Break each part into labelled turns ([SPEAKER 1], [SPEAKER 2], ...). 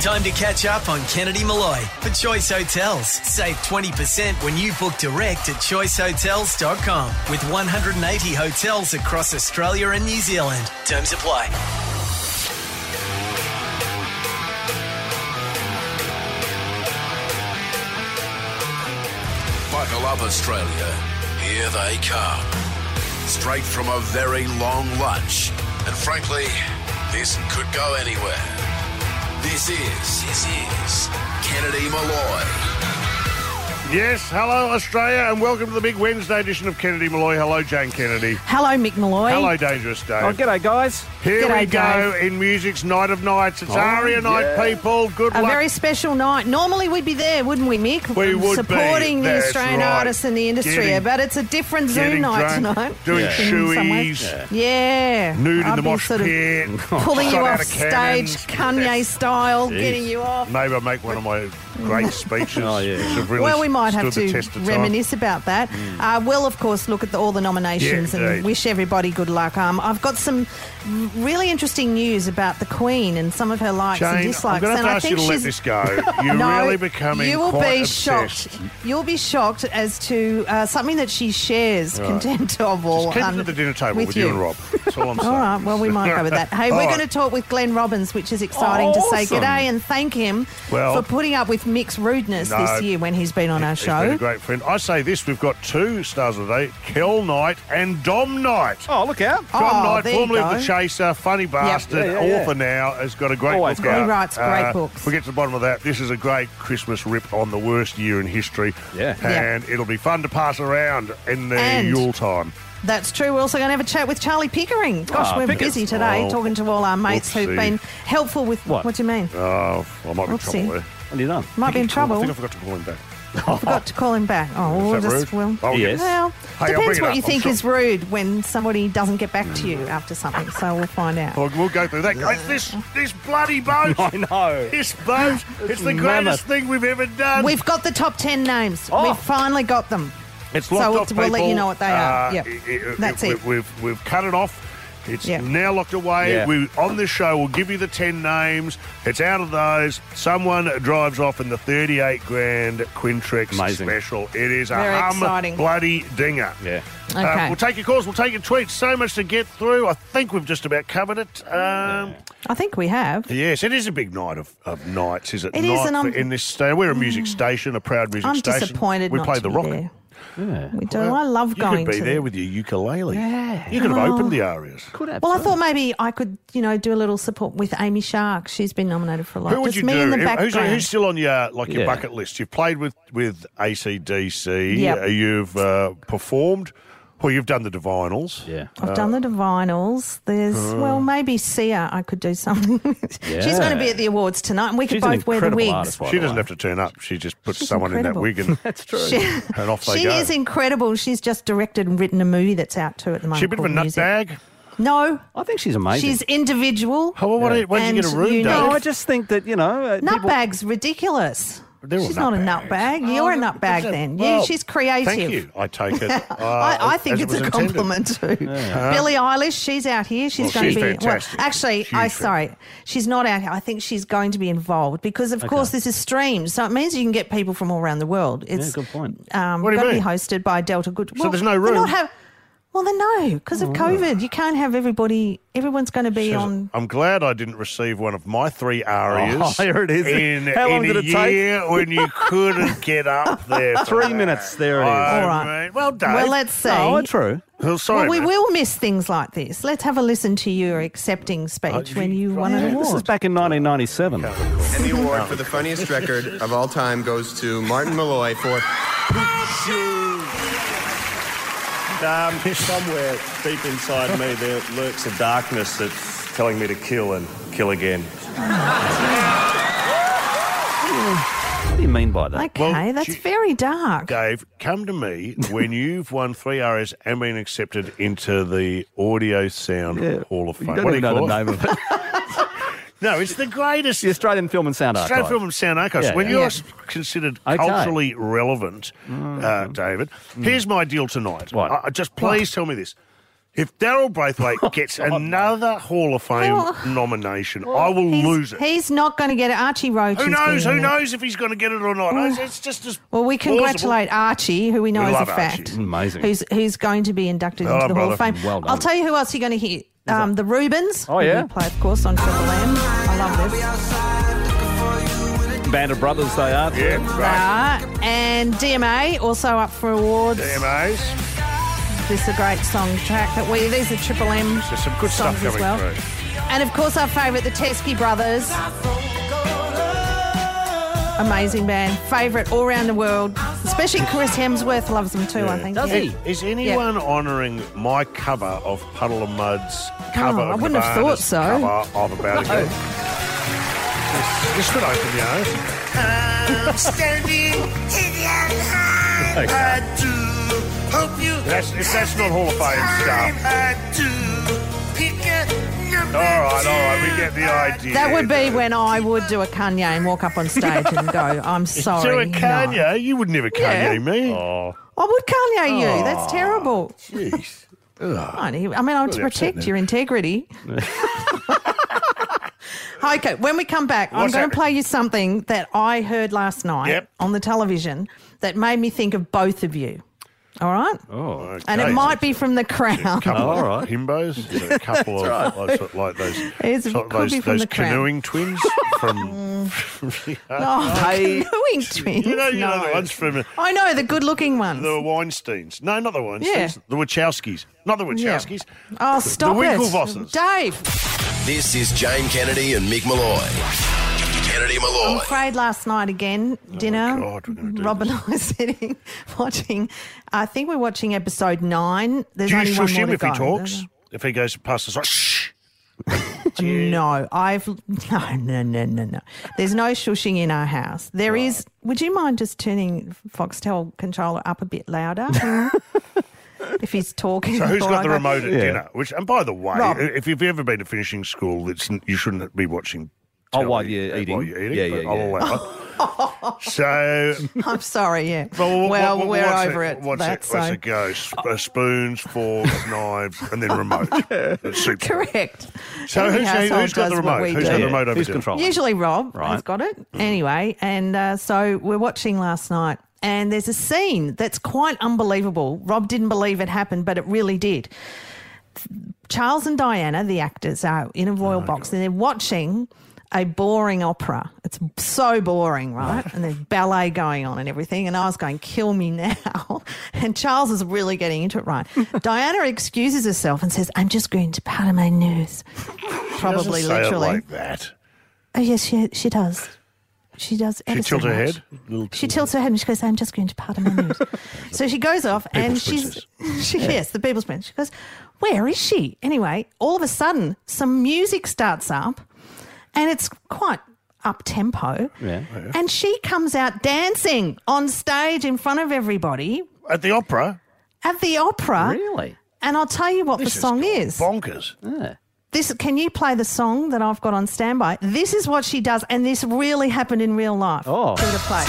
[SPEAKER 1] Time to catch up on Kennedy Malloy for Choice Hotels. Save 20% when you book direct at choicehotels.com with 180 hotels across Australia and New Zealand. Terms apply.
[SPEAKER 2] Buckle up, Australia. Here they come. Straight from a very long lunch. And frankly, this could go anywhere. This is, this is Kennedy Malloy.
[SPEAKER 3] Yes, hello Australia, and welcome to the big Wednesday edition of Kennedy Malloy. Hello, Jane Kennedy.
[SPEAKER 4] Hello, Mick Malloy.
[SPEAKER 3] Hello, Dangerous Dave.
[SPEAKER 5] Oh, g'day, guys. Oh,
[SPEAKER 3] Here
[SPEAKER 4] G'day,
[SPEAKER 3] we go
[SPEAKER 4] Dave.
[SPEAKER 3] in music's night of nights. It's aria night, people. Good
[SPEAKER 4] A
[SPEAKER 3] luck.
[SPEAKER 4] very special night. Normally we'd be there, wouldn't we, Mick? Um,
[SPEAKER 3] We would be.
[SPEAKER 4] supporting the
[SPEAKER 3] That's
[SPEAKER 4] Australian
[SPEAKER 3] right.
[SPEAKER 4] artists and the industry,
[SPEAKER 3] Getting-
[SPEAKER 4] but it's a different Zoom
[SPEAKER 3] Getting
[SPEAKER 4] night
[SPEAKER 3] drunk,
[SPEAKER 4] tonight.
[SPEAKER 3] doing
[SPEAKER 4] In some ways.
[SPEAKER 3] shoeies,
[SPEAKER 4] Yeah,
[SPEAKER 3] nude in
[SPEAKER 4] I'd
[SPEAKER 3] the
[SPEAKER 4] be
[SPEAKER 3] mosh
[SPEAKER 4] sort of
[SPEAKER 3] pit, Oh,
[SPEAKER 4] pulling you
[SPEAKER 3] shot out
[SPEAKER 4] off
[SPEAKER 3] of
[SPEAKER 4] stage,
[SPEAKER 3] cannons.
[SPEAKER 4] Kanye style, getting you off. Mm.
[SPEAKER 3] Maybe I make one of my great speeches.
[SPEAKER 5] Oh, yeah.
[SPEAKER 3] which have really
[SPEAKER 4] Well, we might have
[SPEAKER 3] stood the
[SPEAKER 4] to
[SPEAKER 3] test of time.
[SPEAKER 4] reminisce about that. Uh, we'll, of course, look at the, all the nominations
[SPEAKER 3] Yeah,
[SPEAKER 4] and
[SPEAKER 3] indeed.
[SPEAKER 4] wish everybody good luck. Um, I've got some really interesting news about the Queen and some of her likes and
[SPEAKER 3] Jane, I'm
[SPEAKER 4] dislikes.
[SPEAKER 3] going to
[SPEAKER 4] and
[SPEAKER 3] have to
[SPEAKER 4] I
[SPEAKER 3] ask you
[SPEAKER 4] think
[SPEAKER 3] to let
[SPEAKER 4] she's-
[SPEAKER 3] this go. You're
[SPEAKER 4] no,
[SPEAKER 3] really becoming
[SPEAKER 4] you will
[SPEAKER 3] quite
[SPEAKER 4] be
[SPEAKER 3] obsessed.
[SPEAKER 4] shocked. You'll be shocked as to uh, something that she shares contempt of all.
[SPEAKER 3] Just keep
[SPEAKER 4] um,
[SPEAKER 3] it at the dinner table
[SPEAKER 4] with,
[SPEAKER 3] with you, and Rob. That's all Oh, I'm saying.
[SPEAKER 4] All right, well, we might go with that. Hey,
[SPEAKER 3] All
[SPEAKER 4] we're
[SPEAKER 3] right.
[SPEAKER 4] going to talk with Glenn Robbins, which is exciting to say
[SPEAKER 5] Awesome.
[SPEAKER 4] g'day and thank him
[SPEAKER 3] Well-
[SPEAKER 4] for putting up with Mick's rudeness
[SPEAKER 3] No.
[SPEAKER 4] this year when he's been on our
[SPEAKER 3] He's been
[SPEAKER 4] show.
[SPEAKER 3] a great friend. I say this: we've got two stars of the day, Kel Knight and Dom Knight.
[SPEAKER 5] Oh, look out.
[SPEAKER 4] Oh,
[SPEAKER 3] Dom Knight,
[SPEAKER 4] there you
[SPEAKER 3] formerly of
[SPEAKER 4] go.
[SPEAKER 3] the Chaser, funny bastard,
[SPEAKER 5] Yeah, yeah, Oh, yeah.
[SPEAKER 3] author now, has got a great
[SPEAKER 5] Always
[SPEAKER 3] book
[SPEAKER 5] great.
[SPEAKER 3] out. Uh,
[SPEAKER 4] He writes great books.
[SPEAKER 3] We'll get to the bottom of that. This is a great Christmas rip on the worst year in history.
[SPEAKER 5] Yeah.
[SPEAKER 3] And it'll be fun to pass around in the
[SPEAKER 4] And-
[SPEAKER 3] Yule time.
[SPEAKER 4] That's true. We're also going to have a chat with Charlie Pickering. Gosh,
[SPEAKER 5] Ah,
[SPEAKER 4] we're
[SPEAKER 5] Pickers.
[SPEAKER 4] busy today
[SPEAKER 3] Oh,
[SPEAKER 4] talking to all our mates
[SPEAKER 3] whoopsie.
[SPEAKER 4] who've been helpful with.
[SPEAKER 5] What?
[SPEAKER 4] do you mean?
[SPEAKER 3] Oh, I might be
[SPEAKER 4] Whoopsie.
[SPEAKER 3] in trouble there.
[SPEAKER 5] What have you done?
[SPEAKER 4] Might be in
[SPEAKER 3] I
[SPEAKER 4] trouble.
[SPEAKER 3] think I forgot to call him back.
[SPEAKER 5] Oh,
[SPEAKER 4] Forgot to call him back. Oh,
[SPEAKER 3] Is
[SPEAKER 4] we'll
[SPEAKER 3] that
[SPEAKER 4] just.
[SPEAKER 3] rude?
[SPEAKER 4] We'll,
[SPEAKER 3] Oh, yeah.
[SPEAKER 5] Yes.
[SPEAKER 4] Well,
[SPEAKER 3] Hey, I'll bring
[SPEAKER 4] depends
[SPEAKER 3] it
[SPEAKER 4] what
[SPEAKER 3] up,
[SPEAKER 4] you
[SPEAKER 3] I'm
[SPEAKER 4] think
[SPEAKER 3] sure.
[SPEAKER 4] is rude when somebody doesn't get back to you after something. So we'll find out.
[SPEAKER 3] Well, we'll go through that. Guys, This this bloody boat.
[SPEAKER 5] I know.
[SPEAKER 3] This boat. It's the
[SPEAKER 5] mammoth.
[SPEAKER 3] greatest thing we've ever done.
[SPEAKER 4] We've got the top 10 names.
[SPEAKER 5] Oh.
[SPEAKER 4] We've finally got them.
[SPEAKER 3] It's
[SPEAKER 4] So
[SPEAKER 3] locked
[SPEAKER 4] we'll-
[SPEAKER 3] off.
[SPEAKER 4] we'll let you
[SPEAKER 3] people.
[SPEAKER 4] know what they are.
[SPEAKER 3] Uh,
[SPEAKER 4] Yep. That's it.
[SPEAKER 3] We, have we've cut it off. It's
[SPEAKER 4] Yep.
[SPEAKER 3] now locked away.
[SPEAKER 5] Yeah.
[SPEAKER 3] We on this show we'll give you the ten names. It's out of those. Someone drives off in the thirty-eight grand Quintrex
[SPEAKER 5] Amazing.
[SPEAKER 3] special. It is
[SPEAKER 4] Very
[SPEAKER 3] a hum
[SPEAKER 4] exciting.
[SPEAKER 3] bloody dinger.
[SPEAKER 5] Yeah.
[SPEAKER 4] Okay.
[SPEAKER 3] Uh, we'll take your calls. We'll take your tweets. So much to get through. I think we've just about covered it. Um,
[SPEAKER 4] I think we have.
[SPEAKER 3] Yes, it is a big night of, of nights, is it?
[SPEAKER 4] It is,
[SPEAKER 3] night
[SPEAKER 4] and I'm- Mm.
[SPEAKER 3] for- in this state. We're a music station, a proud music
[SPEAKER 4] I'm
[SPEAKER 3] station.
[SPEAKER 4] disappointed.
[SPEAKER 3] We
[SPEAKER 4] not
[SPEAKER 3] play
[SPEAKER 4] to
[SPEAKER 3] the
[SPEAKER 4] be
[SPEAKER 3] rock.
[SPEAKER 4] there.
[SPEAKER 5] Yeah.
[SPEAKER 4] We do. I love
[SPEAKER 3] You
[SPEAKER 4] going
[SPEAKER 3] could be
[SPEAKER 4] to
[SPEAKER 3] there with your ukulele.
[SPEAKER 5] Yeah.
[SPEAKER 3] You could have
[SPEAKER 4] Well-
[SPEAKER 3] opened the arias.
[SPEAKER 5] Could have.
[SPEAKER 4] Well, I thought maybe I could, you know, do a little support with Amy Shark. She's been nominated for a lot.
[SPEAKER 3] Who would
[SPEAKER 4] Just
[SPEAKER 3] you
[SPEAKER 4] me
[SPEAKER 3] do?
[SPEAKER 4] in the
[SPEAKER 3] Who- who's,
[SPEAKER 4] background.
[SPEAKER 3] who's still on your like your
[SPEAKER 5] Yeah.
[SPEAKER 3] bucket list? You've played with with ACDC.
[SPEAKER 4] Yep.
[SPEAKER 3] Uh, You've uh, performed. Well, you've done the Divinals. Uh,
[SPEAKER 5] Yeah.
[SPEAKER 4] I've done the Divinals. There's, well, maybe Sia I could do something. She's going to be at the awards tonight, and we could
[SPEAKER 5] She's an
[SPEAKER 4] both wear the
[SPEAKER 5] incredible
[SPEAKER 4] wigs.
[SPEAKER 5] artist, by
[SPEAKER 3] She
[SPEAKER 5] the
[SPEAKER 3] doesn't
[SPEAKER 5] way.
[SPEAKER 3] have to turn up. She just puts
[SPEAKER 4] She's
[SPEAKER 3] someone
[SPEAKER 4] incredible.
[SPEAKER 3] in that wig and,
[SPEAKER 5] That's true.
[SPEAKER 4] She,
[SPEAKER 3] and off they
[SPEAKER 4] she
[SPEAKER 3] go.
[SPEAKER 4] is incredible. She's just directed and written a movie that's out too at the moment.
[SPEAKER 3] She's a bit of a
[SPEAKER 4] called Music.
[SPEAKER 3] nutbag.
[SPEAKER 4] No,
[SPEAKER 5] I think she's amazing.
[SPEAKER 4] she's individual.
[SPEAKER 3] Oh, well,
[SPEAKER 5] Yeah.
[SPEAKER 3] what, when did you get a
[SPEAKER 4] And
[SPEAKER 3] room
[SPEAKER 4] you
[SPEAKER 3] date?
[SPEAKER 5] No,
[SPEAKER 4] know-
[SPEAKER 5] I just think that, you know. Uh, people-
[SPEAKER 4] Nutbag's ridiculous.
[SPEAKER 3] They're all
[SPEAKER 4] she's not a
[SPEAKER 3] nutbags. Oh,
[SPEAKER 4] nutbag. You're a nutbag then. yeah,
[SPEAKER 3] Well,
[SPEAKER 4] she's creative.
[SPEAKER 3] Thank you. I take it. uh,
[SPEAKER 4] I, I think
[SPEAKER 3] as it
[SPEAKER 4] it's
[SPEAKER 3] was
[SPEAKER 4] a
[SPEAKER 3] intended.
[SPEAKER 4] compliment too. Billie Eilish, she's out here. She's
[SPEAKER 3] Uh-huh. Well,
[SPEAKER 4] going
[SPEAKER 3] she's
[SPEAKER 4] to be
[SPEAKER 3] fantastic.
[SPEAKER 4] well. Actually,
[SPEAKER 3] Huge
[SPEAKER 4] I
[SPEAKER 3] fan.
[SPEAKER 4] sorry, she's not out here. I think she's going to be involved because, of course, this is streamed, so it means you can get people from all around the world.
[SPEAKER 5] Yeah,
[SPEAKER 4] It's
[SPEAKER 5] good point.
[SPEAKER 4] um,
[SPEAKER 3] What do you
[SPEAKER 4] going to be
[SPEAKER 3] mean?
[SPEAKER 4] hosted by Delta Good.
[SPEAKER 3] So there's no
[SPEAKER 4] they're
[SPEAKER 3] room? Oh.
[SPEAKER 4] Not have, well, then no, because of COVID, you can't have everybody. Everyone's going to be
[SPEAKER 3] Says,
[SPEAKER 4] on.
[SPEAKER 3] I'm glad I didn't receive one of my three arias.
[SPEAKER 5] Oh, here it is.
[SPEAKER 3] In,
[SPEAKER 5] How long
[SPEAKER 3] in
[SPEAKER 5] did
[SPEAKER 3] a
[SPEAKER 5] it take?
[SPEAKER 3] year when you couldn't get up there. for
[SPEAKER 5] Three
[SPEAKER 3] that.
[SPEAKER 5] minutes, there it is.
[SPEAKER 3] Oh,
[SPEAKER 4] All right.
[SPEAKER 3] mate. Well done.
[SPEAKER 4] Well, let's see.
[SPEAKER 5] No, true.
[SPEAKER 3] Well, sorry,
[SPEAKER 4] well, we
[SPEAKER 3] mate.
[SPEAKER 4] will miss things like this. Let's have a listen to your accepting
[SPEAKER 3] Uh,
[SPEAKER 4] speech when you won an
[SPEAKER 5] This is
[SPEAKER 4] award.
[SPEAKER 5] back in 1997.
[SPEAKER 6] And the award for the funniest record of all time goes to Martin Malloy for
[SPEAKER 7] Um, somewhere deep inside me, there lurks a darkness that's telling me to kill and kill again.
[SPEAKER 5] What do you mean by that?
[SPEAKER 4] Okay,
[SPEAKER 3] Well,
[SPEAKER 4] that's
[SPEAKER 3] she-
[SPEAKER 4] very dark.
[SPEAKER 3] Dave, come to me when you've won three arias and been accepted into the Audio Sound
[SPEAKER 5] Yeah.
[SPEAKER 3] Hall of
[SPEAKER 5] You
[SPEAKER 3] Fame.
[SPEAKER 5] don't
[SPEAKER 3] what
[SPEAKER 5] even
[SPEAKER 3] do
[SPEAKER 5] know
[SPEAKER 3] you call
[SPEAKER 5] the
[SPEAKER 3] it?
[SPEAKER 5] name of it.
[SPEAKER 3] No, it's the greatest.
[SPEAKER 5] the Australian Film and Sound
[SPEAKER 3] Australian
[SPEAKER 5] Archive.
[SPEAKER 3] Film and Sound Archives.
[SPEAKER 5] Yeah,
[SPEAKER 3] when
[SPEAKER 5] yeah.
[SPEAKER 3] you're
[SPEAKER 4] Yeah.
[SPEAKER 3] s- considered
[SPEAKER 5] Okay. Mm.
[SPEAKER 3] culturally relevant, uh, David, here's my deal tonight.
[SPEAKER 5] What?
[SPEAKER 3] I, I- just please tell me this. If Daryl Braithwaite gets another Hall of Fame
[SPEAKER 4] Well-
[SPEAKER 3] nomination, I will
[SPEAKER 4] Oh. He's-
[SPEAKER 3] lose it.
[SPEAKER 4] He's not going to get it. Archie Roach.
[SPEAKER 3] Who
[SPEAKER 4] is
[SPEAKER 3] knows?
[SPEAKER 4] getting
[SPEAKER 3] Who
[SPEAKER 4] it.
[SPEAKER 3] knows if he's going to get it or not? It's- It's just as
[SPEAKER 4] Well, we
[SPEAKER 3] plausible.
[SPEAKER 4] congratulate Archie, who we know
[SPEAKER 3] We
[SPEAKER 4] is a
[SPEAKER 3] love Archie.
[SPEAKER 4] fact.
[SPEAKER 5] Amazing.
[SPEAKER 4] Who's who's going to be inducted
[SPEAKER 3] Well
[SPEAKER 4] into the
[SPEAKER 3] done,
[SPEAKER 4] Hall of
[SPEAKER 3] brother.
[SPEAKER 4] Fame.
[SPEAKER 5] Well done.
[SPEAKER 4] I'll tell you who else you're going to hear. Um, the Rubens.
[SPEAKER 5] Oh,
[SPEAKER 4] who
[SPEAKER 5] yeah?
[SPEAKER 4] we play of course on Triple M. I love this.
[SPEAKER 5] Band of brothers they are.
[SPEAKER 4] They
[SPEAKER 3] Yeah, right.
[SPEAKER 4] are. And DMA also up for awards.
[SPEAKER 3] DMAs.
[SPEAKER 4] This is a great song track that we. These are Triple M.
[SPEAKER 3] There's some good
[SPEAKER 4] songs
[SPEAKER 3] stuff
[SPEAKER 4] as
[SPEAKER 3] coming
[SPEAKER 4] well.
[SPEAKER 3] through.
[SPEAKER 4] And of course, our favourite, the Teskey Brothers. Amazing band, favourite all around the world, especially Chris Hemsworth loves them too. I think.
[SPEAKER 5] Does
[SPEAKER 4] Yeah.
[SPEAKER 5] he?
[SPEAKER 3] Is anyone honouring my cover of Puddle of Mud's cover?
[SPEAKER 4] Oh, I
[SPEAKER 3] of
[SPEAKER 4] wouldn't have
[SPEAKER 3] Nirvana's
[SPEAKER 4] thought so.
[SPEAKER 3] Cover of About It. This- This could open your eyes. That's, if that's not Hall of Fame stuff. Oh, All right, all right, we get the idea.
[SPEAKER 4] That would be when I would do a Kanye and walk up on stage and go, "I'm sorry."
[SPEAKER 3] So a
[SPEAKER 4] no."
[SPEAKER 3] Kanye, you would never Kanye
[SPEAKER 4] Yeah.
[SPEAKER 3] me.
[SPEAKER 5] Oh.
[SPEAKER 4] I would Kanye you. That's terrible.
[SPEAKER 3] Oh, Jeez.
[SPEAKER 4] I mean, I mean, I'm to protect your integrity. okay, when we come back, I'm going
[SPEAKER 3] What's
[SPEAKER 4] to
[SPEAKER 3] happening?
[SPEAKER 4] play you something that I heard last night
[SPEAKER 3] Yep.
[SPEAKER 4] on the television that made me think of both of you. All right?
[SPEAKER 5] Oh,
[SPEAKER 4] and it
[SPEAKER 3] okay.
[SPEAKER 4] might be from the crown.
[SPEAKER 3] couple
[SPEAKER 5] all
[SPEAKER 3] of
[SPEAKER 5] right.
[SPEAKER 3] himbos, Is it a couple of like, sort of like those,
[SPEAKER 4] It's-
[SPEAKER 3] sort of
[SPEAKER 4] could
[SPEAKER 3] those,
[SPEAKER 4] be from
[SPEAKER 3] those
[SPEAKER 4] the Crown.
[SPEAKER 3] canoeing twins from. Uh,
[SPEAKER 4] Oh,
[SPEAKER 5] Hey.
[SPEAKER 4] canoeing twins.
[SPEAKER 3] you know, you know
[SPEAKER 4] No.
[SPEAKER 3] the ones from uh,
[SPEAKER 4] I know the good-looking ones.
[SPEAKER 3] the Weinsteins. No, not the Weinsteins.
[SPEAKER 4] Yeah.
[SPEAKER 3] The Wachowskis, not the
[SPEAKER 4] Yeah.
[SPEAKER 3] Wachowskis.
[SPEAKER 4] Oh, stop
[SPEAKER 3] the
[SPEAKER 4] it,
[SPEAKER 3] Winklevosses.
[SPEAKER 4] Dave.
[SPEAKER 2] This is Jane Kennedy and Mick Malloy. Kennedy
[SPEAKER 4] I'm
[SPEAKER 2] Malloy.
[SPEAKER 4] afraid last night again, dinner.
[SPEAKER 3] Oh God, we're gonna do
[SPEAKER 4] Rob and I were sitting watching. I think we're watching episode nine. There's
[SPEAKER 3] Do you
[SPEAKER 4] only one
[SPEAKER 3] shush
[SPEAKER 4] more
[SPEAKER 3] him
[SPEAKER 4] to
[SPEAKER 3] if he
[SPEAKER 4] go.
[SPEAKER 3] talks? If he goes past us, like shh.
[SPEAKER 4] No, I've no, no, no, no, no. There's no shushing in our house. There is. Would you mind just turning Foxtel controller up a bit louder? if he's talking.
[SPEAKER 3] So who's
[SPEAKER 4] before I
[SPEAKER 3] got the
[SPEAKER 4] go-
[SPEAKER 3] remote at dinner? Which, and by the way,
[SPEAKER 4] Rob.
[SPEAKER 3] if you've ever been to finishing school, it's you shouldn't be watching.
[SPEAKER 5] Oh,
[SPEAKER 3] telly
[SPEAKER 5] while you're eating.
[SPEAKER 3] While you're eating,
[SPEAKER 5] Yeah, yeah,
[SPEAKER 3] but I'll
[SPEAKER 5] yeah.
[SPEAKER 3] allow it. so
[SPEAKER 4] I'm sorry. Yeah.
[SPEAKER 3] But
[SPEAKER 4] Well,
[SPEAKER 3] what- what- what-
[SPEAKER 4] we're
[SPEAKER 3] what's
[SPEAKER 4] over it.
[SPEAKER 3] What's
[SPEAKER 4] that,
[SPEAKER 3] it? What's
[SPEAKER 4] so-
[SPEAKER 3] it go? Sp- uh, spoons, forks, knives, and then remote. That's super.
[SPEAKER 4] Correct.
[SPEAKER 3] So
[SPEAKER 4] Every
[SPEAKER 3] who's, who-
[SPEAKER 4] household
[SPEAKER 3] who's got the
[SPEAKER 4] does what
[SPEAKER 3] remote?
[SPEAKER 4] we
[SPEAKER 3] Who's
[SPEAKER 4] do.
[SPEAKER 3] got the
[SPEAKER 5] Yeah.
[SPEAKER 3] remote over Mm.
[SPEAKER 5] Who's
[SPEAKER 3] dinner?
[SPEAKER 5] controlling?
[SPEAKER 4] Usually Rob
[SPEAKER 5] Right.
[SPEAKER 4] has got it. Anyway, and uh, so we're watching last night, and there's a scene that's quite unbelievable. Rob didn't believe it happened, but it really did. Charles and Diana, the actors, are in a
[SPEAKER 3] Oh,
[SPEAKER 4] royal box and they're watching a boring opera. It's so boring, right? and there's ballet going on and everything. And I was going, kill me now. and Charles is really getting into it, right? Diana excuses herself and says, I'm just going to powder my nose. Probably
[SPEAKER 3] Doesn't say
[SPEAKER 4] literally.
[SPEAKER 3] it like that.
[SPEAKER 4] Oh yes, she she does. She does. ever
[SPEAKER 3] She
[SPEAKER 4] so
[SPEAKER 3] tilts her
[SPEAKER 4] much.
[SPEAKER 3] head. Little
[SPEAKER 4] She tilts her head and she goes, "I'm just going to powder my nose." so she goes off and
[SPEAKER 3] People's
[SPEAKER 4] she's she yes, the people's princess. She goes, "Where is she?" Anyway, all of a sudden, some music starts up, and it's quite up tempo.
[SPEAKER 5] Yeah.
[SPEAKER 3] Oh,
[SPEAKER 4] And she comes out dancing on stage in front of everybody
[SPEAKER 3] At the opera,
[SPEAKER 4] at the opera.
[SPEAKER 5] really?
[SPEAKER 4] And I'll tell you what
[SPEAKER 3] this
[SPEAKER 4] the song
[SPEAKER 3] is,
[SPEAKER 4] is.
[SPEAKER 3] bonkers.
[SPEAKER 4] This can you play the song that I've got on standby? This is what she does, and this really happened in real life.
[SPEAKER 5] Oh.
[SPEAKER 4] Give it a play.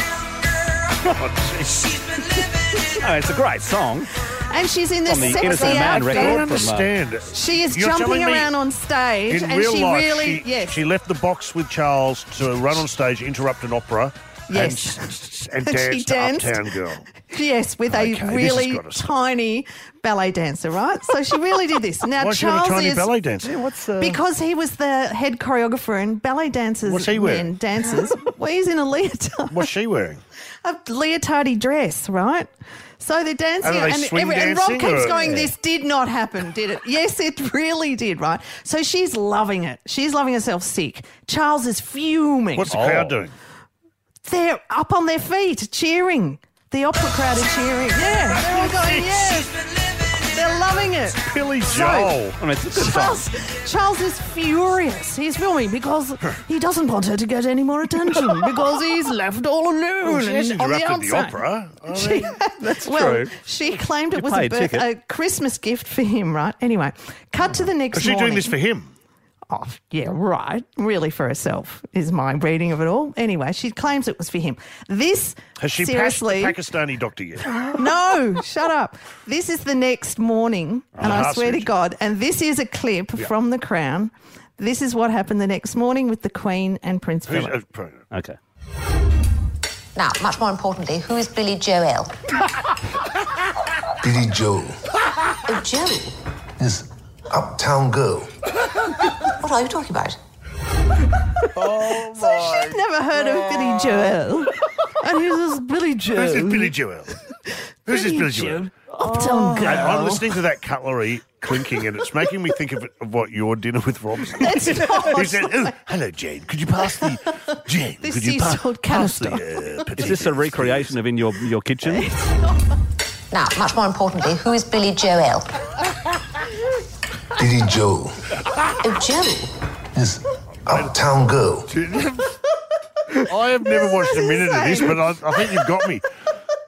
[SPEAKER 5] Oh, it's a great song.
[SPEAKER 4] And she's in this
[SPEAKER 5] On the
[SPEAKER 4] sexy
[SPEAKER 5] Innocent Man
[SPEAKER 3] I don't
[SPEAKER 5] record.
[SPEAKER 4] outfit.
[SPEAKER 5] from, uh,
[SPEAKER 3] understand.
[SPEAKER 4] She is
[SPEAKER 3] You're
[SPEAKER 4] jumping
[SPEAKER 3] telling me
[SPEAKER 4] around on stage,
[SPEAKER 3] In
[SPEAKER 4] and
[SPEAKER 3] real
[SPEAKER 4] she
[SPEAKER 3] life,
[SPEAKER 4] really
[SPEAKER 3] she,
[SPEAKER 4] yes.
[SPEAKER 3] she left the box with Charles to run on stage, interrupt an opera,
[SPEAKER 4] Yes.
[SPEAKER 3] and, and
[SPEAKER 4] And
[SPEAKER 3] dance
[SPEAKER 4] she
[SPEAKER 3] to
[SPEAKER 4] danced.
[SPEAKER 3] Uptown Girl.
[SPEAKER 4] Yes, with
[SPEAKER 3] Okay, this
[SPEAKER 4] a
[SPEAKER 3] has
[SPEAKER 4] really
[SPEAKER 3] gotta stop.
[SPEAKER 4] tiny ballet dancer, right? So she really did this. Now
[SPEAKER 3] Why is she got
[SPEAKER 4] Charles
[SPEAKER 3] a tiny
[SPEAKER 4] is
[SPEAKER 3] ballet dancer? uh,
[SPEAKER 5] What's the?
[SPEAKER 4] because he was the head choreographer and ballet dancers
[SPEAKER 3] What's he wearing?
[SPEAKER 4] and dancers. well, he's in a leotard,
[SPEAKER 3] What's she wearing?
[SPEAKER 4] a leotardy dress, right? So they're dancing,
[SPEAKER 3] Are they
[SPEAKER 4] and,
[SPEAKER 3] swing
[SPEAKER 4] and Rob
[SPEAKER 3] dancing
[SPEAKER 4] keeps
[SPEAKER 3] or-
[SPEAKER 4] going,
[SPEAKER 3] Yeah.
[SPEAKER 4] "This did not happen, did it? yes, it really did, right?" So she's loving it. She's loving herself sick. Charles is fuming.
[SPEAKER 3] What's the
[SPEAKER 5] Oh.
[SPEAKER 3] crowd doing?
[SPEAKER 4] They're up on their feet, cheering. The opera crowd are cheering. Yeah, they're all going, yes. They're loving it.
[SPEAKER 3] Billy Joel.
[SPEAKER 5] I mean, it's a good song.
[SPEAKER 4] Charles, Charles is furious. He's filming because he doesn't want her to get any more attention because he's left all alone
[SPEAKER 3] She
[SPEAKER 4] and Oh, on the
[SPEAKER 3] interrupted the
[SPEAKER 4] outside.
[SPEAKER 3] opera. I mean,
[SPEAKER 4] She- well, she claimed it was a,
[SPEAKER 5] paid
[SPEAKER 4] birth,
[SPEAKER 5] ticket.
[SPEAKER 4] a Christmas gift for him, right? Anyway, cut to the next
[SPEAKER 3] is she doing
[SPEAKER 4] morning.
[SPEAKER 3] this for him?
[SPEAKER 4] oh, yeah, right, really for herself, is my reading of it all. Anyway, she claims it was for him. This,
[SPEAKER 3] Has she
[SPEAKER 4] seriously,
[SPEAKER 3] passed the Pakistani doctor yet?
[SPEAKER 4] no, shut up. This is the next morning, and I
[SPEAKER 3] half
[SPEAKER 4] swear to
[SPEAKER 3] century.
[SPEAKER 4] God, and this is a clip from The Crown. This is what happened the next morning with the Queen and Prince
[SPEAKER 3] Who's-
[SPEAKER 4] Philip.
[SPEAKER 3] uh,
[SPEAKER 5] Okay.
[SPEAKER 8] Now, much more importantly, who is Billy Joel?
[SPEAKER 9] Billy Joel.
[SPEAKER 8] Oh, Joel.
[SPEAKER 9] This uptown girl.
[SPEAKER 8] What are you talking about?
[SPEAKER 3] Oh
[SPEAKER 4] So she'd never heard of Billy Joel. And he was Billy Joel.
[SPEAKER 3] Who's this Billy Joel? Who's this Billy Joel? Oh.
[SPEAKER 4] Uptown girl.
[SPEAKER 3] And I'm listening to that cutlery clinking, and it's making me think of, of what your dinner with Rob's.
[SPEAKER 4] It's not.
[SPEAKER 3] He said, "Oh, hello, Jane. Could you pass the Jane?
[SPEAKER 4] This
[SPEAKER 3] could you
[SPEAKER 4] is
[SPEAKER 3] pa-
[SPEAKER 4] called
[SPEAKER 3] pass
[SPEAKER 4] canister.
[SPEAKER 3] the, uh,
[SPEAKER 5] Is this a recreation of in your, your kitchen?
[SPEAKER 8] Now, much more importantly, who is Billy Joel?
[SPEAKER 9] Billy Joel.
[SPEAKER 8] Oh, Joel.
[SPEAKER 9] This uptown girl.
[SPEAKER 3] I have never watched a minute of this,
[SPEAKER 4] insane.
[SPEAKER 3] but I, I think you've got me.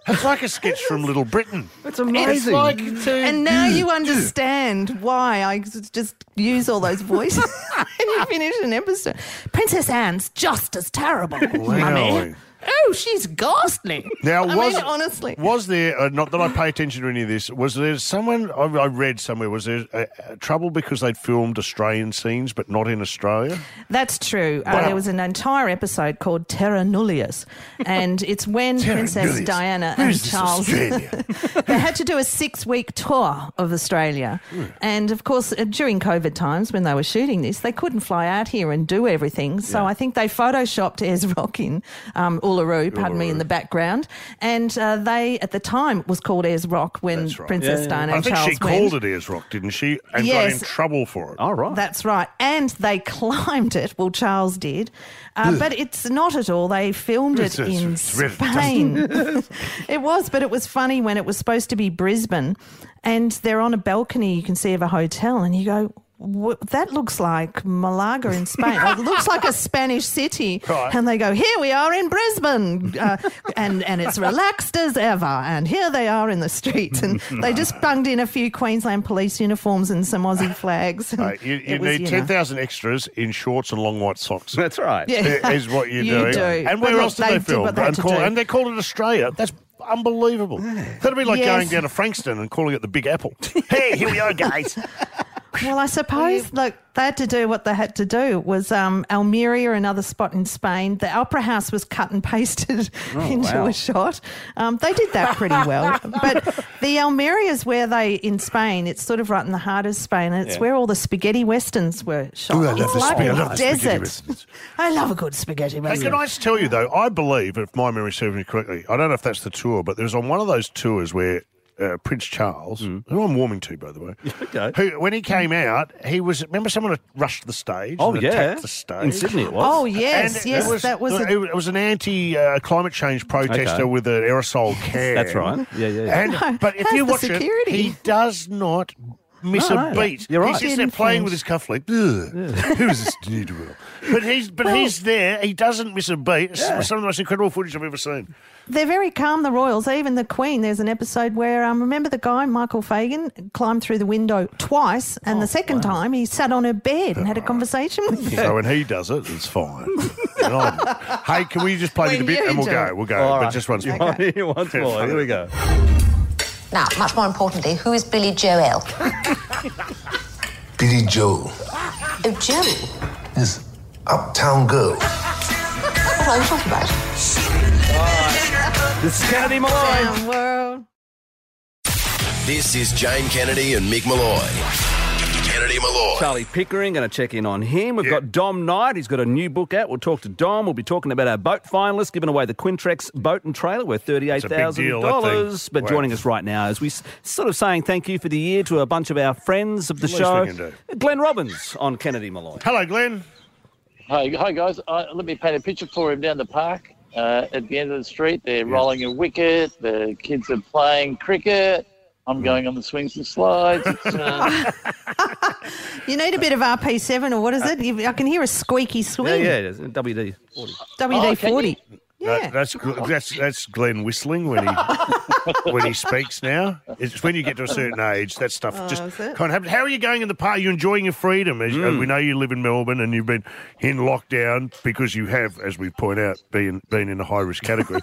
[SPEAKER 3] It's like a sketch from Little Britain.
[SPEAKER 5] It's
[SPEAKER 4] amazing.
[SPEAKER 3] Like to,
[SPEAKER 4] And now you understand why I s- just use all those voices when you finish an episode. Princess Anne's just as terrible, mummy. Oh, she's ghastly.
[SPEAKER 3] Now,
[SPEAKER 4] I
[SPEAKER 3] was
[SPEAKER 4] mean, honestly,
[SPEAKER 3] was there uh, not that I pay attention to any of this? Was there someone I, I read somewhere? Was there uh, uh, trouble because they'd filmed Australian scenes but not in Australia?
[SPEAKER 4] that's true. Uh, there was an entire episode called Terra Nullius, and it's when Princess
[SPEAKER 3] Nullius.
[SPEAKER 4] Diana
[SPEAKER 3] Where
[SPEAKER 4] and
[SPEAKER 3] is this
[SPEAKER 4] Charles
[SPEAKER 3] Australia?
[SPEAKER 4] they had to do a six week tour of Australia.
[SPEAKER 3] Hmm.
[SPEAKER 4] And of course, uh, during COVID times when they were shooting this, they couldn't fly out here and do everything. So I think they photoshopped Ez Rock in um, Uluru, pardon me, in the background. And uh, they, at the time, it was called Ez Rock when
[SPEAKER 3] That's right.
[SPEAKER 4] Princess Diana
[SPEAKER 3] I
[SPEAKER 4] and
[SPEAKER 3] think
[SPEAKER 4] Charles
[SPEAKER 3] she called
[SPEAKER 4] went.
[SPEAKER 3] it Ayers Rock, didn't she? And got in
[SPEAKER 4] Yes.
[SPEAKER 3] trouble for it.
[SPEAKER 5] All right.
[SPEAKER 4] That's right. And they climbed it. Well, Charles did. Uh, but it's not at all. They filmed
[SPEAKER 3] It's-
[SPEAKER 4] it
[SPEAKER 3] it's-
[SPEAKER 4] in
[SPEAKER 3] it's really
[SPEAKER 4] Spain. it was, but it was funny when it was supposed to be Brisbane and they're on a balcony you can see of a hotel and you go, "Wha- that looks like Malaga in Spain. Like, it looks like a Spanish city.
[SPEAKER 3] Right.
[SPEAKER 4] And they go, here we are in Brisbane. Uh, and, and it's relaxed as ever. And here they are in the streets. And they just bunged in a few Queensland police uniforms and some Aussie flags.
[SPEAKER 3] Uh, you
[SPEAKER 4] It
[SPEAKER 3] you
[SPEAKER 4] was,
[SPEAKER 3] need
[SPEAKER 4] you know.
[SPEAKER 3] 10,000 extras in shorts and long white socks.
[SPEAKER 5] That's right.
[SPEAKER 4] Yeah.
[SPEAKER 3] Is what you're
[SPEAKER 4] You
[SPEAKER 3] doing.
[SPEAKER 4] do.
[SPEAKER 3] And
[SPEAKER 4] But
[SPEAKER 3] where
[SPEAKER 4] look,
[SPEAKER 3] else did
[SPEAKER 4] they
[SPEAKER 3] they,
[SPEAKER 4] did
[SPEAKER 3] film?
[SPEAKER 4] what they had
[SPEAKER 3] and,
[SPEAKER 4] to
[SPEAKER 3] call,
[SPEAKER 4] do.
[SPEAKER 3] and they called it Australia. That's unbelievable. That'd be like
[SPEAKER 4] Yes.
[SPEAKER 3] going down to Frankston and calling it the Big Apple. hey, here we are, guys.
[SPEAKER 4] Well, I suppose like they had to do what they had to do. It was um, Almeria, another spot in Spain. The opera house was cut and pasted into
[SPEAKER 5] Oh, wow.
[SPEAKER 4] a shot. Um, they did that pretty well. but the Almeria is where they in Spain. It's sort of right in the heart of Spain, and it's
[SPEAKER 5] Yeah.
[SPEAKER 4] where all the spaghetti westerns were shot.
[SPEAKER 9] Ooh, I love
[SPEAKER 4] it's
[SPEAKER 9] the
[SPEAKER 4] like
[SPEAKER 9] spaghetti-
[SPEAKER 4] a
[SPEAKER 9] I love the
[SPEAKER 4] desert.
[SPEAKER 9] spaghetti westerns.
[SPEAKER 4] I love a good spaghetti
[SPEAKER 3] Hey,
[SPEAKER 4] western.
[SPEAKER 3] can I just tell you though? I believe, if my memory serves me correctly, I don't know if that's the tour, but there's on one of those tours where uh, Prince Charles,
[SPEAKER 5] Mm.
[SPEAKER 3] who I'm warming to, by the way,
[SPEAKER 5] Okay.
[SPEAKER 3] who when he came out, he was. Remember, someone had rushed the stage.
[SPEAKER 5] Oh,
[SPEAKER 3] and
[SPEAKER 5] yeah.
[SPEAKER 3] attacked the stage
[SPEAKER 5] In Sydney it was.
[SPEAKER 4] Oh yes,
[SPEAKER 3] And
[SPEAKER 4] yes,
[SPEAKER 3] it was,
[SPEAKER 4] that was. a-
[SPEAKER 3] it was an anti uh, climate change protester
[SPEAKER 5] Okay.
[SPEAKER 3] with an aerosol can.
[SPEAKER 5] That's right. Yeah, yeah, yeah.
[SPEAKER 3] And, but if
[SPEAKER 4] that's
[SPEAKER 3] you
[SPEAKER 4] the
[SPEAKER 3] watch it,
[SPEAKER 4] security.
[SPEAKER 3] he does not miss
[SPEAKER 5] No,
[SPEAKER 3] a
[SPEAKER 5] no,
[SPEAKER 3] beat.
[SPEAKER 5] you're right.
[SPEAKER 3] He's just there
[SPEAKER 4] Influence.
[SPEAKER 3] playing with his cuff like, "Ugh, Who's this dude? Will?" But he's but he's there. He doesn't miss a beat. It's some of the most incredible footage I've ever seen.
[SPEAKER 4] They're very calm, the royals. Even the Queen. There's an episode where um, remember the guy Michael Fagan climbed through the window twice, and the second time he sat on her bed and had a conversation with her.
[SPEAKER 3] So when he does it, it's fine. And I'm- hey, can we just play
[SPEAKER 4] When
[SPEAKER 3] with a bit
[SPEAKER 4] you
[SPEAKER 3] and we'll
[SPEAKER 4] do
[SPEAKER 3] go?
[SPEAKER 4] it.
[SPEAKER 3] We'll go.
[SPEAKER 5] All
[SPEAKER 3] but
[SPEAKER 5] right.
[SPEAKER 3] just once more.
[SPEAKER 5] Once more. Here we go.
[SPEAKER 8] Now, much more importantly, who is Billy Joel?
[SPEAKER 9] Billy Joel.
[SPEAKER 8] Oh, Joel.
[SPEAKER 9] This uptown girl.
[SPEAKER 8] What are you talking about?
[SPEAKER 5] This is Kennedy Malloy.
[SPEAKER 4] Damn world.
[SPEAKER 2] This is Jane Kennedy and Mick Malloy. Kennedy Malloy.
[SPEAKER 5] Charlie Pickering, going to check in on him. We've got Dom Knight. He's got a new book out. We'll talk to Dom. We'll be talking about our boat finalists, giving away the Quintrex boat and trailer worth
[SPEAKER 3] a big deal, that
[SPEAKER 5] $38,000.
[SPEAKER 3] thing.
[SPEAKER 5] But
[SPEAKER 3] Wow.
[SPEAKER 5] joining us right now is we s- sort of saying thank you for the year to a bunch of our friends of the
[SPEAKER 3] Least
[SPEAKER 5] show.
[SPEAKER 3] we can do.
[SPEAKER 5] Glenn Robbins on Kennedy Malloy.
[SPEAKER 3] Hello, Glenn.
[SPEAKER 10] Hey, hi guys. Uh, let me paint a picture for him down the park. Uh, at the end of the street, they're rolling a wicket. The kids are playing cricket.
[SPEAKER 3] Mm.
[SPEAKER 10] I'm going on the swings and slides. It's, uh,
[SPEAKER 4] You need a bit of RP7 or what is it? You- I can hear a squeaky
[SPEAKER 5] Yeah,
[SPEAKER 4] squeak.
[SPEAKER 5] yeah, it is. WD 40.
[SPEAKER 10] Oh,
[SPEAKER 4] WD40.
[SPEAKER 10] can you?
[SPEAKER 3] That- that's gl- that's that's Glenn whistling when he when he speaks. Now it's when you get to a certain age that stuff
[SPEAKER 11] Oh,
[SPEAKER 3] just
[SPEAKER 11] is it?
[SPEAKER 3] can't happen. How are you going in the park? Are you enjoying your freedom? As,
[SPEAKER 5] Mm.
[SPEAKER 3] uh, we know you live in Melbourne and you've been in lockdown because you have, as we point out, been been in a high risk category.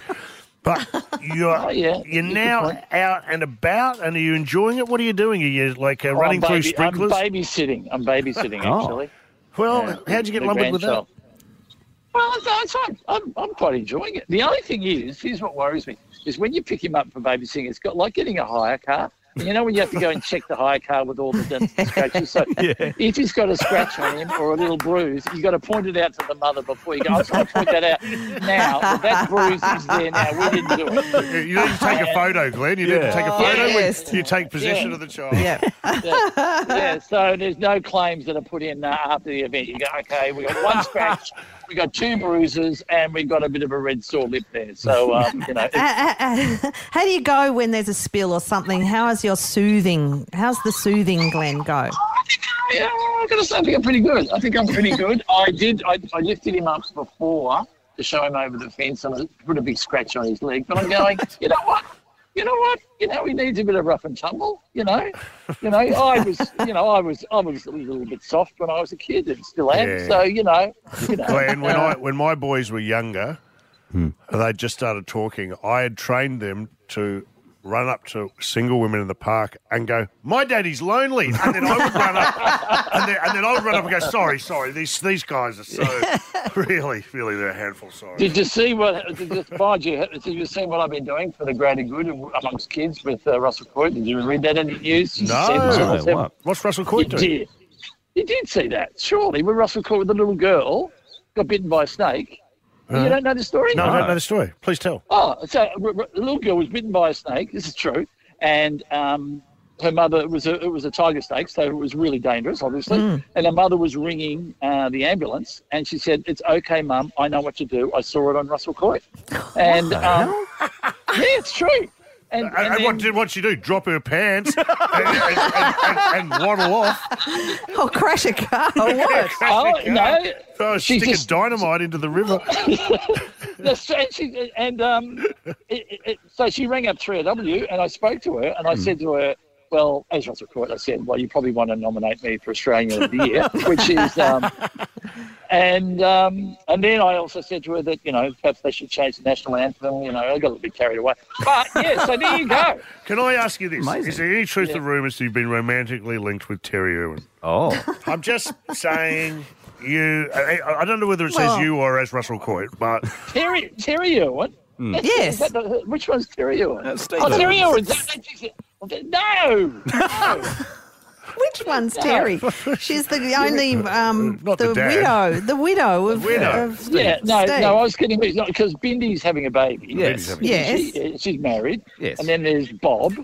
[SPEAKER 3] but you're you're now out and about, and are you enjoying it? What are you doing? Are you like uh,
[SPEAKER 10] Oh,
[SPEAKER 3] running
[SPEAKER 10] I'm
[SPEAKER 3] through
[SPEAKER 10] baby-
[SPEAKER 3] sprinklers?
[SPEAKER 10] I'm babysitting. I'm babysitting,
[SPEAKER 3] Oh.
[SPEAKER 10] actually.
[SPEAKER 3] Well,
[SPEAKER 10] Yeah,
[SPEAKER 3] how'd you get
[SPEAKER 10] the
[SPEAKER 3] lumbered with that?
[SPEAKER 10] grandchild. Well, it's, it's fine. I'm, I'm quite enjoying it. The only thing is, here's what worries me, is when you pick him up for babysitting, it's got like getting a hire car. You know when you have to go and check the hire car with all the dents and scratches? So if he's got a scratch on him or a little bruise, you've got to point it out to the mother before you go, I'll I'll point that out now. But that bruise is there now. We didn't do it.
[SPEAKER 3] You need to take a photo, Glenn. You need
[SPEAKER 10] Yeah.
[SPEAKER 3] to take a
[SPEAKER 10] Oh,
[SPEAKER 3] photo when
[SPEAKER 10] yes.
[SPEAKER 3] you take possession of the child.
[SPEAKER 10] yeah. Yeah, so there's no claims that are put in uh, after the event. You go, okay, we got one scratch, we got two bruises, and we got a bit of a red sore lip there. So, um, you know,
[SPEAKER 4] Uh,
[SPEAKER 10] it's,
[SPEAKER 4] uh, uh, how do you go when there's a spill or something? How is your soothing? How's the soothing, Glenn, go?
[SPEAKER 10] yeah, I gotta say, I think I'm pretty good. I think I'm pretty good. I did, I, I lifted him up before to show him over the fence, and I put a big scratch on his leg. But I'm going, you know what? You know what? You know he needs a bit of rough and tumble. You know, you know I was, you know I was, I was a little bit soft when I was a kid, and still am.
[SPEAKER 3] Yeah.
[SPEAKER 10] So you know, you know.
[SPEAKER 3] Glenn, when
[SPEAKER 10] uh,
[SPEAKER 3] I when my boys were younger, and they just started talking. I had trained them to run up to single women in the park and go, "My daddy's lonely," and then I would run up, and then, and then I would run up and go, "Sorry, sorry, these these guys are so really, really they're a handful." Sorry.
[SPEAKER 10] Did you see what? Did you, mind you, did you see what I've been doing for the greater good amongst kids with uh, Russell Coit? Did you read that in the news? Did you see
[SPEAKER 3] No.
[SPEAKER 10] Russell
[SPEAKER 3] No,
[SPEAKER 10] Coit?
[SPEAKER 3] what? What's Russell Coit
[SPEAKER 10] you
[SPEAKER 3] doing?
[SPEAKER 10] Did. You did see that, surely. When Russell Coit, with a little girl, got bitten by a snake.
[SPEAKER 3] Uh,
[SPEAKER 10] you don't know the story?
[SPEAKER 3] No, I don't know the story. Please tell.
[SPEAKER 10] Oh, so a r- r- little girl was bitten by a snake. This is true, and um, her mother it was a, it was a tiger snake, so it was really dangerous, obviously.
[SPEAKER 12] Mm.
[SPEAKER 10] And her mother was ringing uh, the ambulance, and she said, "It's okay, mum. I know what to do. I saw it on Russell Coit." And
[SPEAKER 3] the
[SPEAKER 10] um, yeah, it's true. And,
[SPEAKER 3] Uh, And, and what did what she do? Drop her pants and, and, and, and, and waddle off.
[SPEAKER 4] Oh, crash a car. or what?
[SPEAKER 10] Oh, no.
[SPEAKER 3] Oh,
[SPEAKER 10] She
[SPEAKER 3] sticking
[SPEAKER 10] just-
[SPEAKER 3] dynamite into the river.
[SPEAKER 10] That's- and she, and um, it, it, it, so she rang up 3RW and I spoke to her and I
[SPEAKER 12] Hmm.
[SPEAKER 10] said to her, well, as Russell Court, I said, well, you probably want to nominate me for Australian of the Year, which is, um, and um, and then I also said to her that, you know, perhaps they should change the national anthem. You know, I got a little bit carried away. But yeah, so there you go.
[SPEAKER 3] Can I ask you this?
[SPEAKER 10] Amazing.
[SPEAKER 3] Is there any truth
[SPEAKER 10] Yeah.
[SPEAKER 3] to rumours that you've been romantically linked with Terry Irwin?
[SPEAKER 5] Oh.
[SPEAKER 3] I'm just saying you. I, I- I don't know whether it says
[SPEAKER 10] Well-
[SPEAKER 3] you or as Russell Coit, but.
[SPEAKER 10] Terry, Terry Irwin?
[SPEAKER 3] Hmm.
[SPEAKER 10] That's-
[SPEAKER 3] Yes.
[SPEAKER 10] is that the- which one's Terry Irwin?
[SPEAKER 3] Steve
[SPEAKER 10] oh, Terry
[SPEAKER 3] Irwin.
[SPEAKER 10] Irwin. No. no.
[SPEAKER 4] Which one's
[SPEAKER 10] No.
[SPEAKER 4] Terry? She's the only um,
[SPEAKER 10] Not
[SPEAKER 4] the,
[SPEAKER 10] the dad.
[SPEAKER 4] widow, the widow of,
[SPEAKER 10] widow.
[SPEAKER 4] of Steve.
[SPEAKER 10] yeah, no,
[SPEAKER 4] Steve.
[SPEAKER 10] no, I was kidding. It's not because Bindy's having a baby.
[SPEAKER 4] Yes. Bindy's having a
[SPEAKER 10] She-
[SPEAKER 4] baby.
[SPEAKER 10] uh, she's married.
[SPEAKER 4] Yes.
[SPEAKER 10] And then there's Bob,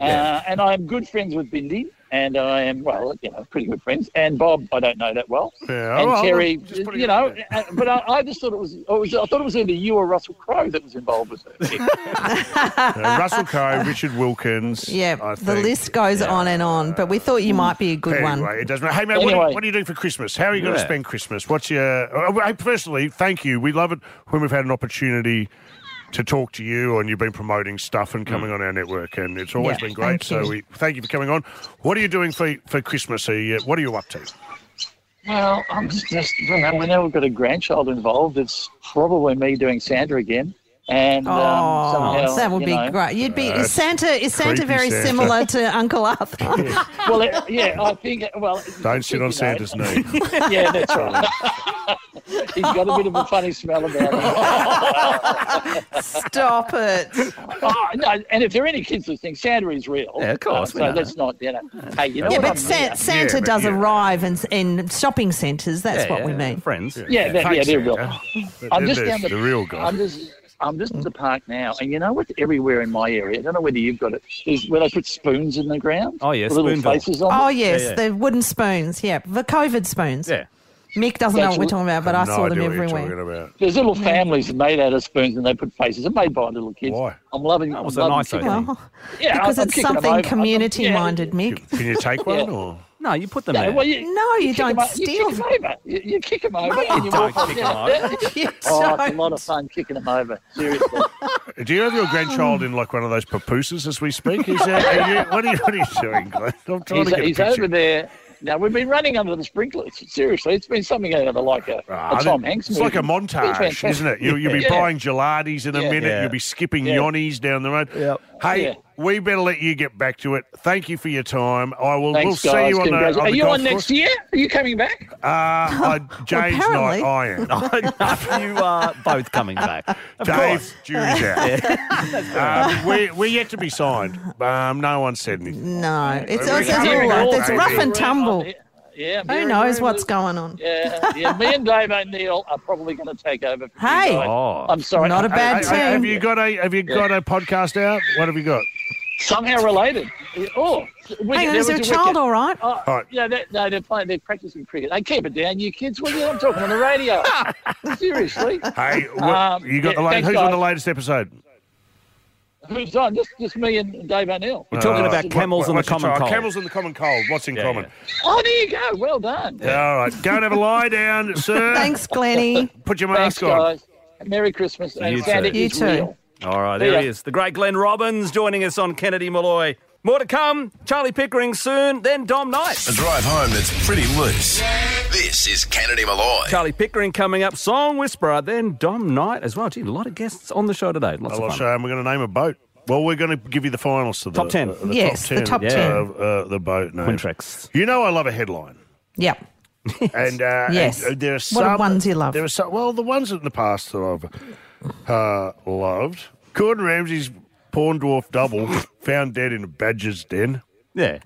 [SPEAKER 4] Yeah.
[SPEAKER 10] uh, and I'm good friends with Bindy, and I am well, you know, pretty good friends. And Bob, I don't know that well.
[SPEAKER 3] Yeah,
[SPEAKER 10] and
[SPEAKER 3] well,
[SPEAKER 10] Terry,
[SPEAKER 3] just putting
[SPEAKER 10] you
[SPEAKER 3] it
[SPEAKER 10] know, uh, but I, I just thought it was, it was, I thought it was either you or Russell Crowe that was involved with her.
[SPEAKER 3] Uh, Russell Coe, Richard Wilkins.
[SPEAKER 4] Yeah,
[SPEAKER 3] I
[SPEAKER 4] the
[SPEAKER 3] think.
[SPEAKER 4] list goes on and on, but we thought you might be a good
[SPEAKER 3] anyway,
[SPEAKER 4] one.
[SPEAKER 3] it doesn't matter. Hey, mate, what, are you,
[SPEAKER 4] Anyway.
[SPEAKER 3] what are you doing for Christmas? How are you going
[SPEAKER 5] Yeah.
[SPEAKER 3] to spend Christmas? What's your. uh, Hey, personally, thank you. We love it when we've had an opportunity to talk to you and you've been promoting stuff and coming on our network, and it's always
[SPEAKER 10] Mm. Yeah,
[SPEAKER 3] been great.
[SPEAKER 10] thank you.
[SPEAKER 3] So we thank you for coming on. What are you doing for, for Christmas? Are you, what are you up to?
[SPEAKER 10] Well, I'm just, just you know, we now we've got a grandchild involved. It's probably me doing Santa again, and
[SPEAKER 4] Oh,
[SPEAKER 10] um, somehow,
[SPEAKER 4] that would
[SPEAKER 10] you
[SPEAKER 4] be
[SPEAKER 10] know-
[SPEAKER 4] great. You'd
[SPEAKER 10] Uh,
[SPEAKER 4] be is Santa. Is Santa
[SPEAKER 3] Uh, creepy
[SPEAKER 4] very
[SPEAKER 3] Santa.
[SPEAKER 4] similar to Uncle Arthur?
[SPEAKER 10] Well, it, yeah, I think. Well,
[SPEAKER 3] Don't sit on Santa's knee.
[SPEAKER 10] yeah, that's right. He's got a bit of a funny smell about him.
[SPEAKER 4] Stop it.
[SPEAKER 10] Oh, no, and if there are any kids that think Santa is real,
[SPEAKER 4] Yeah, of course,
[SPEAKER 10] uh,
[SPEAKER 4] we
[SPEAKER 10] so
[SPEAKER 4] know
[SPEAKER 10] that's not, you know. Hey, you know
[SPEAKER 4] yeah,
[SPEAKER 10] what
[SPEAKER 4] but
[SPEAKER 10] I'm-
[SPEAKER 4] San- Santa does arrive in, in shopping centres. That's
[SPEAKER 10] Yeah,
[SPEAKER 4] what we
[SPEAKER 10] yeah,
[SPEAKER 4] mean.
[SPEAKER 5] Friends.
[SPEAKER 10] Yeah, that- yeah, they're real. I'm just
[SPEAKER 3] They're
[SPEAKER 10] down the,
[SPEAKER 3] the real guy.
[SPEAKER 10] I'm just, I'm just at the park now, and you know what's everywhere in my area? I don't know whether you've got it. Is where they put spoons in the ground?
[SPEAKER 5] Oh, yeah,
[SPEAKER 10] with little
[SPEAKER 5] spoon doll.
[SPEAKER 10] faces on.
[SPEAKER 4] Oh
[SPEAKER 10] them.
[SPEAKER 4] yes, the wooden spoons. Yeah, the COVID spoons.
[SPEAKER 5] Yeah.
[SPEAKER 4] Mick doesn't know what we're
[SPEAKER 10] That's-
[SPEAKER 4] talking about, but I,
[SPEAKER 10] I've no
[SPEAKER 4] saw them
[SPEAKER 10] idea what you're
[SPEAKER 4] everywhere.
[SPEAKER 10] talking
[SPEAKER 3] about.
[SPEAKER 10] There's little families made out of spoons, and they put faces. They're made by little kids. Why? I'm loving. That
[SPEAKER 5] was
[SPEAKER 10] I'm
[SPEAKER 5] a
[SPEAKER 10] loving
[SPEAKER 5] nice
[SPEAKER 10] kicking
[SPEAKER 5] idea.
[SPEAKER 10] them. Yeah,
[SPEAKER 4] because
[SPEAKER 10] I'm
[SPEAKER 4] it's
[SPEAKER 10] kicking them
[SPEAKER 4] something
[SPEAKER 10] over. I'm-
[SPEAKER 4] community minded, Mick.
[SPEAKER 3] Can you take one or?
[SPEAKER 5] No, you put them
[SPEAKER 10] No,
[SPEAKER 5] there.
[SPEAKER 10] well, you,
[SPEAKER 4] No, you,
[SPEAKER 10] kick 'em
[SPEAKER 4] don't
[SPEAKER 10] o- You
[SPEAKER 4] steal.
[SPEAKER 10] kick 'em over. You, you kick 'em over.
[SPEAKER 4] Mate,
[SPEAKER 10] and
[SPEAKER 5] you
[SPEAKER 10] walk
[SPEAKER 5] don't
[SPEAKER 10] off
[SPEAKER 5] kick
[SPEAKER 10] down
[SPEAKER 5] 'em
[SPEAKER 10] there.
[SPEAKER 4] You
[SPEAKER 10] Oh, it's a
[SPEAKER 4] don't.
[SPEAKER 10] lot of fun kicking 'em over. Seriously.
[SPEAKER 3] Do you have your grandchild in like one of those papooses as we speak? Is that, are you, what, are you, what are you doing, Glenn? I'm trying
[SPEAKER 10] he's
[SPEAKER 3] to get
[SPEAKER 10] he's
[SPEAKER 3] a picture.
[SPEAKER 10] over there. Now, we've been running under the sprinklers. Seriously, it's been something out of like a,
[SPEAKER 3] Ah,
[SPEAKER 10] a Tom Hanks
[SPEAKER 3] it's like a
[SPEAKER 10] movie. It's
[SPEAKER 3] montage,
[SPEAKER 10] been
[SPEAKER 3] isn't it? You, you'll be
[SPEAKER 10] Yeah.
[SPEAKER 3] buying gelatis in a
[SPEAKER 10] Yeah.
[SPEAKER 3] minute.
[SPEAKER 5] Yeah.
[SPEAKER 3] You'll be skipping
[SPEAKER 10] Yeah.
[SPEAKER 3] yonnies down the road.
[SPEAKER 5] Yep.
[SPEAKER 3] Hey,
[SPEAKER 10] Yeah.
[SPEAKER 3] we better let you get back to it. Thank you for your time. I will.
[SPEAKER 10] Thanks,
[SPEAKER 3] we'll see
[SPEAKER 10] guys.
[SPEAKER 3] you on
[SPEAKER 10] Congratulations.
[SPEAKER 3] the. On
[SPEAKER 10] Are
[SPEAKER 3] the
[SPEAKER 10] you
[SPEAKER 3] golf
[SPEAKER 10] on next
[SPEAKER 3] course.
[SPEAKER 10] year? Are you coming back?
[SPEAKER 3] Uh, uh, James
[SPEAKER 4] apparently.
[SPEAKER 3] Knight, I am.
[SPEAKER 5] you are both coming back. Of course.
[SPEAKER 3] Dave, Jury's out. um, we, we're yet to be signed. Um, no one said anything.
[SPEAKER 4] No, it's, it's, it's,
[SPEAKER 10] Hearing
[SPEAKER 4] all right.
[SPEAKER 10] all
[SPEAKER 4] it's
[SPEAKER 10] the
[SPEAKER 3] Maybe.
[SPEAKER 4] rough and
[SPEAKER 10] rumors.
[SPEAKER 4] tumble.
[SPEAKER 10] Yeah. I'm
[SPEAKER 4] Who
[SPEAKER 10] hearing
[SPEAKER 4] knows what's
[SPEAKER 10] rumors.
[SPEAKER 4] going on?
[SPEAKER 10] Yeah, yeah. Me and Dave O'Neill are probably going to take over. for you
[SPEAKER 4] Hey.
[SPEAKER 10] guys.
[SPEAKER 5] Oh.
[SPEAKER 10] I'm sorry.
[SPEAKER 4] Not a
[SPEAKER 10] I-
[SPEAKER 4] bad
[SPEAKER 10] I-
[SPEAKER 3] Hey,
[SPEAKER 10] I-
[SPEAKER 3] have
[SPEAKER 4] team.
[SPEAKER 3] you got a Have you got a podcast out? What have you got?
[SPEAKER 10] somehow related. Oh, we,
[SPEAKER 4] Hang on, is your child all right?
[SPEAKER 10] Oh,
[SPEAKER 3] Alright.
[SPEAKER 10] Yeah, they, no, they're playing. They're practicing cricket. They keep it down, you kids. What are you? I'm talking on the radio. Seriously,
[SPEAKER 3] Hey, what,
[SPEAKER 10] Um,
[SPEAKER 3] you got
[SPEAKER 10] yeah,
[SPEAKER 3] the latest?
[SPEAKER 10] thanks,
[SPEAKER 3] Who's on
[SPEAKER 10] guys.
[SPEAKER 3] the latest episode?
[SPEAKER 10] who's on? Just, just me and Dave O'Neill.
[SPEAKER 5] You're talking
[SPEAKER 3] Uh,
[SPEAKER 5] about
[SPEAKER 3] what-
[SPEAKER 5] camels
[SPEAKER 3] what-
[SPEAKER 5] and the
[SPEAKER 3] what's your
[SPEAKER 5] common
[SPEAKER 3] time?
[SPEAKER 5] cold.
[SPEAKER 3] Camels and the common cold. What's in
[SPEAKER 5] Yeah,
[SPEAKER 3] common?
[SPEAKER 10] Oh, there you go. Well done.
[SPEAKER 3] All right, go and have a lie down, sir.
[SPEAKER 4] Thanks, Glenny.
[SPEAKER 3] Put your
[SPEAKER 10] Thanks,
[SPEAKER 3] mask on.
[SPEAKER 10] guys. Merry Christmas and
[SPEAKER 5] You
[SPEAKER 10] Santa
[SPEAKER 5] too.
[SPEAKER 4] You
[SPEAKER 10] is
[SPEAKER 4] too.
[SPEAKER 10] real.
[SPEAKER 5] All right, there
[SPEAKER 10] Yeah.
[SPEAKER 5] he is. The great Glenn Robbins joining us on Kennedy Malloy. More to come. Charlie Pickering soon, then Dom Knight.
[SPEAKER 2] A drive home that's pretty loose. This is Kennedy Malloy.
[SPEAKER 5] Charlie Pickering coming up, Song Whisperer, then Dom Knight as well. Gee, a lot of guests on the show today. Lots
[SPEAKER 3] Well,
[SPEAKER 5] of
[SPEAKER 3] I'll
[SPEAKER 5] fun.
[SPEAKER 3] show 'em. We're going to name a boat. Well, we're going to give you the finals to the
[SPEAKER 5] Top 10.
[SPEAKER 3] uh, the
[SPEAKER 4] Yes, the top
[SPEAKER 3] uh,
[SPEAKER 4] 10.
[SPEAKER 3] Of, uh, the boat name.
[SPEAKER 5] Quintrax.
[SPEAKER 3] You know, I love a headline.
[SPEAKER 4] Yep.
[SPEAKER 3] And uh,
[SPEAKER 4] Yes.
[SPEAKER 3] and, uh, there are
[SPEAKER 4] What
[SPEAKER 3] some
[SPEAKER 4] are ones you love?
[SPEAKER 3] There are some, well, the ones in the past that I've uh, loved. Gordon Ramsay's pawn dwarf double found dead in a badger's den.
[SPEAKER 5] Yeah,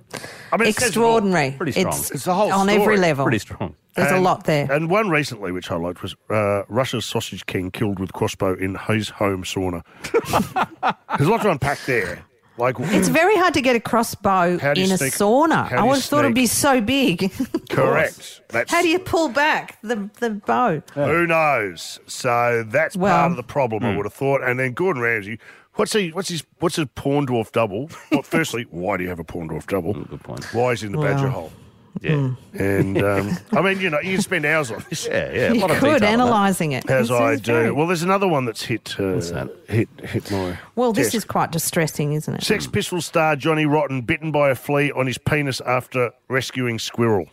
[SPEAKER 3] I mean, it says it all.
[SPEAKER 4] Extraordinary.
[SPEAKER 5] Pretty strong.
[SPEAKER 4] It's,
[SPEAKER 3] It's the whole
[SPEAKER 4] on
[SPEAKER 3] story.
[SPEAKER 4] every level.
[SPEAKER 5] pretty strong.
[SPEAKER 4] There's a
[SPEAKER 3] And-
[SPEAKER 4] lot there.
[SPEAKER 3] And one recently, which I liked, was uh, Russia's sausage king killed with crossbow in his home sauna. There's a lot to unpack there. Like
[SPEAKER 4] It's very hard to get a crossbow in
[SPEAKER 3] How do you
[SPEAKER 4] a
[SPEAKER 3] sneak-
[SPEAKER 4] sauna.
[SPEAKER 3] how do
[SPEAKER 4] I
[SPEAKER 3] you
[SPEAKER 4] would have thought it'd be
[SPEAKER 3] sneak-
[SPEAKER 4] so big.
[SPEAKER 3] correct. That's,
[SPEAKER 4] How do you pull back the, the bow?
[SPEAKER 5] Oh,
[SPEAKER 3] Who knows? So that's
[SPEAKER 4] Well-
[SPEAKER 3] part of the problem.
[SPEAKER 5] Hmm.
[SPEAKER 3] I would have thought. And then Gordon Ramsay. What's he? What's his? What's his pawn dwarf double? Well, firstly, why do you have a pawn dwarf double?
[SPEAKER 5] Good point.
[SPEAKER 3] Why is he in the badger
[SPEAKER 4] Wow.
[SPEAKER 3] hole?
[SPEAKER 5] Yeah,
[SPEAKER 3] Mm. And um, I mean, you know, you can spend hours on this.
[SPEAKER 5] yeah, yeah. A
[SPEAKER 4] You
[SPEAKER 5] lot of detail
[SPEAKER 4] could,
[SPEAKER 5] on that.
[SPEAKER 4] analysing it.
[SPEAKER 3] Oh, As
[SPEAKER 4] This is
[SPEAKER 3] I do.
[SPEAKER 4] very-
[SPEAKER 3] Well, there's another one that's hit. Uh,
[SPEAKER 5] that?
[SPEAKER 3] Hit hit my.
[SPEAKER 4] Well, this
[SPEAKER 3] chest.
[SPEAKER 4] is quite distressing, isn't it?
[SPEAKER 3] Sex Pistol star Johnny Rotten bitten by a flea on his penis after rescuing squirrel.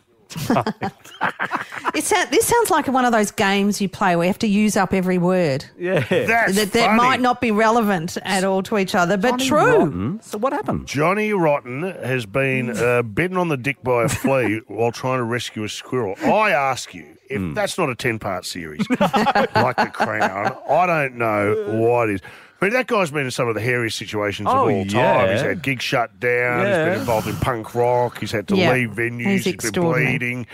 [SPEAKER 4] It sound, this sounds like one of those games you play where you have to use up every word
[SPEAKER 5] Yeah.
[SPEAKER 3] That's
[SPEAKER 4] that, that
[SPEAKER 3] funny.
[SPEAKER 4] might not be relevant at all to each other, but
[SPEAKER 5] Johnny
[SPEAKER 4] true.
[SPEAKER 5] Rotten. So what happened?
[SPEAKER 3] Johnny Rotten has been uh, bitten on the dick by a flea while trying to rescue a squirrel. I ask you, if
[SPEAKER 5] Hmm.
[SPEAKER 3] that's not a 10 part series like The Crown, I don't know what is. I mean, that guy's been in some of the hairiest situations
[SPEAKER 5] Oh,
[SPEAKER 3] of all
[SPEAKER 5] yeah.
[SPEAKER 3] time. He's had gigs shut down. He's
[SPEAKER 5] Yeah.
[SPEAKER 3] been involved in punk rock. He's had to
[SPEAKER 4] Yeah.
[SPEAKER 3] leave venues.
[SPEAKER 4] He's
[SPEAKER 3] he's been
[SPEAKER 4] extraordinary.
[SPEAKER 3] bleeding.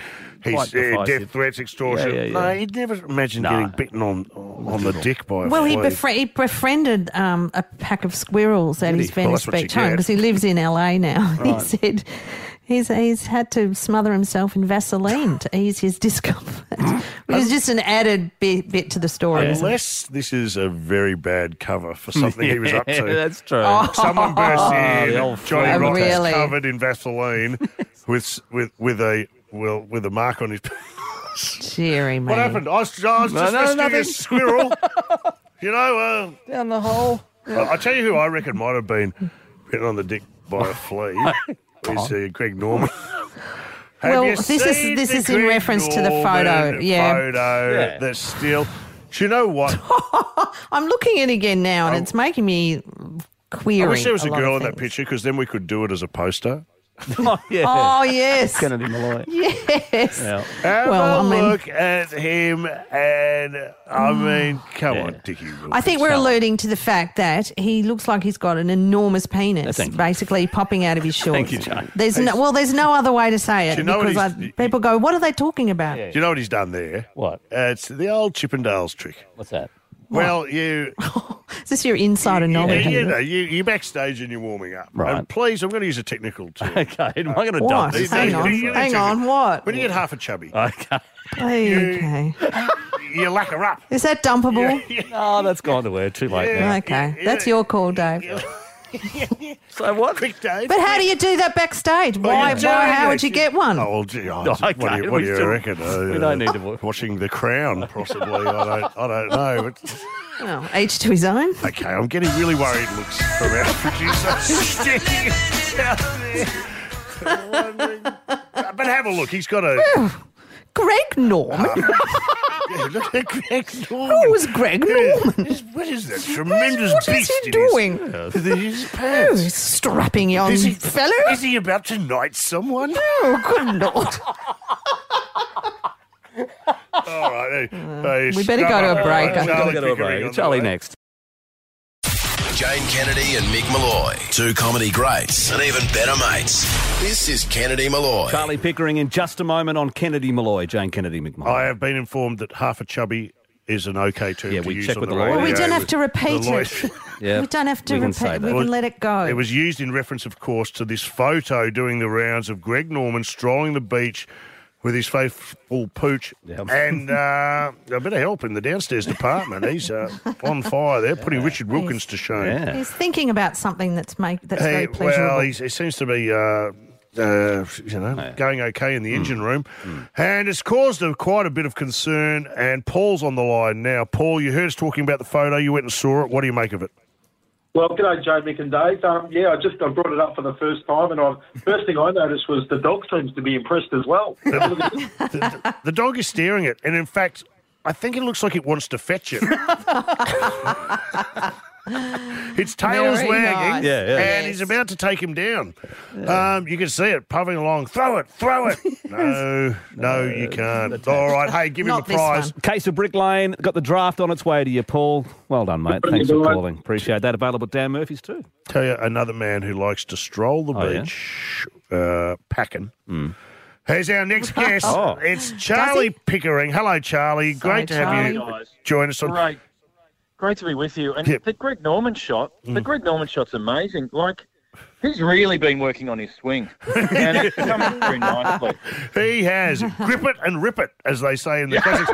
[SPEAKER 5] Quite
[SPEAKER 3] He's uh,
[SPEAKER 5] divisive.
[SPEAKER 3] death threats, extortion.
[SPEAKER 5] Yeah, yeah, yeah.
[SPEAKER 3] No, he'd never imagine
[SPEAKER 5] No.
[SPEAKER 3] getting bitten on on the dick by a
[SPEAKER 4] Well, he,
[SPEAKER 3] flea.
[SPEAKER 4] befri- he befriended um, a pack of squirrels at
[SPEAKER 3] Did
[SPEAKER 4] his
[SPEAKER 3] he? Well,
[SPEAKER 4] Venice
[SPEAKER 3] that's what you
[SPEAKER 4] Beach home
[SPEAKER 3] get.
[SPEAKER 4] because he lives in LA now. He said he's he's had to smother himself in Vaseline to ease his discomfort, which is just an added bit, bit to the story. isn't it?
[SPEAKER 3] Unless this is a very bad cover for something he was up
[SPEAKER 5] Yeah,
[SPEAKER 3] to.
[SPEAKER 5] that's true.
[SPEAKER 3] Someone bursts
[SPEAKER 5] the
[SPEAKER 3] in.
[SPEAKER 5] old
[SPEAKER 3] Johnny
[SPEAKER 5] flea
[SPEAKER 3] Rotten
[SPEAKER 4] attack. Oh. Really?
[SPEAKER 3] covered in Vaseline, with s- with with a well with a mark on his.
[SPEAKER 4] Cheery, mate.
[SPEAKER 3] What happened? I was, I was
[SPEAKER 5] No,
[SPEAKER 3] just
[SPEAKER 5] no,
[SPEAKER 3] rescuing
[SPEAKER 5] nothing.
[SPEAKER 3] this squirrel. you know,
[SPEAKER 5] Down the hole.
[SPEAKER 3] uh, I- I tell you who I reckon might have been bitten on the dick by a flea. Is uh, Greg Norman. Have
[SPEAKER 4] Well,
[SPEAKER 3] you
[SPEAKER 4] this is-
[SPEAKER 3] seen
[SPEAKER 4] this
[SPEAKER 3] the
[SPEAKER 4] is in
[SPEAKER 3] Greg
[SPEAKER 4] reference to the photo,
[SPEAKER 3] Norman
[SPEAKER 4] yeah.
[SPEAKER 3] Photo
[SPEAKER 5] Yeah.
[SPEAKER 3] that's still. Do you know what?
[SPEAKER 4] I'm looking at it again now, and it's making me query.
[SPEAKER 3] I Oh. wish there was a,
[SPEAKER 4] lot
[SPEAKER 3] girl
[SPEAKER 4] of
[SPEAKER 3] in that
[SPEAKER 4] things.
[SPEAKER 3] picture because then we could do it as a poster.
[SPEAKER 5] Oh yeah.
[SPEAKER 4] Oh yes,
[SPEAKER 5] Kennedy Malloy.
[SPEAKER 4] yes.
[SPEAKER 5] Yeah.
[SPEAKER 3] Have
[SPEAKER 4] Well,
[SPEAKER 3] a
[SPEAKER 4] I mean- Mm.
[SPEAKER 3] look at him, and I mean, come on, Dickie.
[SPEAKER 4] I think we're
[SPEAKER 5] So-
[SPEAKER 4] alluding to the fact that he looks like he's got an enormous penis,
[SPEAKER 5] Thank you.
[SPEAKER 4] basically popping out of his shorts.
[SPEAKER 5] Thank you, Jane.
[SPEAKER 4] There's no, well, there's no other way to say it
[SPEAKER 3] you know what
[SPEAKER 4] because
[SPEAKER 3] he's-
[SPEAKER 4] I, people go, "What are they talking about?"
[SPEAKER 3] Do you know what he's done there?
[SPEAKER 5] What?
[SPEAKER 3] Uh, it's the old Chippendales trick.
[SPEAKER 5] What's that?
[SPEAKER 3] Well, you,
[SPEAKER 4] Is this your insider
[SPEAKER 3] you,
[SPEAKER 4] knowledge?
[SPEAKER 3] you know, you, you're backstage and you're warming up.
[SPEAKER 5] Right.
[SPEAKER 3] And please, I'm going to use a technical term.
[SPEAKER 5] Okay. Am I going to dump
[SPEAKER 4] What?
[SPEAKER 5] this?
[SPEAKER 4] Hang on,
[SPEAKER 3] You- you-
[SPEAKER 4] hang on. What?
[SPEAKER 3] When you get half a chubby,
[SPEAKER 5] Okay.
[SPEAKER 4] Okay,
[SPEAKER 3] you lack her up.
[SPEAKER 4] is that dumpable?
[SPEAKER 5] Oh, that's gone to where too late.
[SPEAKER 3] Yeah.
[SPEAKER 4] Okay,
[SPEAKER 3] Yeah.
[SPEAKER 4] that's your call, Dave.
[SPEAKER 5] so what?
[SPEAKER 3] Quick Dave.
[SPEAKER 4] But how do you do that backstage? Why? why? How would you get one?
[SPEAKER 3] Oh, well, gee, I-
[SPEAKER 5] No,
[SPEAKER 3] what do
[SPEAKER 5] okay,
[SPEAKER 3] you, what
[SPEAKER 5] we
[SPEAKER 3] do you
[SPEAKER 5] still-
[SPEAKER 3] reckon? Uh,
[SPEAKER 5] we don't need to
[SPEAKER 3] uh,
[SPEAKER 5] watch.
[SPEAKER 3] Watching The Crown, possibly. I don't. I don't know. It's-
[SPEAKER 4] Oh, each to his own.
[SPEAKER 3] okay, I'm getting really worried. Looks from our producer. Sticking out there. Wondering- but have a look. He's got a.
[SPEAKER 4] Greg Norman.
[SPEAKER 3] Yeah, look at Greg Norman.
[SPEAKER 4] Who was Greg Norman?
[SPEAKER 3] This- What is that tremendous
[SPEAKER 4] What is
[SPEAKER 3] beast
[SPEAKER 4] he
[SPEAKER 3] in his-
[SPEAKER 4] doing?
[SPEAKER 3] in his
[SPEAKER 4] Oh,
[SPEAKER 3] pants?
[SPEAKER 4] strapping young
[SPEAKER 3] Is he-
[SPEAKER 4] fellow.
[SPEAKER 3] Um, Is he about to knight someone?
[SPEAKER 4] Oh, good lord.
[SPEAKER 3] All right. hey, hey,
[SPEAKER 4] Uh, we better go
[SPEAKER 3] scum
[SPEAKER 4] to a
[SPEAKER 3] up.
[SPEAKER 4] break,
[SPEAKER 3] All right,
[SPEAKER 4] I think.
[SPEAKER 5] Gotta
[SPEAKER 3] Charlie
[SPEAKER 5] go to a
[SPEAKER 3] Pickering
[SPEAKER 5] break.
[SPEAKER 3] on the
[SPEAKER 5] Charlie
[SPEAKER 3] way.
[SPEAKER 5] next.
[SPEAKER 2] Jane Kennedy and Mick Malloy, two comedy greats and even better mates. This is Kennedy Malloy.
[SPEAKER 5] Charlie Pickering in just a moment on Kennedy Malloy, Jane Kennedy McMulloy.
[SPEAKER 3] I have been informed that half a chubby is an okay term
[SPEAKER 5] Yeah,
[SPEAKER 3] to
[SPEAKER 5] we
[SPEAKER 3] use
[SPEAKER 5] check
[SPEAKER 3] on
[SPEAKER 5] with
[SPEAKER 3] the
[SPEAKER 5] the lawyer.
[SPEAKER 3] radio.
[SPEAKER 5] Well,
[SPEAKER 4] we don't
[SPEAKER 5] Yeah,
[SPEAKER 4] have to repeat
[SPEAKER 3] the
[SPEAKER 4] it.
[SPEAKER 3] lawyer-
[SPEAKER 5] Yeah,
[SPEAKER 4] We don't have to
[SPEAKER 5] we can say
[SPEAKER 4] repeat. We
[SPEAKER 5] that.
[SPEAKER 4] can let it go.
[SPEAKER 3] It was used in reference, of course, to this photo during the rounds of Greg Norman strolling the beach with his faithful pooch
[SPEAKER 5] Yeah.
[SPEAKER 3] and uh, a bit of help in the downstairs department. He's uh, on fire there, putting Richard Wilkins to shame.
[SPEAKER 5] Yeah.
[SPEAKER 4] He's thinking about something that's make that's
[SPEAKER 3] Hey,
[SPEAKER 4] very pleasurable.
[SPEAKER 3] well, he's, he seems to be, uh, uh, you know, going okay in the engine room, and it's caused a, quite a bit of concern. And Paul's on the line now. Paul, you heard us talking about the photo. You went and saw it. What do you make of it?
[SPEAKER 11] Well, g'day, Joe, Mick and Dave. Um, yeah, I just I brought it up for the first time, and I first thing I noticed was the dog seems to be impressed as well.
[SPEAKER 3] The, the dog is staring at, and in fact, I think it looks like it wants to fetch it. Its tail is
[SPEAKER 4] Very nice.
[SPEAKER 3] wagging,
[SPEAKER 5] Yeah, yeah.
[SPEAKER 4] Yes.
[SPEAKER 3] and he's about to take him down. Um, you can see it puffing along. Throw it, throw it. No, no, you can't. All right, hey, give him
[SPEAKER 4] Not
[SPEAKER 3] the
[SPEAKER 4] this
[SPEAKER 3] prize.
[SPEAKER 4] one.
[SPEAKER 5] Case of Brick Lane, got the draft on its way to you, Paul. Well done, mate. Thanks for
[SPEAKER 11] Brilliant.
[SPEAKER 5] calling. Appreciate that. Available at Dan Murphy's too.
[SPEAKER 3] Tell you another man who likes to stroll the
[SPEAKER 5] Oh, yeah? Hmm.
[SPEAKER 3] beach, uh, packing. Here's our next guest.
[SPEAKER 5] Oh.
[SPEAKER 3] It's Charlie Pickering. Hello, Charlie. Great to have
[SPEAKER 4] Charlie.
[SPEAKER 3] you join us on.
[SPEAKER 11] Great, great to be with you. And
[SPEAKER 3] Yeah.
[SPEAKER 11] the Greg Norman shot, the
[SPEAKER 3] Mm.
[SPEAKER 11] Greg Norman shot's amazing. Like he's really been working on his swing, and it's coming through nicely.
[SPEAKER 3] He has grip it and rip it, as they say in the classics.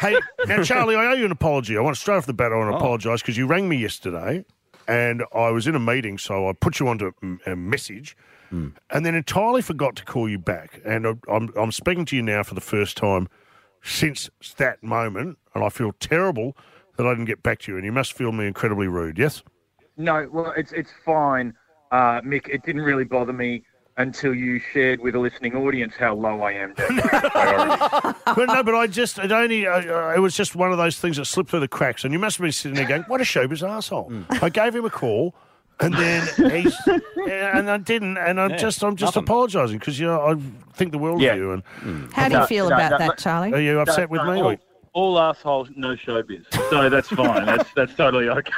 [SPEAKER 3] hey, now Charlie, I owe you an apology. I want to straight off the bat. I want to apologise because you rang me yesterday, and I was in a meeting, so I put you onto a a message, and then entirely forgot to call you back. And I- I'm I'm speaking to you now for the first time since that moment, and I feel terrible that I didn't get back to you. And you must feel me incredibly rude. Yes.
[SPEAKER 11] No, well, it's it's fine, uh, Mick. It didn't really bother me until you shared with a listening audience how low I am. Dave.
[SPEAKER 3] but no, but I just it only uh, uh, it was just one of those things that slipped through the cracks, and you must have been sitting there going, "What a showbiz asshole!"
[SPEAKER 4] Mm.
[SPEAKER 3] I gave him a call, and then he's and I didn't, and I
[SPEAKER 5] Yeah,
[SPEAKER 3] just I'm just
[SPEAKER 5] nothing.
[SPEAKER 3] apologising because you know I think the world
[SPEAKER 11] Yeah.
[SPEAKER 3] of you, and
[SPEAKER 4] Mm. How do you
[SPEAKER 11] No,
[SPEAKER 4] feel
[SPEAKER 11] no,
[SPEAKER 4] about
[SPEAKER 11] no,
[SPEAKER 4] that,
[SPEAKER 11] no.
[SPEAKER 4] Charlie?
[SPEAKER 3] are you upset with
[SPEAKER 11] No,
[SPEAKER 3] me?
[SPEAKER 11] All,
[SPEAKER 3] Or,
[SPEAKER 11] all assholes, no showbiz. So that's fine. that's that's totally okay.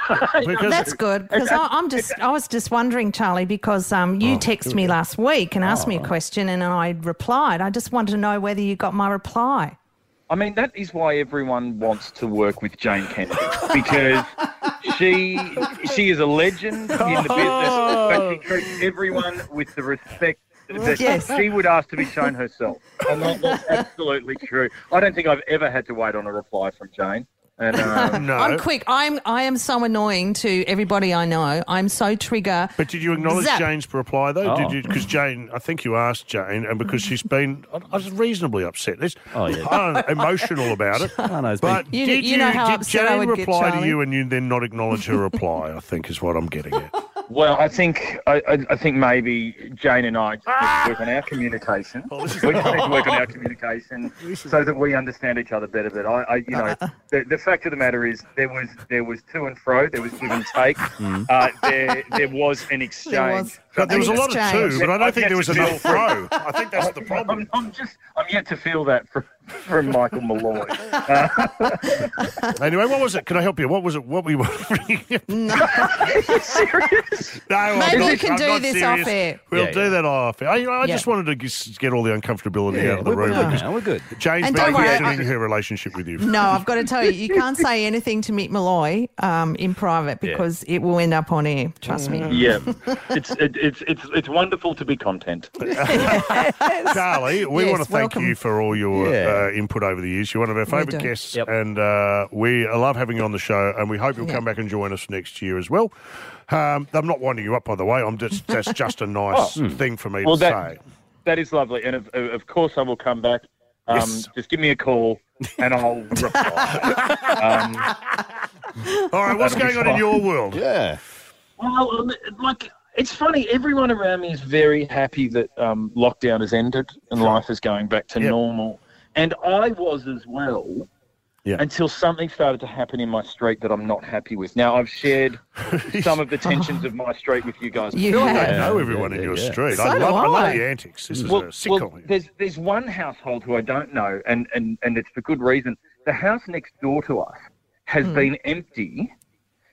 [SPEAKER 3] because
[SPEAKER 4] That's good because I'm just I was just wondering, Charlie, because um,
[SPEAKER 5] Oh,
[SPEAKER 4] you texted me last week and asked me a question and I replied. I just wanted to know whether you got my reply.
[SPEAKER 11] I mean, that is why everyone wants to work with Jane Kennedy because she she is a legend in the business, but she treats everyone with the respect that
[SPEAKER 4] Yes.
[SPEAKER 11] she would ask to be shown herself. And that, that's absolutely true. I don't think I've ever had to wait on a reply from Jane. And um,
[SPEAKER 3] Uh, no,
[SPEAKER 4] I'm quick. I'm I am so annoying to everybody I know. I'm so trigger.
[SPEAKER 3] But did you acknowledge
[SPEAKER 4] Zap.
[SPEAKER 3] Jane's reply though?
[SPEAKER 5] Oh.
[SPEAKER 3] Did you? Because Jane, I think you asked Jane, and because she's been, I I was reasonably upset. It's,
[SPEAKER 5] Oh, yeah.
[SPEAKER 3] I don't know, emotional about it.
[SPEAKER 5] I know it's been-
[SPEAKER 3] But
[SPEAKER 4] You-
[SPEAKER 3] did
[SPEAKER 4] you know how
[SPEAKER 3] did
[SPEAKER 4] upset
[SPEAKER 3] Jane
[SPEAKER 4] I would get,
[SPEAKER 3] reply to
[SPEAKER 4] Charlie.
[SPEAKER 3] you, and you then not acknowledge her reply? I think is what I'm getting at.
[SPEAKER 11] well, I think I, I, I think maybe Jane and I just need to work on our communication. We just need to work on our communication so that we understand each other better. But I, I you know, the, the fact of the matter is there was there was to and fro, there was give and take, uh, there there was an exchange.
[SPEAKER 4] was.
[SPEAKER 3] But there was a lot of
[SPEAKER 4] Exchange.
[SPEAKER 3] two, but I don't
[SPEAKER 11] I've
[SPEAKER 3] think there
[SPEAKER 11] yet
[SPEAKER 3] was
[SPEAKER 11] to
[SPEAKER 3] enough
[SPEAKER 11] feel
[SPEAKER 3] throw. I think that's the problem.
[SPEAKER 11] I'm, I'm just I'm yet to feel that from from Michael Malloy. Uh,
[SPEAKER 3] Anyway, what was it? Can I help you? What was it? What we were No,
[SPEAKER 11] serious?
[SPEAKER 3] I'm
[SPEAKER 4] Maybe
[SPEAKER 3] not-
[SPEAKER 4] we can
[SPEAKER 3] I'm
[SPEAKER 4] do
[SPEAKER 3] not
[SPEAKER 4] this
[SPEAKER 3] serious.
[SPEAKER 4] off air.
[SPEAKER 3] We'll
[SPEAKER 5] Yeah,
[SPEAKER 3] do
[SPEAKER 5] yeah.
[SPEAKER 3] that off air. I, I just
[SPEAKER 4] Yeah.
[SPEAKER 3] wanted to just get all the uncomfortability out of the
[SPEAKER 5] we're,
[SPEAKER 3] room.
[SPEAKER 5] good
[SPEAKER 3] because
[SPEAKER 5] now, we're good.
[SPEAKER 3] Jane's
[SPEAKER 4] And
[SPEAKER 3] been
[SPEAKER 4] don't worry, I-
[SPEAKER 3] questioning her relationship with you.
[SPEAKER 4] No, I've got to tell you, you can't say anything to Mick Malloy um, in private
[SPEAKER 5] Yeah.
[SPEAKER 4] because it will end up on air. Trust me.
[SPEAKER 11] yeah, it's it, it's it's it's wonderful to be content.
[SPEAKER 3] Charlie, we
[SPEAKER 4] Yes,
[SPEAKER 3] want to thank
[SPEAKER 4] welcome.
[SPEAKER 3] you for all your
[SPEAKER 5] Yeah.
[SPEAKER 3] uh, input over the years. You're one of our
[SPEAKER 12] We
[SPEAKER 3] favourite
[SPEAKER 12] do.
[SPEAKER 3] guests, and uh, we love having you on the show. And we hope you'll come back and join us next year as well. Um, I'm not winding you up, by the way. I'm just that's just a nice
[SPEAKER 11] Oh.
[SPEAKER 3] thing for me
[SPEAKER 11] Well,
[SPEAKER 3] to
[SPEAKER 11] that-
[SPEAKER 3] say.
[SPEAKER 11] That is lovely, and of, of of course I will come back. Um,
[SPEAKER 3] Yes.
[SPEAKER 11] Just give me a call, and I'll reply. um,
[SPEAKER 3] All right, what's
[SPEAKER 11] that'll be
[SPEAKER 3] going on in
[SPEAKER 11] fine.
[SPEAKER 3] your world?
[SPEAKER 11] Well, um, like it's funny. Everyone around me is very happy that um, lockdown has ended and life is going back to normal, and I was as well. Until something started to happen in my street that I'm not happy with. Now I've shared some of the tensions of my street with you guys.
[SPEAKER 3] You
[SPEAKER 11] before.
[SPEAKER 3] have. I know everyone in your street. I So do love- I love I. the antics. This is a sitcom
[SPEAKER 11] Well, there's there's one household who I don't know, and and and it's for good reason. The house next door to us has
[SPEAKER 13] Hmm.
[SPEAKER 11] been empty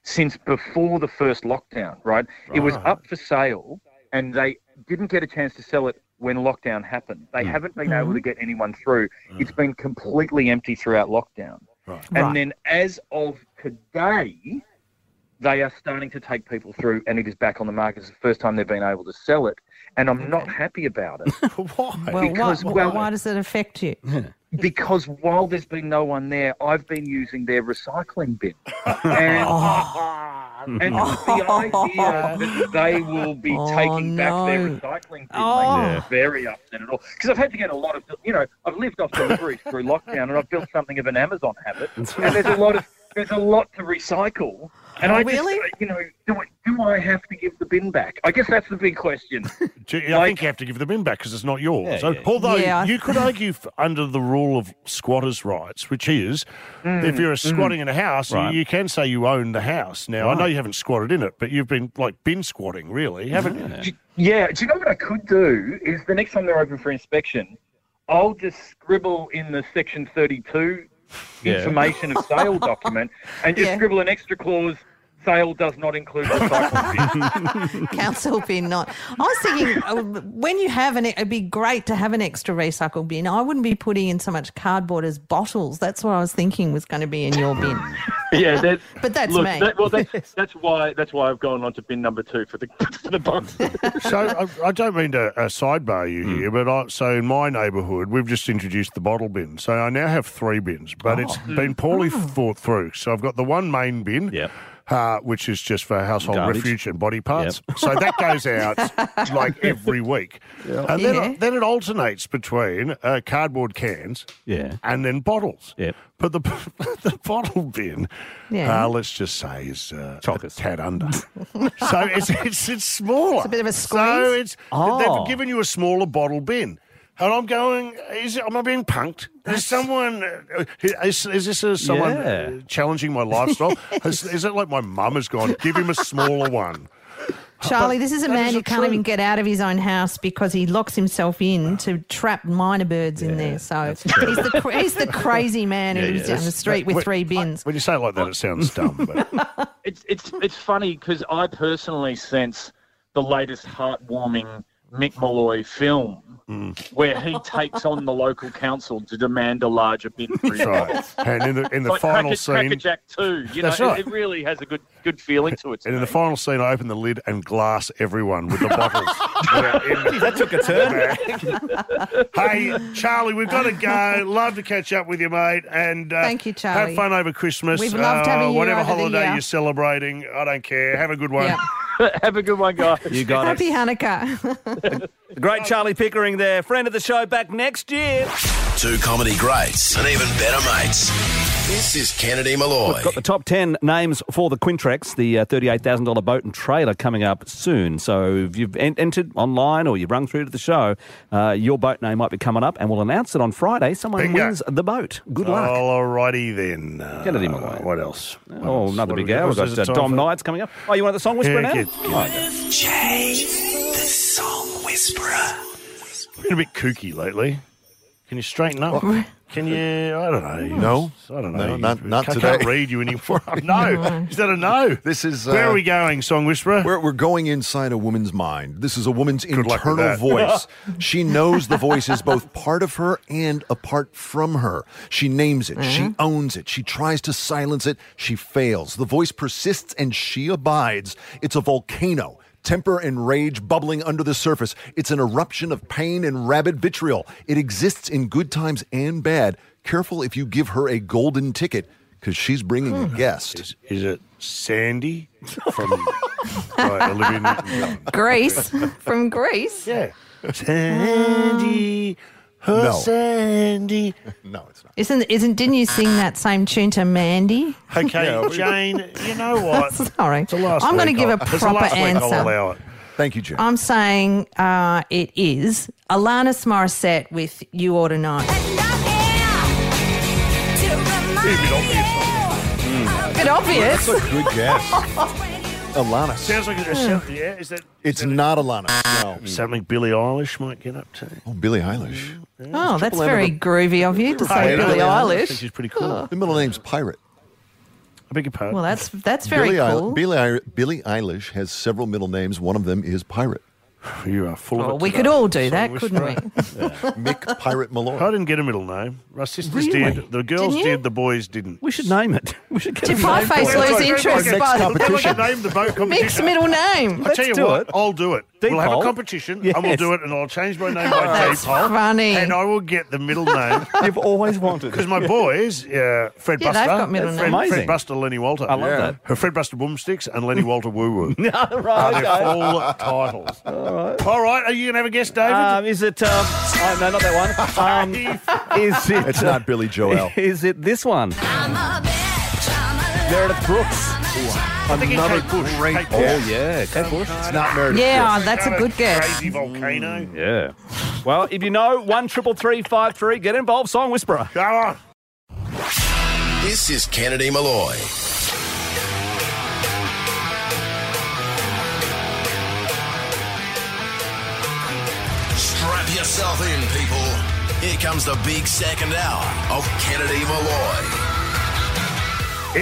[SPEAKER 11] since before the first lockdown, right? It was up for sale and they didn't get a chance to sell it when lockdown happened. They
[SPEAKER 13] Mm.
[SPEAKER 11] haven't been
[SPEAKER 13] Mhm.
[SPEAKER 11] able to get anyone through. It's been completely empty throughout lockdown.
[SPEAKER 13] Right.
[SPEAKER 11] And then as of today, they are starting to take people through and it is back on the market. It's the first time they've been able to sell it. And I'm not happy about it.
[SPEAKER 3] why?
[SPEAKER 4] Well,
[SPEAKER 11] Because,
[SPEAKER 4] why,
[SPEAKER 11] well-
[SPEAKER 4] why does it affect you?
[SPEAKER 11] because while there's been no one there, I've been using their recycling bin. And,
[SPEAKER 4] Oh.
[SPEAKER 11] and the idea that they will be
[SPEAKER 13] Oh,
[SPEAKER 11] taking back their
[SPEAKER 13] no.
[SPEAKER 11] recycling bin
[SPEAKER 13] Oh.
[SPEAKER 11] makes me very upset at all. Because I've had to get a lot of, you know, I've lived off deliveries through lockdown and I've built something of an Amazon habit. And there's a lot of, there's a lot to recycle. And
[SPEAKER 13] Oh,
[SPEAKER 11] I just,
[SPEAKER 13] really?
[SPEAKER 11] you know, do I, do I have to give the bin back? I guess that's the big question.
[SPEAKER 3] Do you- I think you have to give the bin back because it's not yours.
[SPEAKER 11] Yeah,
[SPEAKER 3] so,
[SPEAKER 11] yeah.
[SPEAKER 3] although
[SPEAKER 11] Yeah, I-
[SPEAKER 3] you could argue f under the rule of squatters' rights, which is
[SPEAKER 11] Mm,
[SPEAKER 3] if you're
[SPEAKER 11] mm.
[SPEAKER 3] squatting in a house, you-
[SPEAKER 5] Right.
[SPEAKER 3] you, can say you own the house. Now, I know
[SPEAKER 11] Right.
[SPEAKER 3] you haven't squatted in it, but you've been like bin squatting, really, haven't you?
[SPEAKER 11] Yeah, do you know what I could do? Is the next time they're open for inspection, I'll just scribble in the section 32
[SPEAKER 13] Yeah.
[SPEAKER 11] information of sale document and just scribble an extra clause sale does not include recycling. bin."
[SPEAKER 4] Council bin, not. I was thinking, uh, when you have an, it'd be great to have an extra recycle bin. I wouldn't be putting in so much cardboard as bottles. That's what I was thinking was going to be in your bin.
[SPEAKER 11] yeah, that,
[SPEAKER 4] But that's
[SPEAKER 11] look,
[SPEAKER 4] me.
[SPEAKER 11] That, well, that's, that's why that's why I've gone on to bin number two for the for the box.
[SPEAKER 3] so, I, I don't mean to uh, sidebar you here, but I, so in my neighbourhood, we've just introduced the bottle bin. So, I now have three bins, but it's
[SPEAKER 5] Oh.
[SPEAKER 3] been poorly
[SPEAKER 5] Oh.
[SPEAKER 3] thought through. So, I've got the one main bin. Uh, which is just for household
[SPEAKER 5] Garbage.
[SPEAKER 3] refuge and body parts. So that goes out like every week. And then,
[SPEAKER 5] Yeah.
[SPEAKER 3] then it alternates between uh, cardboard cans
[SPEAKER 5] Yeah.
[SPEAKER 3] and then bottles.
[SPEAKER 5] Yep.
[SPEAKER 3] But the, the bottle bin,
[SPEAKER 4] Yeah.
[SPEAKER 3] uh, let's just say, is uh, a tad under. so it's, it's, it's smaller.
[SPEAKER 4] It's a bit of a squeeze.
[SPEAKER 3] So it's,
[SPEAKER 4] Oh.
[SPEAKER 3] they've given you a smaller bottle bin. And I'm going, is it, am I being punked? Is someone, uh, is, is this a, someone
[SPEAKER 5] Yeah.
[SPEAKER 3] uh, challenging my lifestyle? Has, is it like my mum has gone, give him a smaller one?
[SPEAKER 4] Charlie, this is a
[SPEAKER 3] That
[SPEAKER 4] man
[SPEAKER 3] is
[SPEAKER 4] who
[SPEAKER 3] the
[SPEAKER 4] can't even get out of his own house because he locks himself in to trap minor birds in there. So he's the, cra- he's the crazy man
[SPEAKER 3] Yeah,
[SPEAKER 4] who lives
[SPEAKER 3] yeah.
[SPEAKER 4] down the
[SPEAKER 3] That's-
[SPEAKER 4] street
[SPEAKER 3] that-
[SPEAKER 4] with
[SPEAKER 3] wait,
[SPEAKER 4] three bins.
[SPEAKER 3] When you say it like that, it sounds dumb. But
[SPEAKER 11] it's it's it's funny because I personally sense the latest heartwarming Mick Malloy film
[SPEAKER 3] Mm.
[SPEAKER 11] where he takes on the local council to demand a larger bin for his
[SPEAKER 3] That's right.
[SPEAKER 11] bottles.
[SPEAKER 3] And in the- in the
[SPEAKER 11] It's like
[SPEAKER 3] final
[SPEAKER 11] Cracker,
[SPEAKER 3] scene-
[SPEAKER 11] Crackerjack Two, you know,
[SPEAKER 3] That's
[SPEAKER 11] it-
[SPEAKER 3] right.
[SPEAKER 11] it, really has a good good feeling to it.
[SPEAKER 3] and in the final scene, I open the lid and glass everyone with the bottles.
[SPEAKER 5] that took a
[SPEAKER 3] hey, Charlie, we've got to go. Love to catch up with you, mate. And uh,
[SPEAKER 4] Thank you, Charlie.
[SPEAKER 3] Have fun over Christmas. Uh,
[SPEAKER 4] We've loved having you
[SPEAKER 3] Whatever
[SPEAKER 4] over the
[SPEAKER 3] holiday
[SPEAKER 4] year.
[SPEAKER 3] you're celebrating, I don't care. Have a good one.
[SPEAKER 11] have a good one, guys.
[SPEAKER 5] You got it.
[SPEAKER 4] Happy Hanukkah.
[SPEAKER 5] The great Charlie Pickering there, friend of the show, back next year.
[SPEAKER 2] Two comedy greats and even better mates. This is Kennedy Malloy.
[SPEAKER 5] We've got the top 10 names for the Quintrex, the uh, $38,000 boat and trailer coming up soon. So if you've en- entered online or you've rung through to the show, uh, your boat name might be coming up and we'll announce it on Friday. Someone
[SPEAKER 3] Bingo.
[SPEAKER 5] wins the boat. Good luck.
[SPEAKER 3] All righty then. Uh,
[SPEAKER 5] Kennedy Malloy.
[SPEAKER 3] What else?
[SPEAKER 5] Oh, another big hour. We've
[SPEAKER 3] What else
[SPEAKER 5] got
[SPEAKER 3] is
[SPEAKER 5] uh,
[SPEAKER 3] it time
[SPEAKER 5] Dom
[SPEAKER 3] for?
[SPEAKER 5] Knight's coming up. Oh, you want the song whisperer
[SPEAKER 3] Yeah,
[SPEAKER 5] now? Oh,
[SPEAKER 3] get-
[SPEAKER 2] Jay, the song whisperer.
[SPEAKER 3] Been a bit kooky lately. Can you straighten up? Can you? I don't know.
[SPEAKER 12] No.
[SPEAKER 3] I don't
[SPEAKER 12] No,
[SPEAKER 3] know.
[SPEAKER 12] not- not
[SPEAKER 3] I
[SPEAKER 12] today.
[SPEAKER 3] can't read you anymore. no. Is that a no?
[SPEAKER 12] This is. uh,
[SPEAKER 3] Where are we going, Song Whisperer?
[SPEAKER 12] We're, we're going inside a woman's mind. This is a woman's
[SPEAKER 3] luck with
[SPEAKER 12] internal
[SPEAKER 3] that.
[SPEAKER 12] voice. she knows the voice is both part of her and apart from her. She names it. She owns it. She tries to silence it. She fails. The voice persists and she abides. It's a volcano. temper and rage bubbling under the surface. It's an eruption of pain and rabid vitriol. It exists in good times and bad. Careful if you give her a golden ticket because she's bringing a guest. Is,
[SPEAKER 3] it Sandy from right, Olivia Newton-John?
[SPEAKER 4] Greece from Greece.
[SPEAKER 3] Yeah. Sandy.
[SPEAKER 4] oh,
[SPEAKER 12] No.
[SPEAKER 3] Sandy.
[SPEAKER 12] No, it's not.
[SPEAKER 4] Isn't isn't didn't you sing that same tune to Mandy?
[SPEAKER 3] Okay,
[SPEAKER 12] Yeah, we-
[SPEAKER 3] Jane, you know what?
[SPEAKER 4] Sorry.
[SPEAKER 3] It's the last
[SPEAKER 4] I'm gonna
[SPEAKER 3] week.
[SPEAKER 4] give a
[SPEAKER 3] I'll- it's the
[SPEAKER 4] proper
[SPEAKER 3] last week.
[SPEAKER 4] answer.
[SPEAKER 3] I'll allow it.
[SPEAKER 12] Thank you, Jim.
[SPEAKER 4] I'm saying uh, it is Alanis Morissette with "You Ought to Know." Bit Mm. obvious.
[SPEAKER 12] That's a good guess. Alana.
[SPEAKER 3] Sounds like a
[SPEAKER 4] Hmm.
[SPEAKER 3] sound- yeah. Is that
[SPEAKER 12] It's not Alana. No.
[SPEAKER 3] something Billie Eilish might get up to?
[SPEAKER 12] Oh, Billie Eilish.
[SPEAKER 4] Oh, that's
[SPEAKER 12] Triple M
[SPEAKER 4] very
[SPEAKER 12] of a-
[SPEAKER 4] groovy of you to say
[SPEAKER 12] Pirate.
[SPEAKER 4] Billie
[SPEAKER 3] I think
[SPEAKER 4] Eilish.
[SPEAKER 3] she's pretty cool.
[SPEAKER 12] The middle name's Pirate.
[SPEAKER 3] I beg your pardon.
[SPEAKER 4] Well, that's that's very
[SPEAKER 12] Billie, Eil-
[SPEAKER 4] cool.
[SPEAKER 12] Billie, Eil- Billie Eilish has several middle names. One of them is Pirate.
[SPEAKER 3] You are full of.
[SPEAKER 4] Well,
[SPEAKER 3] it
[SPEAKER 4] we
[SPEAKER 3] today.
[SPEAKER 4] could all do
[SPEAKER 3] So
[SPEAKER 4] that,
[SPEAKER 3] we're
[SPEAKER 4] couldn't we?
[SPEAKER 3] straight.
[SPEAKER 12] Mick Pirate Malloy.
[SPEAKER 3] I didn't get a middle name. My sisters
[SPEAKER 5] Really?
[SPEAKER 3] did. The girls
[SPEAKER 4] Didn't you?
[SPEAKER 3] did. The boys didn't.
[SPEAKER 5] We should name it. We should get
[SPEAKER 4] Did
[SPEAKER 5] a name
[SPEAKER 4] Pie Face
[SPEAKER 5] for it.
[SPEAKER 4] lose interest
[SPEAKER 12] next
[SPEAKER 4] by
[SPEAKER 12] topic.
[SPEAKER 4] the
[SPEAKER 3] We're
[SPEAKER 12] Competition.
[SPEAKER 3] gonna name the boat
[SPEAKER 4] mixed
[SPEAKER 3] competition.
[SPEAKER 4] middle name?
[SPEAKER 3] I tell you
[SPEAKER 5] do
[SPEAKER 3] what,
[SPEAKER 5] it.
[SPEAKER 3] I'll do it.
[SPEAKER 5] Deep
[SPEAKER 3] we'll have
[SPEAKER 5] hole.
[SPEAKER 3] a competition, and we'll
[SPEAKER 5] Yes.
[SPEAKER 3] do it, and I'll change my name by
[SPEAKER 4] That's
[SPEAKER 3] deep hole,
[SPEAKER 4] funny.
[SPEAKER 3] and I will get the middle name
[SPEAKER 5] You've always wanted
[SPEAKER 3] because
[SPEAKER 5] it.
[SPEAKER 3] my boys, uh, Fred
[SPEAKER 4] Yeah,
[SPEAKER 3] Buster,
[SPEAKER 4] they've got middle
[SPEAKER 3] Fred,
[SPEAKER 5] names.
[SPEAKER 3] Fred Buster, Lenny Walter.
[SPEAKER 5] I love Yeah.
[SPEAKER 3] that. Fred Buster Boomsticks and Lenny Walter Woo Woo.
[SPEAKER 5] No,
[SPEAKER 3] Are
[SPEAKER 5] right,
[SPEAKER 3] their
[SPEAKER 5] okay.
[SPEAKER 3] full titles. All right. All right. Are you going to have a guess, David?
[SPEAKER 5] Um, is it? Um, oh, no, not that one. Um, is it?
[SPEAKER 12] It's not Billy Joel.
[SPEAKER 5] Is it this one? Meredith Brooks.
[SPEAKER 3] I think it's
[SPEAKER 5] another
[SPEAKER 3] Kate Bush. Kate Bush.
[SPEAKER 5] Oh yeah, Kate Bush.
[SPEAKER 12] It's not Meredith.
[SPEAKER 4] Yeah, that's a
[SPEAKER 3] Another
[SPEAKER 4] good guess.
[SPEAKER 3] Crazy volcano.
[SPEAKER 5] Mm, Yeah. Well, if you know one triple three five three, get involved. Song whisperer.
[SPEAKER 3] Go on.
[SPEAKER 2] This is Kennedy Malloy. Strap yourself in, people. Here comes the big second hour of Kennedy Malloy.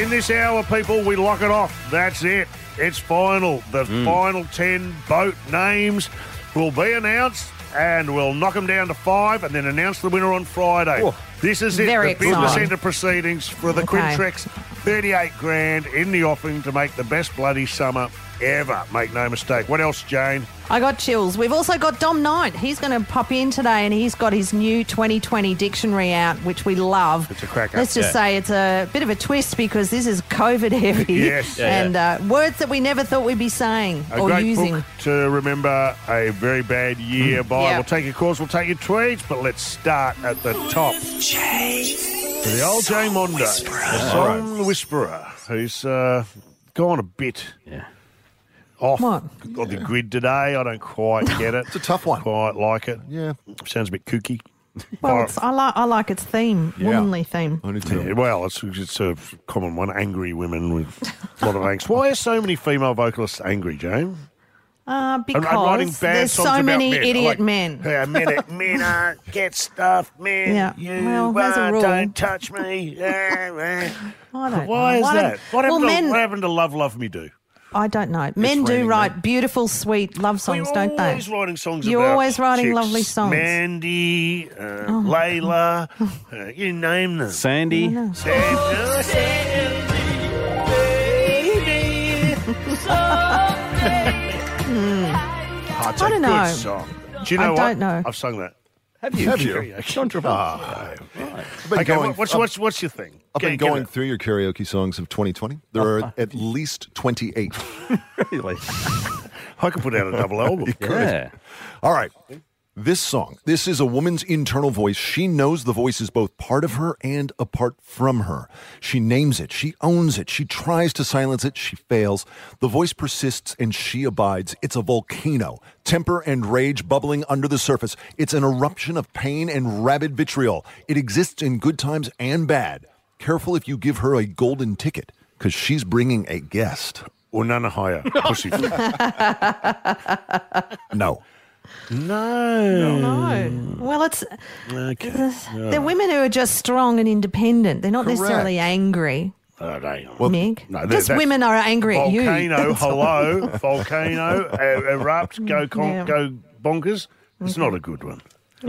[SPEAKER 3] In this hour, people, we lock it off. That's it. It's final. The final 10 boat names will be announced and we'll knock them down to five and then announce the winner on Friday.
[SPEAKER 5] Oh.
[SPEAKER 3] This is it.
[SPEAKER 4] Very
[SPEAKER 3] the business
[SPEAKER 4] exciting.
[SPEAKER 3] end of proceedings for the
[SPEAKER 4] Okay.
[SPEAKER 3] Quintrex. 38 grand in the offering to make the best bloody summer ever. Make no mistake. What else, Jane?
[SPEAKER 4] I got chills. We've also got Dom Knight. He's going to pop in today and he's got his new 2020 dictionary out, which we love.
[SPEAKER 3] It's a cracker.
[SPEAKER 4] Let's just
[SPEAKER 3] Yeah.
[SPEAKER 4] say it's a bit of a twist because this is COVID heavy.
[SPEAKER 3] Yes. Yeah,
[SPEAKER 4] and Uh, words that we never thought we'd be saying
[SPEAKER 3] A
[SPEAKER 4] or
[SPEAKER 3] great
[SPEAKER 4] using. Hmm.
[SPEAKER 3] book to remember a very bad year by.
[SPEAKER 4] Yeah.
[SPEAKER 3] We'll take your calls, we'll take your tweets, but let's start at the top. To the old Jay Mondo, the song whisperer, who's uh, gone a bit
[SPEAKER 5] Yeah.
[SPEAKER 3] off
[SPEAKER 4] What?
[SPEAKER 3] on the grid today. I don't quite get it. it's
[SPEAKER 12] a tough one.
[SPEAKER 3] Quite like it.
[SPEAKER 12] Yeah.
[SPEAKER 3] Sounds a bit kooky.
[SPEAKER 4] Well,
[SPEAKER 3] Fire-
[SPEAKER 4] it's, I, li- I like its theme,
[SPEAKER 12] Yeah.
[SPEAKER 4] womanly theme. Uh,
[SPEAKER 12] I need
[SPEAKER 3] Yeah,
[SPEAKER 12] to.
[SPEAKER 3] well, it's, it's a common one. Angry women with a lot of angst. Why are so many female vocalists angry, Jane?
[SPEAKER 4] Uh, because
[SPEAKER 3] I'm, I'm writing bad
[SPEAKER 4] there's
[SPEAKER 3] songs
[SPEAKER 4] so
[SPEAKER 3] about
[SPEAKER 4] many
[SPEAKER 3] men. I
[SPEAKER 4] idiot
[SPEAKER 3] like,
[SPEAKER 4] men.
[SPEAKER 3] Yeah, men, are- men aren't get stuff, men.
[SPEAKER 4] Yeah,
[SPEAKER 3] You
[SPEAKER 4] well, as a
[SPEAKER 3] uh,
[SPEAKER 4] rule.
[SPEAKER 3] don't touch me. Eh, eh.
[SPEAKER 4] I don't
[SPEAKER 3] Why
[SPEAKER 4] know. Why
[SPEAKER 3] is that?
[SPEAKER 4] don't-
[SPEAKER 3] What
[SPEAKER 4] well,
[SPEAKER 3] happened, to,
[SPEAKER 4] men,
[SPEAKER 3] what happened to Love Love Me Do?
[SPEAKER 4] I don't know. Men do
[SPEAKER 12] raining
[SPEAKER 4] write beautiful, sweet love songs,
[SPEAKER 3] You're
[SPEAKER 4] don't they?
[SPEAKER 3] always writing songs
[SPEAKER 4] You're
[SPEAKER 3] about
[SPEAKER 4] always writing
[SPEAKER 3] chicks.
[SPEAKER 4] lovely songs. Oh
[SPEAKER 3] Mandy, uh, Layla, uh, you name them.
[SPEAKER 5] Sandy.
[SPEAKER 3] Sandy, Sandy, baby. Oh, it's
[SPEAKER 4] I
[SPEAKER 3] a
[SPEAKER 4] don't know.
[SPEAKER 3] Good song. Do you
[SPEAKER 4] I
[SPEAKER 3] know what?
[SPEAKER 4] don't know.
[SPEAKER 3] I've sung that. Ah.
[SPEAKER 5] Have you?
[SPEAKER 12] Have you?
[SPEAKER 5] John Travolta.
[SPEAKER 12] I've been
[SPEAKER 3] Okay,
[SPEAKER 12] going.
[SPEAKER 3] what's,
[SPEAKER 12] I've-
[SPEAKER 3] what's, what's your thing?
[SPEAKER 12] I've been
[SPEAKER 3] Get- get
[SPEAKER 12] going
[SPEAKER 3] it.
[SPEAKER 12] through your karaoke songs of 2020. There are at least 28.
[SPEAKER 5] Really?
[SPEAKER 3] I could put out a double album.
[SPEAKER 5] Yeah.
[SPEAKER 12] All right. This song. This is a woman's internal voice. She knows the voice is both part of her and apart from her. She names it. She owns it. She tries to silence it. She fails. The voice persists and she abides. It's a volcano. Temper and rage bubbling under the surface. It's an eruption of pain and rabid vitriol. It exists in good times and bad. Careful if you give her a golden ticket because she's bringing a guest.
[SPEAKER 3] Or none higher. Pussy.
[SPEAKER 12] No.
[SPEAKER 3] no.
[SPEAKER 4] No. Well, it's
[SPEAKER 3] Okay.
[SPEAKER 4] they're women who are just strong and independent. They're not necessarily angry,
[SPEAKER 3] All right.
[SPEAKER 4] Mick.
[SPEAKER 3] no, that-
[SPEAKER 4] just
[SPEAKER 3] Uh, that's-
[SPEAKER 4] women are angry at you.
[SPEAKER 3] volcano,
[SPEAKER 4] That's all.
[SPEAKER 3] hello, volcano, uh, erupt, go con-
[SPEAKER 4] Yeah.
[SPEAKER 3] go bonkers. It's not a good one.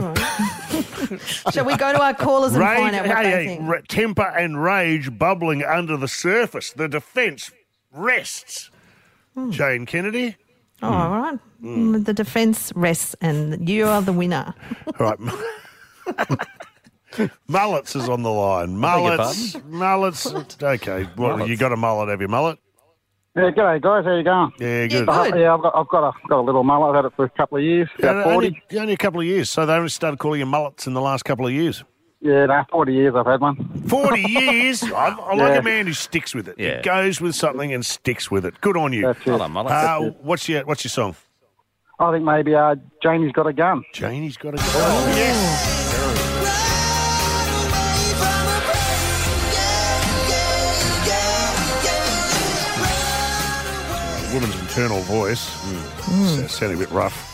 [SPEAKER 4] Shall we go to our callers and
[SPEAKER 3] Rage,
[SPEAKER 4] find out what
[SPEAKER 3] hey,
[SPEAKER 4] they
[SPEAKER 3] hey,
[SPEAKER 4] think?
[SPEAKER 3] ra- temper and rage bubbling under the surface. The defence rests. Jane Kennedy.
[SPEAKER 4] Hmm. Oh, all right.
[SPEAKER 3] Hmm.
[SPEAKER 4] Mm, The defence rests, and you are the winner.
[SPEAKER 3] All right. Mullets is on the line. Mullets. Mullets. Okay. Well, you got a mullet, have you, mullet?
[SPEAKER 13] Yeah, g'day guys, how you going?
[SPEAKER 3] Yeah, good.
[SPEAKER 13] Uh, yeah, I've got, I've got a, got a little mullet. I've had it for a couple of years, about forty.
[SPEAKER 3] Only, only a couple of years. So they only started calling you mullets in the last couple of years.
[SPEAKER 13] Yeah, no, forty years I've had one.
[SPEAKER 3] 40 years. I, I like
[SPEAKER 13] Yeah.
[SPEAKER 3] a man who sticks with it. He goes with something and sticks with it. Good on you.
[SPEAKER 13] That's it. Hello, mullet.
[SPEAKER 3] Uh,
[SPEAKER 13] That's it.
[SPEAKER 3] what's your What's your song?
[SPEAKER 13] I think maybe uh, Janie's got a gun.
[SPEAKER 3] Janie's got a gun. Oh, yes. Woman's internal voice. S- Sounding a bit rough.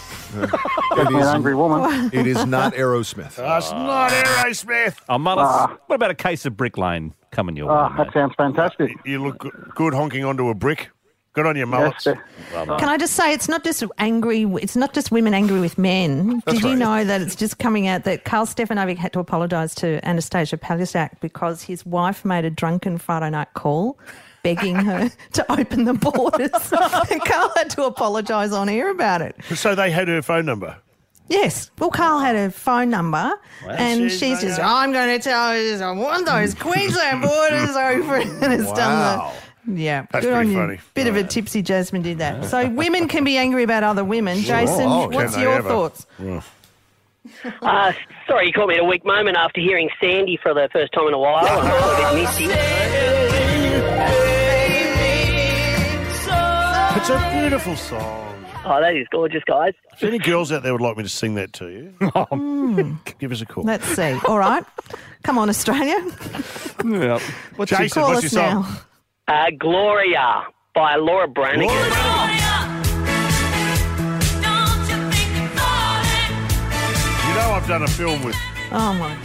[SPEAKER 12] It is- angry
[SPEAKER 13] woman.
[SPEAKER 12] It is not Aerosmith.
[SPEAKER 4] Uh,
[SPEAKER 3] That's not Aerosmith.
[SPEAKER 5] Oh, Mullis,
[SPEAKER 3] Ah.
[SPEAKER 5] what about a case of Brick Lane
[SPEAKER 14] Uh,
[SPEAKER 5] coming your way?
[SPEAKER 13] Ah, that sounds fantastic.
[SPEAKER 3] You look good, good honking onto a brick. Good on your mullets.
[SPEAKER 4] Can
[SPEAKER 3] Oh.
[SPEAKER 4] I just say, it's not just angry. It's not just women angry with men.
[SPEAKER 3] That's
[SPEAKER 4] Did you
[SPEAKER 3] right.
[SPEAKER 4] know that it's just coming out that Carl Stefanovic had to apologise to Anastasia Palaszczuk because his wife made a drunken Friday night call. Begging her to open the borders. and Carl had to apologise on air about it.
[SPEAKER 3] So they had her phone number.
[SPEAKER 4] Yes. Well, Carl had a phone number, and
[SPEAKER 3] She's
[SPEAKER 4] she's
[SPEAKER 3] like,
[SPEAKER 4] just, I'm going to tell you, I want those Queensland borders open. And it's done the. Yeah.
[SPEAKER 3] That's
[SPEAKER 4] good on
[SPEAKER 3] pretty
[SPEAKER 4] you.
[SPEAKER 3] funny.
[SPEAKER 4] Bit of a tipsy Jasmine did that. So women can be angry about other women. Jason,
[SPEAKER 3] Oh, can
[SPEAKER 4] what's
[SPEAKER 3] they
[SPEAKER 4] your
[SPEAKER 3] ever.
[SPEAKER 4] thoughts?
[SPEAKER 3] Yeah.
[SPEAKER 15] Uh, sorry, you caught me at a weak moment after hearing Sandy for the first time in a while. and I was a bit misty.
[SPEAKER 3] It's a beautiful song.
[SPEAKER 15] Oh, that is gorgeous, guys.
[SPEAKER 3] If there any girls out there would like me to sing that to you, give us a call.
[SPEAKER 4] Hmm. Let's see. All right. Come on, Australia.
[SPEAKER 3] What's
[SPEAKER 4] your-
[SPEAKER 3] Jason,
[SPEAKER 4] Call
[SPEAKER 3] what's your
[SPEAKER 4] us
[SPEAKER 3] song?
[SPEAKER 4] now.
[SPEAKER 15] Uh, Gloria by Laura Branigan.
[SPEAKER 3] You know I've done a film with.
[SPEAKER 4] Oh, my Hmm.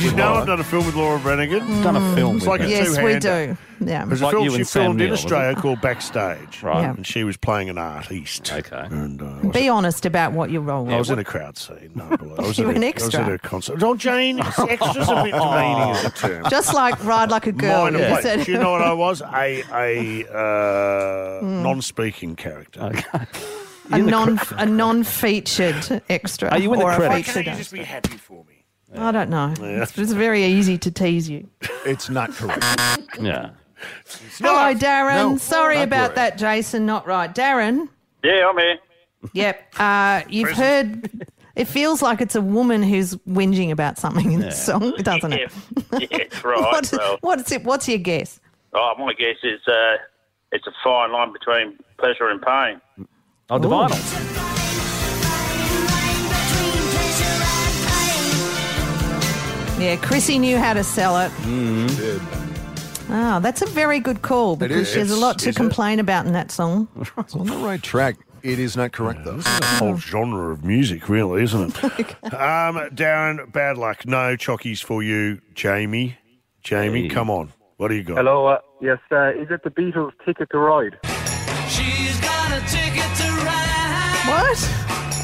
[SPEAKER 3] you know I've done a film with Laura Branigan.
[SPEAKER 5] Done a film
[SPEAKER 3] It's
[SPEAKER 5] with
[SPEAKER 3] like
[SPEAKER 5] her.
[SPEAKER 3] a
[SPEAKER 5] Yes, we
[SPEAKER 3] two-hander.
[SPEAKER 4] do. Yeah.
[SPEAKER 3] There's
[SPEAKER 5] Like
[SPEAKER 3] a
[SPEAKER 5] you
[SPEAKER 3] film she
[SPEAKER 5] and Sam
[SPEAKER 3] filmed in
[SPEAKER 5] Neill, was it?
[SPEAKER 3] Australia called Backstage,
[SPEAKER 5] Right. Yeah.
[SPEAKER 3] And she was playing an artist. Okay. And uh,
[SPEAKER 4] Be honest about what your role
[SPEAKER 3] I was
[SPEAKER 4] was.
[SPEAKER 3] in a crowd scene. No, below. I was
[SPEAKER 4] You
[SPEAKER 3] at
[SPEAKER 4] were an
[SPEAKER 3] a-
[SPEAKER 4] extra.
[SPEAKER 3] I was at a concert. Oh, Jane, it's extra's a bit demeaning as a term.
[SPEAKER 4] Oh. Just like Ride Like a Girl.
[SPEAKER 3] Minor
[SPEAKER 4] you
[SPEAKER 3] play.
[SPEAKER 4] said.
[SPEAKER 3] Do you know what I was? A a uh,
[SPEAKER 4] Mm.
[SPEAKER 3] non-speaking character. Okay.
[SPEAKER 4] a non a non featured extra.
[SPEAKER 3] Are you in the
[SPEAKER 4] or
[SPEAKER 3] credits? Why
[SPEAKER 4] A featured
[SPEAKER 3] can't you just
[SPEAKER 4] extra. I don't know.
[SPEAKER 3] Yeah.
[SPEAKER 4] It's, it's very easy to tease you.
[SPEAKER 12] It's not correct.
[SPEAKER 5] yeah.
[SPEAKER 4] Hello, Darren.
[SPEAKER 12] No,
[SPEAKER 4] Sorry
[SPEAKER 12] not
[SPEAKER 4] about
[SPEAKER 12] Gloria.
[SPEAKER 4] that, Jason. Not right, Darren.
[SPEAKER 14] Yeah, I'm here.
[SPEAKER 4] Yep. Uh, you've heard. It feels like it's a woman who's whinging about something in the song, doesn't it?
[SPEAKER 14] Yes, right.
[SPEAKER 4] What-
[SPEAKER 14] well,
[SPEAKER 4] what's it? What's your guess?
[SPEAKER 14] oh, my guess is uh, it's a fine line between pleasure and pain.
[SPEAKER 5] Oh, the vinyl.
[SPEAKER 4] Yeah, Chrissy knew how to sell it.
[SPEAKER 12] Mm-hmm.
[SPEAKER 4] Oh, that's a very good call because
[SPEAKER 12] is.
[SPEAKER 4] there's a lot to
[SPEAKER 12] Is it?
[SPEAKER 4] complain about in that song.
[SPEAKER 12] It's on the right track. It is not correct, though.
[SPEAKER 3] This is a whole genre of music, really, isn't it? um, Darren, bad luck. No chockies for you, Jamie. Jamie, come on. What do you got?
[SPEAKER 13] Hello, uh, yes, uh, is it the Beatles' Ticket to Ride?
[SPEAKER 16] She's got a ticket to ride.
[SPEAKER 4] What?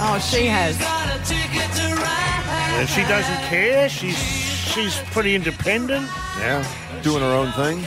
[SPEAKER 4] Oh, she has.
[SPEAKER 16] Got a ticket to ride.
[SPEAKER 3] And she doesn't care. She's she's pretty independent.
[SPEAKER 12] Yeah, doing her own thing.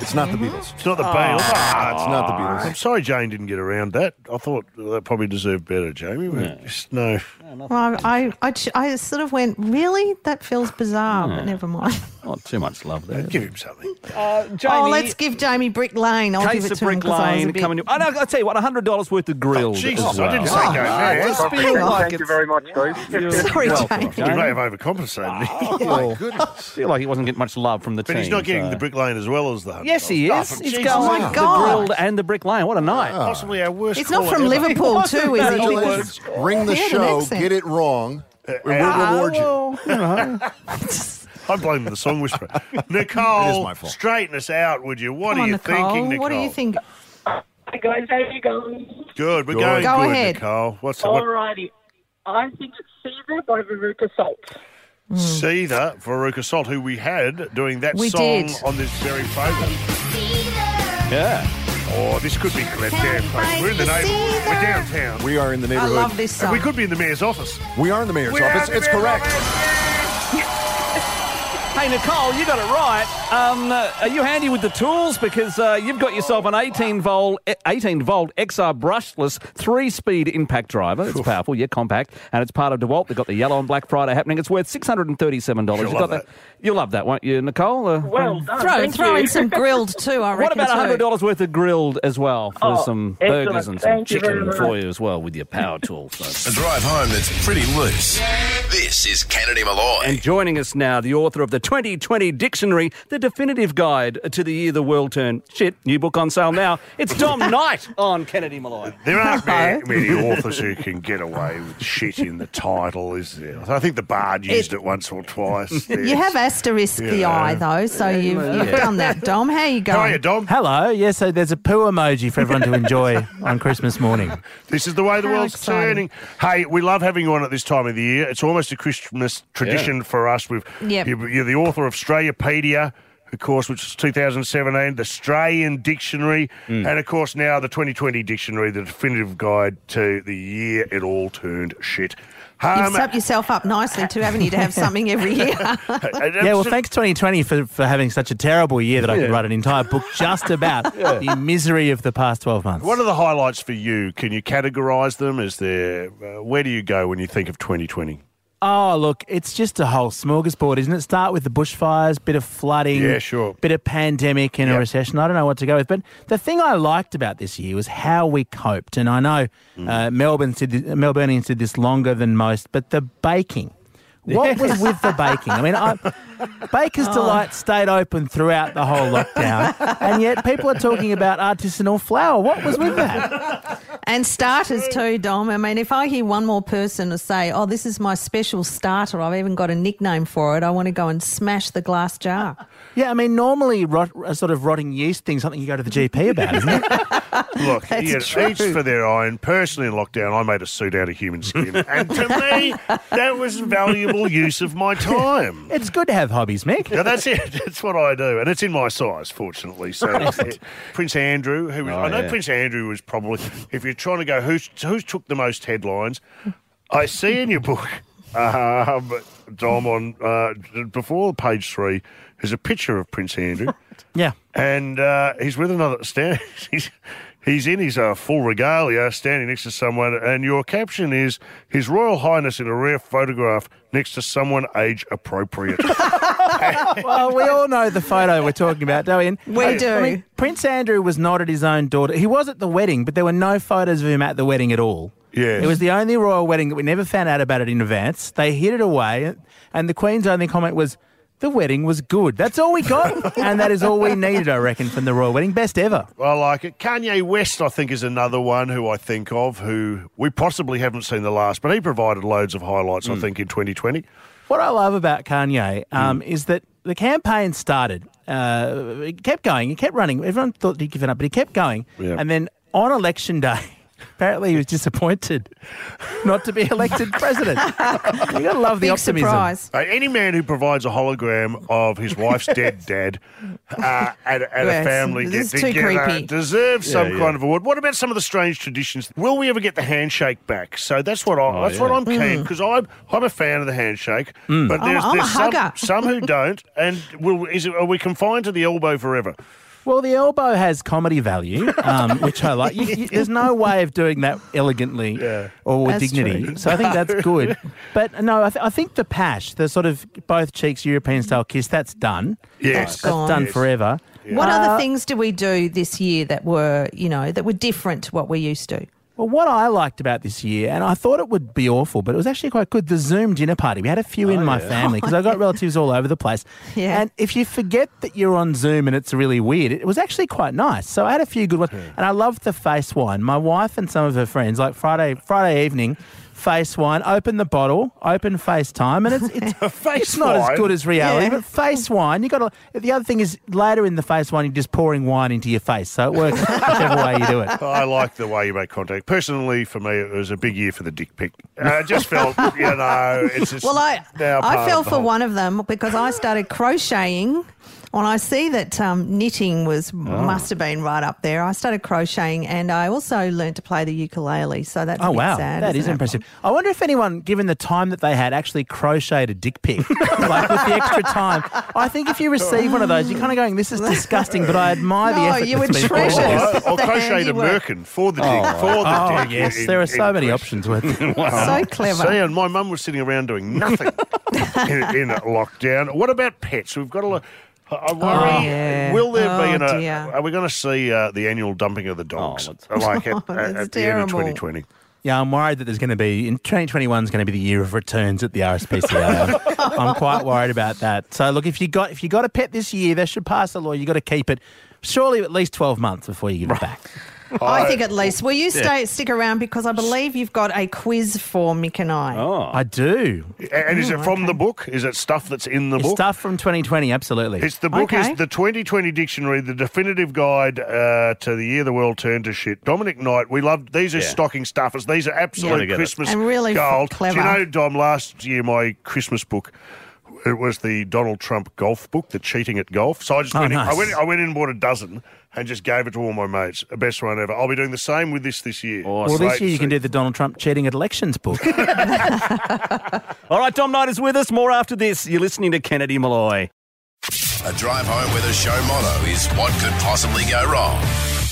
[SPEAKER 12] It's not the Beatles.
[SPEAKER 3] Mm-hmm. It's not the
[SPEAKER 12] Oh.
[SPEAKER 3] Beatles.
[SPEAKER 12] Ah, it's not the Beatles.
[SPEAKER 3] I'm sorry Jane didn't get around that. I thought that probably deserved better, Jamie. but Just no.
[SPEAKER 4] Well, I, I, ch- I sort of went, really? That feels bizarre, but
[SPEAKER 5] Hmm.
[SPEAKER 4] never mind.
[SPEAKER 5] Not too much love there.
[SPEAKER 3] Uh, Give him something.
[SPEAKER 4] oh, let's give Jamie Brick Lane. I'll
[SPEAKER 5] Case
[SPEAKER 4] give it
[SPEAKER 5] of
[SPEAKER 4] to him
[SPEAKER 5] Brick
[SPEAKER 4] 'cause I was a
[SPEAKER 5] Lane
[SPEAKER 4] bit-
[SPEAKER 5] coming. to- Oh, no, I'll tell you what, $100 worth of grilled.
[SPEAKER 3] Oh, Jesus,
[SPEAKER 5] as well.
[SPEAKER 3] I didn't say go there.
[SPEAKER 5] just feel like
[SPEAKER 13] Thank you
[SPEAKER 5] it's-
[SPEAKER 13] very much, guys.
[SPEAKER 4] Sorry,
[SPEAKER 5] welcome,
[SPEAKER 3] You
[SPEAKER 5] Jamie.
[SPEAKER 3] may have overcompensated me.
[SPEAKER 5] Well, feel like he wasn't getting much love from the
[SPEAKER 3] But
[SPEAKER 5] team.
[SPEAKER 3] he's not getting
[SPEAKER 5] so-
[SPEAKER 3] the brick lane as well as the.
[SPEAKER 5] Yes, he
[SPEAKER 3] Oh,
[SPEAKER 5] is.
[SPEAKER 3] for
[SPEAKER 5] He's
[SPEAKER 3] Jesus.
[SPEAKER 5] going
[SPEAKER 3] Ah.
[SPEAKER 5] the grilled and the brick lane. What a night!
[SPEAKER 3] Possibly our worst.
[SPEAKER 4] He's not
[SPEAKER 3] caller
[SPEAKER 4] from
[SPEAKER 3] ever.
[SPEAKER 4] Liverpool, too, is he?
[SPEAKER 12] Congratulations. Ring the
[SPEAKER 4] He had an
[SPEAKER 12] show,
[SPEAKER 4] accent.
[SPEAKER 12] get it wrong, and we'll
[SPEAKER 3] Ah,
[SPEAKER 12] reward you.
[SPEAKER 3] I blame the song whisperer. Nicole,
[SPEAKER 12] It is my fault.
[SPEAKER 3] straighten us out, would you? What
[SPEAKER 4] Come
[SPEAKER 3] are
[SPEAKER 4] on,
[SPEAKER 3] you
[SPEAKER 4] Nicole.
[SPEAKER 3] thinking, Nicole?
[SPEAKER 4] What do you think?
[SPEAKER 17] Hi guys, how are you going?
[SPEAKER 3] Good, we're
[SPEAKER 17] Go
[SPEAKER 3] going
[SPEAKER 17] ahead.
[SPEAKER 3] good,
[SPEAKER 17] Go ahead.
[SPEAKER 3] Nicole. What's the what?
[SPEAKER 17] Alrighty. I think it's Caesar by Veruca Salt.
[SPEAKER 3] Seether, Veruca Salt, who we had doing that
[SPEAKER 17] We
[SPEAKER 3] song
[SPEAKER 17] did.
[SPEAKER 3] on this very program.
[SPEAKER 5] Yeah.
[SPEAKER 3] Oh, this could be Glen Dare place. We're in the neighborhood. We're downtown.
[SPEAKER 12] We are in the neighborhood.
[SPEAKER 3] And we could be in the mayor's office.
[SPEAKER 12] We are in the mayor's
[SPEAKER 3] We are
[SPEAKER 12] office.
[SPEAKER 3] in the
[SPEAKER 12] It's
[SPEAKER 3] mayor's
[SPEAKER 12] correct.
[SPEAKER 5] Hey, Nicole, you got it right. Um, uh, are you handy with the tools? Because uh, you've got yourself an 18 volt, 18 volt XR brushless three speed impact driver. It's powerful, yeah, compact, and it's part of DeWalt. They've got the yellow and black Friday happening. It's worth six hundred and thirty-seven dollars.
[SPEAKER 4] She'll
[SPEAKER 5] You've got
[SPEAKER 4] love
[SPEAKER 5] You'll love that, won't you, Nicole? Uh,
[SPEAKER 4] Well
[SPEAKER 15] Oh,
[SPEAKER 5] um,
[SPEAKER 4] Throw,
[SPEAKER 5] thank
[SPEAKER 4] throw
[SPEAKER 5] you.
[SPEAKER 4] in some grilled too, I reckon.
[SPEAKER 5] What about
[SPEAKER 4] too.
[SPEAKER 5] hundred dollars worth of grilled as well for
[SPEAKER 4] Oh,
[SPEAKER 5] some
[SPEAKER 4] excellent.
[SPEAKER 5] burgers and some
[SPEAKER 4] Thank you very
[SPEAKER 5] chicken
[SPEAKER 4] much.
[SPEAKER 5] for you as well with your power tool? So.
[SPEAKER 2] A drive home that's pretty loose. This is Kennedy Malloy.
[SPEAKER 5] And joining us now, the author of the 2020 Dictionary, the definitive guide to the year the world turned shit. New book on sale now. It's Dom Knight on Kennedy Malloy.
[SPEAKER 3] There aren't many, many authors who can get away with shit in the title, is there? I think the Bard used it, once or twice.
[SPEAKER 4] You have asterisk the
[SPEAKER 3] Yeah.
[SPEAKER 4] I though, so you've,
[SPEAKER 3] well,
[SPEAKER 4] you've
[SPEAKER 3] yeah.
[SPEAKER 4] done that, Dom. How you going?
[SPEAKER 3] Dom?
[SPEAKER 18] Hello. Yeah, so there's a poo emoji for everyone to enjoy on Christmas morning.
[SPEAKER 3] This is the way the
[SPEAKER 18] How
[SPEAKER 3] world's
[SPEAKER 18] exciting.
[SPEAKER 3] turning. Hey, we love having you on at this time of the year. It's almost a Christmas tradition for us. We've
[SPEAKER 18] Yep.
[SPEAKER 3] you're, you're the author of Australiapedia, of course, which is 2017, the Australian Dictionary, and of course now the 2020 Dictionary, the definitive guide to the year it all turned shit.
[SPEAKER 4] You've
[SPEAKER 3] Um,
[SPEAKER 4] set yourself up nicely too, haven't you, to have something every year?
[SPEAKER 18] Yeah, well, thanks 2020 for, for having such a terrible year that I could write an entire book just about
[SPEAKER 3] Yeah.
[SPEAKER 18] the misery of the past 12 months.
[SPEAKER 3] what are the highlights for you? Can you categorise them? Is there uh, where do you go when you think of 2020?
[SPEAKER 18] Oh, look, it's just a whole smorgasbord, isn't it? Start with the bushfires, bit of flooding,
[SPEAKER 3] Yeah, sure.
[SPEAKER 18] bit of pandemic and a recession. I don't know what to go with. But the thing I liked about this year was how we coped. And I know
[SPEAKER 3] Mm.
[SPEAKER 18] uh, Melbourne did, th- Melbourneians did this longer than most, but the baking. What was with the baking? I mean, I, Baker's
[SPEAKER 19] Oh.
[SPEAKER 18] Delight stayed open throughout the whole lockdown, and yet people are talking about artisanal flour. What was with that?
[SPEAKER 4] And starters too, Dom. I mean, if I hear one more person say, "Oh, this is my special starter," I've even got a nickname for it. I want to go and smash the glass jar.
[SPEAKER 18] Yeah, I mean, normally rot, a sort of rotting yeast thing, something you go to the GP about, isn't it?
[SPEAKER 3] Look,
[SPEAKER 18] That's
[SPEAKER 3] yeah,
[SPEAKER 18] true.
[SPEAKER 3] each for their own. Personally, in lockdown, I made a suit out of human skin, and to me, that was valuable use of my time.
[SPEAKER 18] It's good to have hobbies, Mick.
[SPEAKER 3] Yeah, that's it. That's what I do, and it's in my size, fortunately. So,
[SPEAKER 18] Right.
[SPEAKER 3] Prince Andrew, who was,
[SPEAKER 18] Oh,
[SPEAKER 3] I know
[SPEAKER 18] yeah.
[SPEAKER 3] Prince Andrew was probably, if you're trying to go who's who's took the most headlines, I see in your book, um, Dom, on uh, before page three, there's a picture of Prince Andrew.
[SPEAKER 18] Yeah.
[SPEAKER 3] And uh, he's with another stand. He's, he's in his uh, full regalia, standing next to someone. And your caption is His Royal Highness in a rare photograph next to someone age appropriate.
[SPEAKER 18] well, we all know the photo we're talking about, don't we? And-
[SPEAKER 4] We
[SPEAKER 18] I-
[SPEAKER 4] do.
[SPEAKER 18] I mean, Prince Andrew was not at his own daughter. He was at the wedding, but there were no photos of him at the wedding at all.
[SPEAKER 3] Yes.
[SPEAKER 18] It was the only royal wedding that we never found out about it in advance. They hid it away, and the Queen's only comment was, the wedding was good. That's all we got, and that is all we needed, I reckon, from the royal wedding. Best ever.
[SPEAKER 3] I like it. Kanye West, I think, is another one who I think of who we possibly haven't seen the last, but he provided loads of highlights, I think, in 2020.
[SPEAKER 18] What I love about Kanye
[SPEAKER 4] Mm.
[SPEAKER 18] um, is that the campaign started. Uh, it kept going. It kept running. Everyone thought he'd given up, but he kept going.
[SPEAKER 3] Yeah.
[SPEAKER 18] And then on election day, apparently he was disappointed not to be elected president. you gotta love the optimism.
[SPEAKER 3] Uh, any man who provides a hologram of his wife's dead dad uh, at, at
[SPEAKER 18] Yes,
[SPEAKER 3] a family
[SPEAKER 18] this
[SPEAKER 3] get
[SPEAKER 18] is too
[SPEAKER 3] together
[SPEAKER 18] creepy.
[SPEAKER 3] deserves some
[SPEAKER 18] Yeah, yeah.
[SPEAKER 3] kind of award. What about some of the strange traditions? Will we ever get the handshake back? So that's what I,
[SPEAKER 18] Oh,
[SPEAKER 3] that's what
[SPEAKER 18] yeah.
[SPEAKER 3] I'm keen
[SPEAKER 18] Mm.
[SPEAKER 3] because I'm I'm a fan of the handshake,
[SPEAKER 18] Mm.
[SPEAKER 3] but
[SPEAKER 18] I'm-
[SPEAKER 3] there's,
[SPEAKER 18] I'm a
[SPEAKER 3] there's some,
[SPEAKER 18] hugger.
[SPEAKER 3] some who don't. And will is it, are we confined to the elbow forever?
[SPEAKER 18] Well, the elbow has comedy value, um, which I like. You, you, there's no way of doing that elegantly or with
[SPEAKER 19] That's
[SPEAKER 18] dignity.
[SPEAKER 19] true.
[SPEAKER 18] So I think that's good. But no, I, th- I think the pash, the sort of both cheeks European style kiss, that's done.
[SPEAKER 4] Yes. That's
[SPEAKER 18] that's
[SPEAKER 4] gone.
[SPEAKER 18] done
[SPEAKER 4] Yes.
[SPEAKER 18] forever.
[SPEAKER 4] What
[SPEAKER 18] Uh,
[SPEAKER 4] other things do we do this year that were, you know, that were different to what we used to?
[SPEAKER 18] Well, what I liked about this year, and I thought it would be awful, but it was actually quite good. The Zoom dinner party. We had a few in my
[SPEAKER 4] yeah.
[SPEAKER 18] family because I got relatives all over the place.
[SPEAKER 4] Yeah.
[SPEAKER 18] And if you forget that you're on Zoom and it's really weird, it was actually quite nice. So I had a few good ones, and I loved the face wine. My wife and some of her friends, like Friday Friday evening, face wine. Open the bottle, open FaceTime, and it's it's, it's not
[SPEAKER 19] wine?
[SPEAKER 18] as good as reality,
[SPEAKER 19] Yeah.
[SPEAKER 18] but face wine. You got to. The other thing is later in the face wine, you're just pouring wine into your face, so it works whichever way you do it.
[SPEAKER 3] I like the way you make contact. Personally, for me, it was a big year for the dick pic. I just felt, you know, Oh, it's just
[SPEAKER 4] well, I
[SPEAKER 3] now part
[SPEAKER 4] I
[SPEAKER 3] of
[SPEAKER 4] fell
[SPEAKER 3] the
[SPEAKER 4] for
[SPEAKER 3] whole-
[SPEAKER 4] one of them because I started crocheting When I see that um, knitting was
[SPEAKER 3] Ah.
[SPEAKER 4] must have been right up there, I started crocheting and I also learned to play the ukulele. So that's
[SPEAKER 18] Oh
[SPEAKER 4] a bit
[SPEAKER 18] wow,
[SPEAKER 4] sad,
[SPEAKER 18] that is
[SPEAKER 4] isn't it?
[SPEAKER 18] impressive. I wonder if anyone, given the time that they had, actually crocheted a dick pic, like with the extra time. I think if you receive one of those, you're kind of going, "This is disgusting," but I admire the
[SPEAKER 4] No,
[SPEAKER 18] effort.
[SPEAKER 4] you
[SPEAKER 18] that's
[SPEAKER 4] would
[SPEAKER 18] been put
[SPEAKER 4] treasure
[SPEAKER 18] into this.
[SPEAKER 4] the Or crochet the handiwork. merkin
[SPEAKER 3] for the dick,
[SPEAKER 18] Oh,
[SPEAKER 3] for the
[SPEAKER 18] oh,
[SPEAKER 3] dick
[SPEAKER 18] yes,
[SPEAKER 3] in-
[SPEAKER 18] there are so
[SPEAKER 3] in
[SPEAKER 18] many
[SPEAKER 3] Greece.
[SPEAKER 18] options. With it.
[SPEAKER 4] So clever.
[SPEAKER 3] See, and my mum was sitting around doing nothing in, in lockdown. What about pets? We've got a lot. I- I worry.
[SPEAKER 4] yeah.
[SPEAKER 3] Will there be
[SPEAKER 4] Oh,
[SPEAKER 3] an? uh,
[SPEAKER 4] dear.
[SPEAKER 3] Are we going to see uh, the annual dumping of the dogs? like at,
[SPEAKER 4] Oh,
[SPEAKER 3] at,
[SPEAKER 4] that's
[SPEAKER 3] at the end of
[SPEAKER 4] terrible.
[SPEAKER 3] 2020.
[SPEAKER 18] Yeah, I'm worried that there's going to be in 2021 is going to be the year of returns at the RSPCA. I'm quite worried about that. So look, if you got if you got a pet this year, they should pass a law. You got to keep it surely at least 12 months before you give it back.
[SPEAKER 3] Oh,
[SPEAKER 4] I think at least. Will you
[SPEAKER 18] Yeah.
[SPEAKER 4] stay stick around because I believe you've got a quiz for Mick and I.
[SPEAKER 18] Oh. I do.
[SPEAKER 3] And is
[SPEAKER 4] Oh,
[SPEAKER 3] it from the book? Is it stuff that's in the
[SPEAKER 18] It's
[SPEAKER 3] book?
[SPEAKER 18] stuff from 2020, absolutely.
[SPEAKER 3] It's the book
[SPEAKER 18] Okay.
[SPEAKER 3] is the 2020 dictionary, the definitive guide uh, to the year the world turned to shit. Dominic Knight, we loved these are
[SPEAKER 18] Yeah.
[SPEAKER 3] stocking stuffers. These are
[SPEAKER 18] Gotta
[SPEAKER 3] absolute
[SPEAKER 18] get it.
[SPEAKER 3] Christmas
[SPEAKER 4] And really f-
[SPEAKER 3] gold. Do
[SPEAKER 4] clever.
[SPEAKER 3] you know, Dom? Last year, my Christmas book. It was the Donald Trump golf book, The Cheating at Golf. So I just
[SPEAKER 18] Oh,
[SPEAKER 3] went, in, I
[SPEAKER 18] nice.
[SPEAKER 3] went I went in and bought a dozen and just gave it to all my mates. Best one ever. I'll be doing the same with this this year.
[SPEAKER 18] well, this
[SPEAKER 3] Great
[SPEAKER 18] year you
[SPEAKER 3] to
[SPEAKER 18] can do the Donald Trump cheating at elections book.
[SPEAKER 5] All right, Dom Knight is with us. More after this. You're listening to Kennedy Malloy.
[SPEAKER 2] A drive home with a show motto is what could possibly go wrong.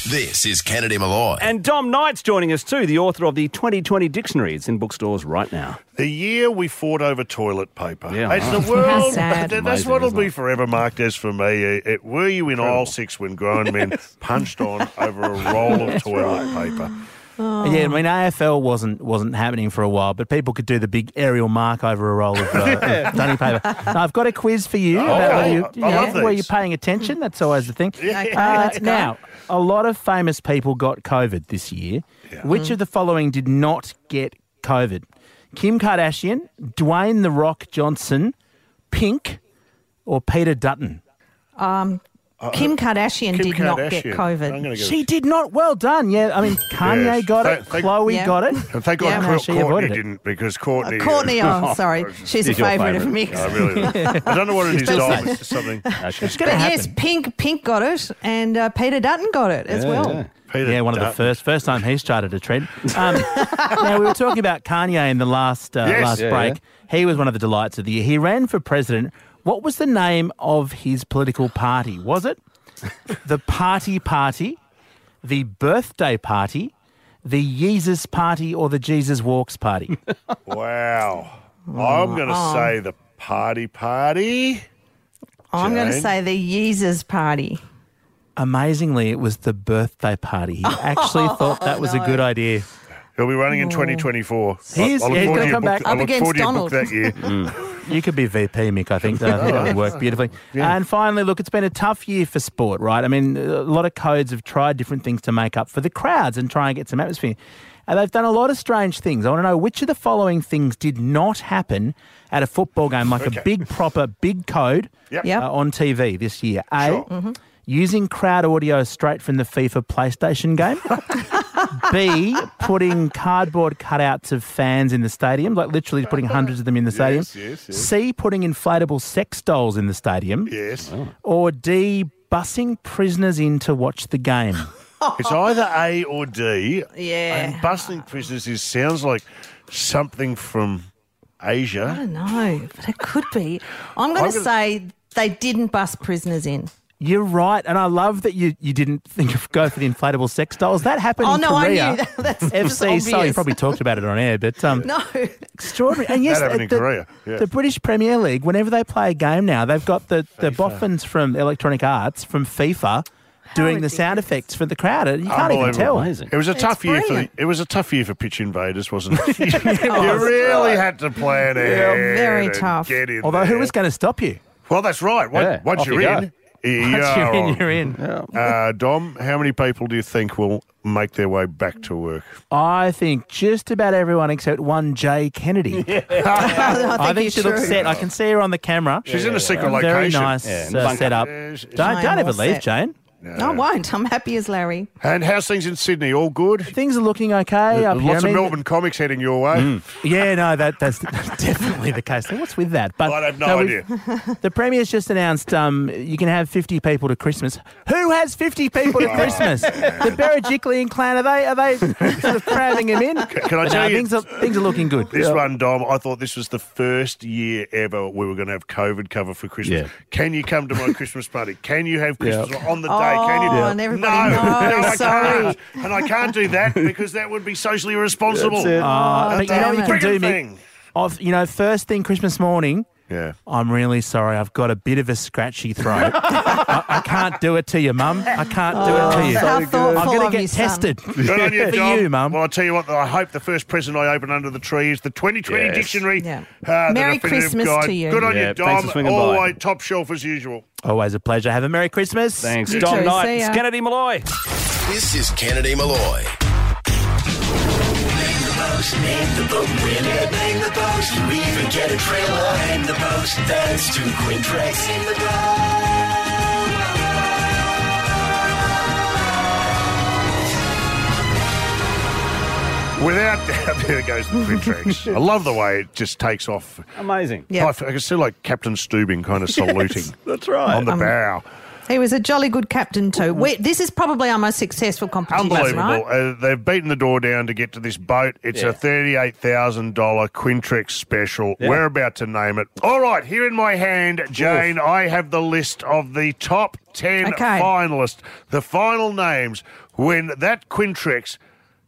[SPEAKER 2] This is Kennedy Malloy.
[SPEAKER 5] And Dom Knight's joining us too, the author of the 2020 dictionary. It's in bookstores right now.
[SPEAKER 3] The year we fought over toilet paper.
[SPEAKER 18] Oh,
[SPEAKER 5] Yeah,
[SPEAKER 3] It's the
[SPEAKER 5] right.
[SPEAKER 3] world.
[SPEAKER 5] sad.
[SPEAKER 3] That's
[SPEAKER 5] Amazing,
[SPEAKER 3] what
[SPEAKER 5] isn't
[SPEAKER 3] it'll be forever marked as for me. Uh, It, it- were you in aisle six when grown men punched on over a roll of toilet paper?
[SPEAKER 4] Oh.
[SPEAKER 18] Yeah, I mean AFL wasn't wasn't happening for a while, but people could do the big aerial mark over a roll of, uh,
[SPEAKER 3] Yeah.
[SPEAKER 18] of dunny paper. Now, I've got a quiz for you
[SPEAKER 3] Oh,
[SPEAKER 18] about whether you,
[SPEAKER 3] I-
[SPEAKER 18] you
[SPEAKER 3] I
[SPEAKER 18] know,
[SPEAKER 3] love
[SPEAKER 18] were you
[SPEAKER 3] these.
[SPEAKER 18] paying attention. That's always the thing. Uh,
[SPEAKER 3] Yeah. Okay,
[SPEAKER 4] let's go.
[SPEAKER 18] now, a lot of famous people got COVID this year. Which of the following did not get COVID? Kim Kardashian, Dwayne the Rock Johnson, Pink, or Peter Dutton?
[SPEAKER 4] Um,
[SPEAKER 3] Uh,
[SPEAKER 4] Kim Kardashian
[SPEAKER 18] Kim
[SPEAKER 4] did not get
[SPEAKER 18] Kardashian. I'm
[SPEAKER 4] COVID.
[SPEAKER 18] gonna go- She did not. Well done. Yeah, I mean
[SPEAKER 3] Yes.
[SPEAKER 18] Kanye got it.
[SPEAKER 3] Thank- thank-
[SPEAKER 18] Chloe
[SPEAKER 4] Yeah.
[SPEAKER 18] got it.
[SPEAKER 3] And thank God
[SPEAKER 18] Yeah.
[SPEAKER 3] Cour-
[SPEAKER 18] How she
[SPEAKER 3] Courtney
[SPEAKER 18] avoided it.
[SPEAKER 3] didn't because Courtney.
[SPEAKER 4] Courtney, oh, I'm sorry. She's a
[SPEAKER 3] your
[SPEAKER 4] favourite of
[SPEAKER 3] favourite.
[SPEAKER 4] Mick's.
[SPEAKER 3] I really. I don't know what it is.
[SPEAKER 4] But-
[SPEAKER 3] Dom. It's something.
[SPEAKER 18] It's
[SPEAKER 4] But yes, Pink Pink got it, and uh, Peter Dutton got it as well.
[SPEAKER 18] yeah, one of the first first time he's started a trend. Um, now we were talking about Kanye in the last uh,
[SPEAKER 5] Yes.
[SPEAKER 18] last
[SPEAKER 5] Yeah,
[SPEAKER 18] break. He was one of the delights of the year. He ran for president. What was the name of his political party? Was it the Party Party, the Birthday Party, the Yeezus Party, or the Jesus Walks Party?
[SPEAKER 3] Wow. I'm going to
[SPEAKER 4] Oh.
[SPEAKER 3] say the party party.
[SPEAKER 4] I'm going to
[SPEAKER 18] Jane?
[SPEAKER 4] say the Yeezers party.
[SPEAKER 18] Amazingly, it was the birthday party. He actually thought that was a good idea.
[SPEAKER 3] He'll be running in 2024.
[SPEAKER 18] He is-
[SPEAKER 3] I, I look
[SPEAKER 18] he's
[SPEAKER 3] forward
[SPEAKER 18] gonna
[SPEAKER 3] to your
[SPEAKER 18] come
[SPEAKER 3] book-
[SPEAKER 18] back.
[SPEAKER 3] I
[SPEAKER 18] Oh. Up
[SPEAKER 3] look
[SPEAKER 18] against
[SPEAKER 3] forward to your book
[SPEAKER 18] Donald.
[SPEAKER 3] that year.
[SPEAKER 18] You could be VP, Mick. I think, I think that would work beautifully. And finally, look, it's been a tough year for sport, right? I mean, a lot of codes have tried different things to make up for the crowds and try and get some atmosphere. And they've done a lot of strange things. I want to know which of the following things did not happen at a football game, like
[SPEAKER 5] Okay.
[SPEAKER 18] a big, proper, big code
[SPEAKER 5] Yep. Yep.
[SPEAKER 18] uh, on TV this year. A,
[SPEAKER 4] Mm-hmm.
[SPEAKER 18] using crowd audio straight from the FIFA PlayStation game. B, putting cardboard cutouts of fans in the stadium, like literally putting hundreds of them in the stadium.
[SPEAKER 3] Yes, yes, yes.
[SPEAKER 18] C, putting inflatable sex dolls in the stadium.
[SPEAKER 3] Yes.
[SPEAKER 18] Or D, busing prisoners in to watch the game.
[SPEAKER 3] It's either A or D.
[SPEAKER 4] Yeah.
[SPEAKER 3] And bustling prisoners is, sounds like something from
[SPEAKER 4] I
[SPEAKER 3] Asia.
[SPEAKER 4] don't know, but it could be. I'm going
[SPEAKER 3] I'm
[SPEAKER 4] to
[SPEAKER 3] gonna-
[SPEAKER 4] say they didn't bust prisoners in.
[SPEAKER 18] You're right, and I love that you, you didn't think of go for the inflatable sex dolls. That happened
[SPEAKER 4] Oh,
[SPEAKER 18] in
[SPEAKER 4] no, I
[SPEAKER 18] Korea.
[SPEAKER 4] knew that. That's just
[SPEAKER 18] FC, sorry, you
[SPEAKER 4] obvious.
[SPEAKER 18] probably talked about it on air, but um,
[SPEAKER 4] No.
[SPEAKER 18] extraordinary. And yes,
[SPEAKER 4] That happened
[SPEAKER 18] uh,
[SPEAKER 4] in
[SPEAKER 18] the,
[SPEAKER 4] Korea, yeah.
[SPEAKER 18] the British Premier League, whenever they play a game now, they've got the, the boffins from Electronic Arts, from FIFA, doing the sound effects for the crowd. You can't even tell.
[SPEAKER 3] It was a
[SPEAKER 18] It's
[SPEAKER 3] tough year for the,
[SPEAKER 18] brilliant. Oh,
[SPEAKER 3] it was a tough year for pitch invaders, wasn't it? you
[SPEAKER 18] was.
[SPEAKER 3] really had to plan ahead.
[SPEAKER 18] very
[SPEAKER 3] and
[SPEAKER 18] tough.
[SPEAKER 3] Get in
[SPEAKER 18] Although,
[SPEAKER 3] there.
[SPEAKER 18] who was going to stop you?
[SPEAKER 3] Well, that's right. Once,
[SPEAKER 18] Yeah,
[SPEAKER 3] once
[SPEAKER 18] off
[SPEAKER 3] you're
[SPEAKER 18] you
[SPEAKER 3] in,
[SPEAKER 18] go. Once you're in, you're in.
[SPEAKER 3] Uh, Dom, how many people do you think will make their way back to work?
[SPEAKER 18] I think just about everyone except one Jay Kennedy.
[SPEAKER 3] I
[SPEAKER 18] I
[SPEAKER 3] think
[SPEAKER 18] think she
[SPEAKER 3] you're
[SPEAKER 18] looks
[SPEAKER 3] true.
[SPEAKER 18] set. I can see her on the camera.
[SPEAKER 3] She's in a secret
[SPEAKER 18] Very
[SPEAKER 3] location.
[SPEAKER 18] nice
[SPEAKER 3] Yeah,
[SPEAKER 18] uh,
[SPEAKER 3] bunker.
[SPEAKER 18] setup.
[SPEAKER 3] Yeah, she's-
[SPEAKER 18] Don't,
[SPEAKER 3] I
[SPEAKER 18] don't
[SPEAKER 3] am
[SPEAKER 18] ever
[SPEAKER 3] all
[SPEAKER 18] leave,
[SPEAKER 3] set.
[SPEAKER 18] Jane.
[SPEAKER 4] I won't. I'm happy as Larry.
[SPEAKER 3] And how's things in Sydney? All good?
[SPEAKER 18] Things are looking okay up
[SPEAKER 3] Lots
[SPEAKER 18] here. I
[SPEAKER 3] of
[SPEAKER 18] mean-
[SPEAKER 3] Melbourne comics heading your way.
[SPEAKER 18] Yeah, no, that that's definitely the case. What's with that? But I have
[SPEAKER 3] no
[SPEAKER 18] The premier's just announced um, you can have fifty people to Christmas. Who has fifty people to
[SPEAKER 3] Yeah.
[SPEAKER 18] Christmas? the Berejiklian clan are they are they sort of cramming him in?
[SPEAKER 3] Can I
[SPEAKER 18] No,
[SPEAKER 3] tell you?
[SPEAKER 18] things are things are looking good.
[SPEAKER 3] This
[SPEAKER 18] Yeah.
[SPEAKER 3] one, Dom, I thought this was the first year ever we were going to have COVID cover for Christmas.
[SPEAKER 18] Yeah.
[SPEAKER 3] Can you come to my Christmas party? Can you have Christmas
[SPEAKER 18] Yeah.
[SPEAKER 3] on the day? Can you?
[SPEAKER 18] Oh, and everybody
[SPEAKER 3] no,
[SPEAKER 18] knows.
[SPEAKER 3] no, I
[SPEAKER 18] Sorry.
[SPEAKER 3] can't. And I can't do that because that would be socially irresponsible. Oh,
[SPEAKER 18] That's it. Ah,
[SPEAKER 3] That's
[SPEAKER 18] but you know what you
[SPEAKER 3] a
[SPEAKER 18] can do,
[SPEAKER 3] friggin'
[SPEAKER 18] Mick. I've, you know, first thing Christmas morning.
[SPEAKER 3] Yeah.
[SPEAKER 18] I'm really sorry. I've got a bit of a scratchy throat. I, I can't do it to you, Mum. I can't do it to you. I'm going to get tested.
[SPEAKER 3] Oh, Good on you,
[SPEAKER 18] For
[SPEAKER 3] Dom.
[SPEAKER 18] you, Mum.
[SPEAKER 3] Well, I'll tell you what, though, I hope the first present I open under the tree is the 2020
[SPEAKER 18] Yes.
[SPEAKER 3] dictionary.
[SPEAKER 18] Yeah.
[SPEAKER 3] Uh, the
[SPEAKER 18] Merry
[SPEAKER 3] definitive
[SPEAKER 18] Christmas
[SPEAKER 3] guide.
[SPEAKER 18] to you.
[SPEAKER 3] Good on
[SPEAKER 18] Yeah,
[SPEAKER 3] you,
[SPEAKER 18] thanks for
[SPEAKER 3] Dom.
[SPEAKER 18] swinging
[SPEAKER 3] All
[SPEAKER 18] by.
[SPEAKER 3] way, top shelf as usual.
[SPEAKER 18] Always a pleasure. Have a Merry Christmas.
[SPEAKER 5] Thanks,
[SPEAKER 3] You Dom too. Knight. See ya.
[SPEAKER 5] Kennedy Malloy.
[SPEAKER 2] This is Kennedy Malloy.
[SPEAKER 16] Name the boat winner, name the boat. You even get a trailer. Name the boat, thanks to Quintrex. Name the boat.
[SPEAKER 3] Without doubt, there goes the Quintrax. I love the way it just takes off.
[SPEAKER 5] Amazing.
[SPEAKER 3] I, f- I can see like Captain Stubing kind of saluting.
[SPEAKER 5] that's
[SPEAKER 3] On the
[SPEAKER 4] Um,
[SPEAKER 3] bow.
[SPEAKER 4] He was a jolly good captain too. We, this is probably our most successful competition,
[SPEAKER 3] Unbelievable.
[SPEAKER 4] right?
[SPEAKER 3] Uh, they've beaten the door down to get to this boat. It's
[SPEAKER 4] Yeah.
[SPEAKER 3] a $38,000 Quintrex special.
[SPEAKER 7] Yeah.
[SPEAKER 3] We're about to name it. All right, here in my hand, Jane, I have the list of the top 10
[SPEAKER 7] Okay.
[SPEAKER 3] finalists. The final names when that Quintrex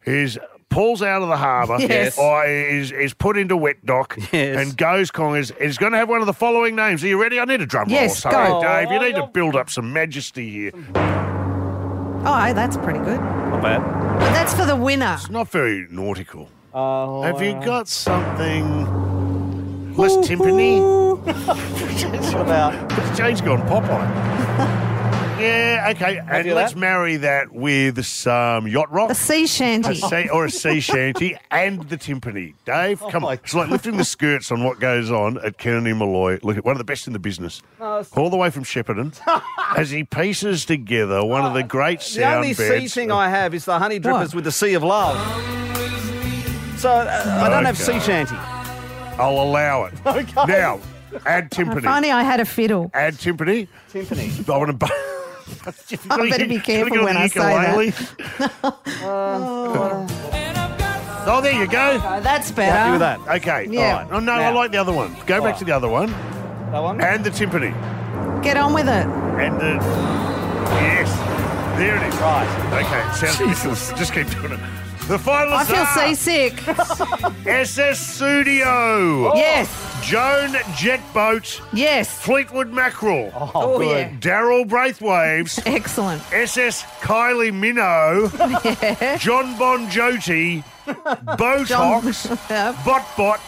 [SPEAKER 3] is. Pulls out of the harbour,
[SPEAKER 7] Yes.
[SPEAKER 3] or is is put into wet dock, and goes Congers. Is going to have one of the following names. Are you ready? I need a drum roll. or
[SPEAKER 4] Yes,
[SPEAKER 3] something,
[SPEAKER 4] go.
[SPEAKER 3] Dave. You need to build up some majesty here.
[SPEAKER 4] Oh, that's pretty good.
[SPEAKER 5] Not bad.
[SPEAKER 4] But that's for the winner.
[SPEAKER 3] It's not very nautical.
[SPEAKER 5] Oh,
[SPEAKER 3] Have you got something less timpani? Jane's gone Popeye. yeah, okay. And
[SPEAKER 4] you
[SPEAKER 3] let's
[SPEAKER 4] that?
[SPEAKER 3] marry that with some yacht rock.
[SPEAKER 4] A sea shanty.
[SPEAKER 3] A sea- or a sea shanty and the timpani. Dave,
[SPEAKER 5] Oh
[SPEAKER 3] come on. It's like lifting the skirts on what goes on at Kennedy Malloy. Look at one of the best in the business.
[SPEAKER 5] No, it's-
[SPEAKER 3] All the way from Shepparton. as he pieces together one of the great sound
[SPEAKER 5] Uh, The only sea
[SPEAKER 3] beds
[SPEAKER 5] thing
[SPEAKER 3] of-
[SPEAKER 5] I have is the honey drippers
[SPEAKER 3] What?
[SPEAKER 5] with the sea of love. So uh, I don't have
[SPEAKER 3] Okay.
[SPEAKER 5] sea shanty.
[SPEAKER 3] I'll allow it.
[SPEAKER 5] Okay.
[SPEAKER 3] Now, add timpani.
[SPEAKER 4] If only I had a fiddle.
[SPEAKER 3] Add timpani. Timpani. I want to. bu-
[SPEAKER 4] I better be careful when I say that.
[SPEAKER 18] Uh,
[SPEAKER 3] Oh, there you go.
[SPEAKER 4] that's better. Happy with that.
[SPEAKER 3] Okay.
[SPEAKER 4] Yeah.
[SPEAKER 3] All right. Oh, no, I
[SPEAKER 4] Now.
[SPEAKER 3] like the other one. Go back to the other one. That
[SPEAKER 5] one?
[SPEAKER 3] And the timpani.
[SPEAKER 4] Get on with it.
[SPEAKER 3] And the. Yes. There it is. Right. Okay. Sounds Jesus. Just keep doing it. The final
[SPEAKER 4] I feel seasick.
[SPEAKER 3] SS
[SPEAKER 5] Oh.
[SPEAKER 3] Studio.
[SPEAKER 4] Yes.
[SPEAKER 3] Joan Jetboat.
[SPEAKER 4] Yes.
[SPEAKER 3] Fleetwood Mackerel. Oh,
[SPEAKER 4] Oh, good. yeah.
[SPEAKER 3] Daryl Braithwaves.
[SPEAKER 4] Excellent.
[SPEAKER 3] SS Kylie Minow. John Bon Joti. Botox. Bot Bot.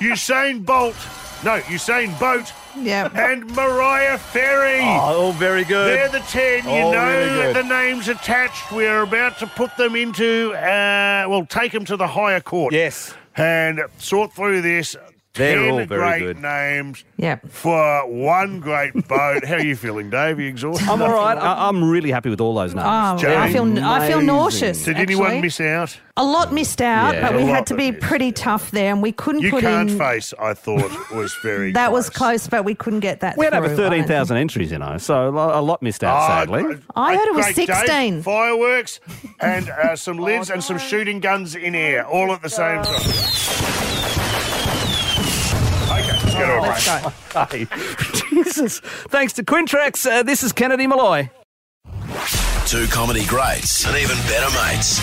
[SPEAKER 3] Usain Bolt. No, Usain Boat.
[SPEAKER 4] Yeah.
[SPEAKER 3] And Mariah Ferry.
[SPEAKER 5] Oh, very good.
[SPEAKER 3] They're the 10. You
[SPEAKER 5] Oh,
[SPEAKER 3] know
[SPEAKER 5] really good.
[SPEAKER 3] the names attached. We're about to put them into, uh, well, take them to the higher court. Yes. And sort through this.
[SPEAKER 5] They're
[SPEAKER 3] 10
[SPEAKER 5] all very
[SPEAKER 3] great
[SPEAKER 5] good.
[SPEAKER 3] names
[SPEAKER 4] Yep.
[SPEAKER 3] for one great boat. How are you feeling, Dave? Are you exhausted?
[SPEAKER 5] I'm all right. I- I'm really happy with all those names.
[SPEAKER 4] Oh, I feel I feel nauseous.
[SPEAKER 3] Did anyone
[SPEAKER 4] actually.
[SPEAKER 3] miss out?
[SPEAKER 4] A lot missed out,
[SPEAKER 3] Yeah.
[SPEAKER 4] but we
[SPEAKER 3] A
[SPEAKER 4] had
[SPEAKER 3] lot
[SPEAKER 4] to be pretty tough there, and we couldn't
[SPEAKER 3] You
[SPEAKER 4] put
[SPEAKER 3] can't
[SPEAKER 4] in.
[SPEAKER 3] face, I thought, was very.
[SPEAKER 4] that was close, but we couldn't get that.
[SPEAKER 5] We had
[SPEAKER 4] through,
[SPEAKER 5] over
[SPEAKER 4] I don't
[SPEAKER 5] 13,000 entries, you know, so a lo- a lot missed out,
[SPEAKER 3] Oh,
[SPEAKER 5] sadly.
[SPEAKER 4] I heard it was
[SPEAKER 3] Great day,
[SPEAKER 4] 16.
[SPEAKER 3] fireworks and uh, some lids and some shooting guns in air, all at the same time. Let's get on,
[SPEAKER 5] Let's
[SPEAKER 3] mate.
[SPEAKER 5] Hey, Jesus. Thanks to Quintrex. Uh, this is Kennedy Malloy.
[SPEAKER 2] Two comedy greats and even better mates.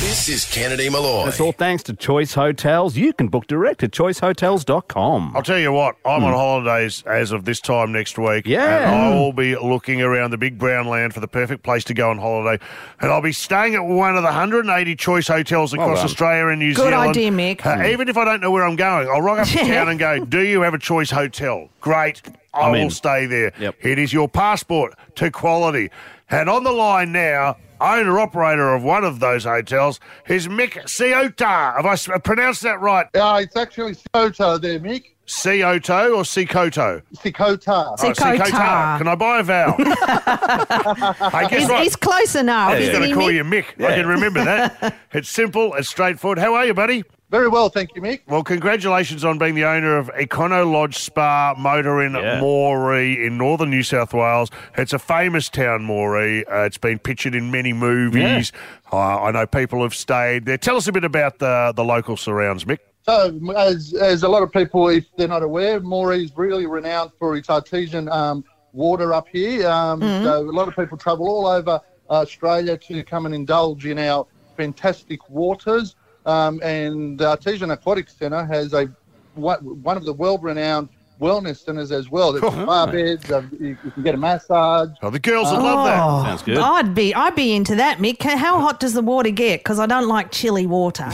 [SPEAKER 2] This is Kennedy Malloy.
[SPEAKER 5] That's all thanks to Choice Hotels. You can book direct at choicehotels.com.
[SPEAKER 3] I'll tell you what, I'm
[SPEAKER 4] Hmm.
[SPEAKER 3] on holidays as of this time next week.
[SPEAKER 5] Yeah.
[SPEAKER 3] And I will be looking around the big brown land for the perfect place to go on holiday. And I'll be staying at one of the 180 choice hotels
[SPEAKER 4] Well
[SPEAKER 3] across
[SPEAKER 4] done.
[SPEAKER 3] Australia and New
[SPEAKER 4] Good
[SPEAKER 3] Zealand.
[SPEAKER 4] idea, Mick.
[SPEAKER 3] Uh,
[SPEAKER 4] Mm.
[SPEAKER 3] Even if I don't know where I'm going, I'll rock up to
[SPEAKER 4] Yeah.
[SPEAKER 3] town and go, Do you have a choice hotel? Great. I
[SPEAKER 5] I'm
[SPEAKER 3] will
[SPEAKER 5] in.
[SPEAKER 3] stay there. It is your passport to quality. And on the line now, owner operator of one of those hotels is Mick Ciota. Have I s- pronounced that right?
[SPEAKER 19] Uh, it's actually Ciota there, Mick.
[SPEAKER 3] Cioto or Cicoto?
[SPEAKER 19] Cicotar.
[SPEAKER 3] Oh, Cicotar. Can I buy a vowel? hey, guess
[SPEAKER 4] he's,
[SPEAKER 3] what?
[SPEAKER 4] he's close enough.
[SPEAKER 3] I was
[SPEAKER 4] isn't
[SPEAKER 3] going
[SPEAKER 4] he,
[SPEAKER 3] to call
[SPEAKER 4] Mick?
[SPEAKER 3] you Mick. I
[SPEAKER 4] Yeah.
[SPEAKER 3] can remember that. it's simple. It's straightforward. How are you, buddy?
[SPEAKER 19] Very well, thank you, Mick.
[SPEAKER 3] Well, congratulations on being the owner of Econo Lodge Spa Motor in Moree in northern New South Wales. It's a famous town, Moree. Uh, it's been pictured in many movies. Uh, I know people have stayed there. Tell us a bit about the the local surrounds, Mick.
[SPEAKER 19] So, as, as a lot of people, if they're not aware, Moree is really renowned for its artesian um, water up here. Um, So, a lot of people travel all over uh, Australia to come and indulge in our fantastic waters. Um, and the Artesian Aquatic Centre has a one one of the world-renowned wellness centres as well. There's spa beds. uh, You you can get a massage. Um,
[SPEAKER 3] Oh, the girls
[SPEAKER 19] will
[SPEAKER 4] Oh, I'd be, I'd be into that, Mick. How hot does the water get? Because I don't like chilly water.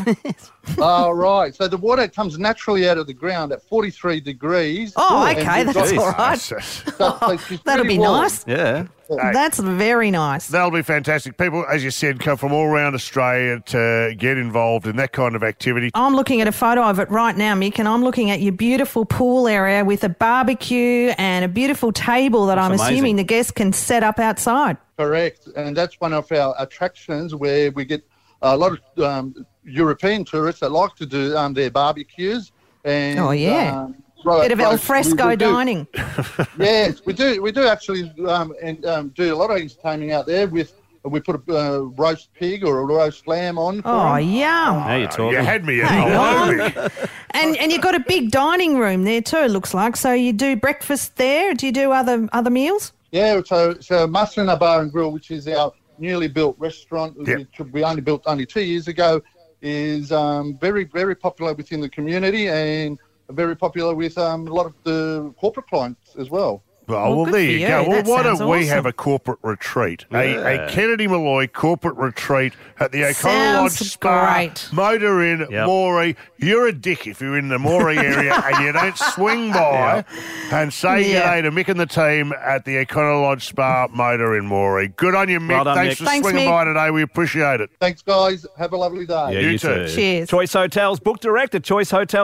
[SPEAKER 19] All right. So the water comes naturally out of the ground at 43 degrees.
[SPEAKER 4] Oh, okay,
[SPEAKER 19] And-
[SPEAKER 4] that's Jeez. all right. Oh, That'll
[SPEAKER 19] pretty
[SPEAKER 4] be
[SPEAKER 19] warm.
[SPEAKER 4] nice.
[SPEAKER 5] Yeah.
[SPEAKER 4] That's very nice.
[SPEAKER 3] That'll be fantastic. People, as you said, come from all around Australia to get involved in that kind of activity.
[SPEAKER 4] I'm looking at a photo of it right now, Mick, and I'm looking at your beautiful pool area with a barbecue and a beautiful table that I'm
[SPEAKER 19] amazing.
[SPEAKER 4] assuming the guests can set up outside.
[SPEAKER 19] Correct. And that's one of our attractions where we get a lot of um, European tourists that like to do um, their barbecues. And,
[SPEAKER 4] Oh, yeah.
[SPEAKER 19] um, right,
[SPEAKER 4] Bit of
[SPEAKER 19] right,
[SPEAKER 4] al
[SPEAKER 19] we
[SPEAKER 4] fresco
[SPEAKER 19] will do-
[SPEAKER 4] dining.
[SPEAKER 19] yes, we do. We do actually um, and um, do a lot of entertaining out there with. We put a uh, roast pig or a roast lamb on. for
[SPEAKER 4] Oh,
[SPEAKER 19] 'em.
[SPEAKER 4] yum.
[SPEAKER 5] Now you're talking.
[SPEAKER 3] You had me. at
[SPEAKER 4] Hang
[SPEAKER 3] hello.
[SPEAKER 4] on. And and you've got a big dining room there too, it looks like. So you do breakfast there. Do you do other other meals?
[SPEAKER 19] Yeah, so so Maslina Bar and Grill, which is our newly built restaurant, which we only built only two years ago, is um, very very popular within the community and very popular with um, a lot of the corporate clients as well.
[SPEAKER 3] Well, well, there you go. Well, why don't we have a corporate retreat? A,
[SPEAKER 19] Yeah.
[SPEAKER 3] a Kennedy Malloy corporate retreat at the O'Connell Lodge
[SPEAKER 4] Sounds
[SPEAKER 3] Spa, Motor Inn, Moree. You're a dick if you're in the Moree area and you don't swing by and say
[SPEAKER 4] Yeah.
[SPEAKER 3] g'day to Mick and the team at the O'Connell Lodge Spa, Motor in Moree. Good on you, Mick.
[SPEAKER 5] Well done,
[SPEAKER 3] Thanks
[SPEAKER 5] Mick.
[SPEAKER 3] for
[SPEAKER 5] Thanks,
[SPEAKER 3] swinging
[SPEAKER 5] Mick.
[SPEAKER 3] by today. We appreciate it.
[SPEAKER 19] Thanks, guys. Have a lovely day.
[SPEAKER 5] Yeah,
[SPEAKER 3] You too.
[SPEAKER 4] Cheers.
[SPEAKER 5] Choice Hotels. Book direct at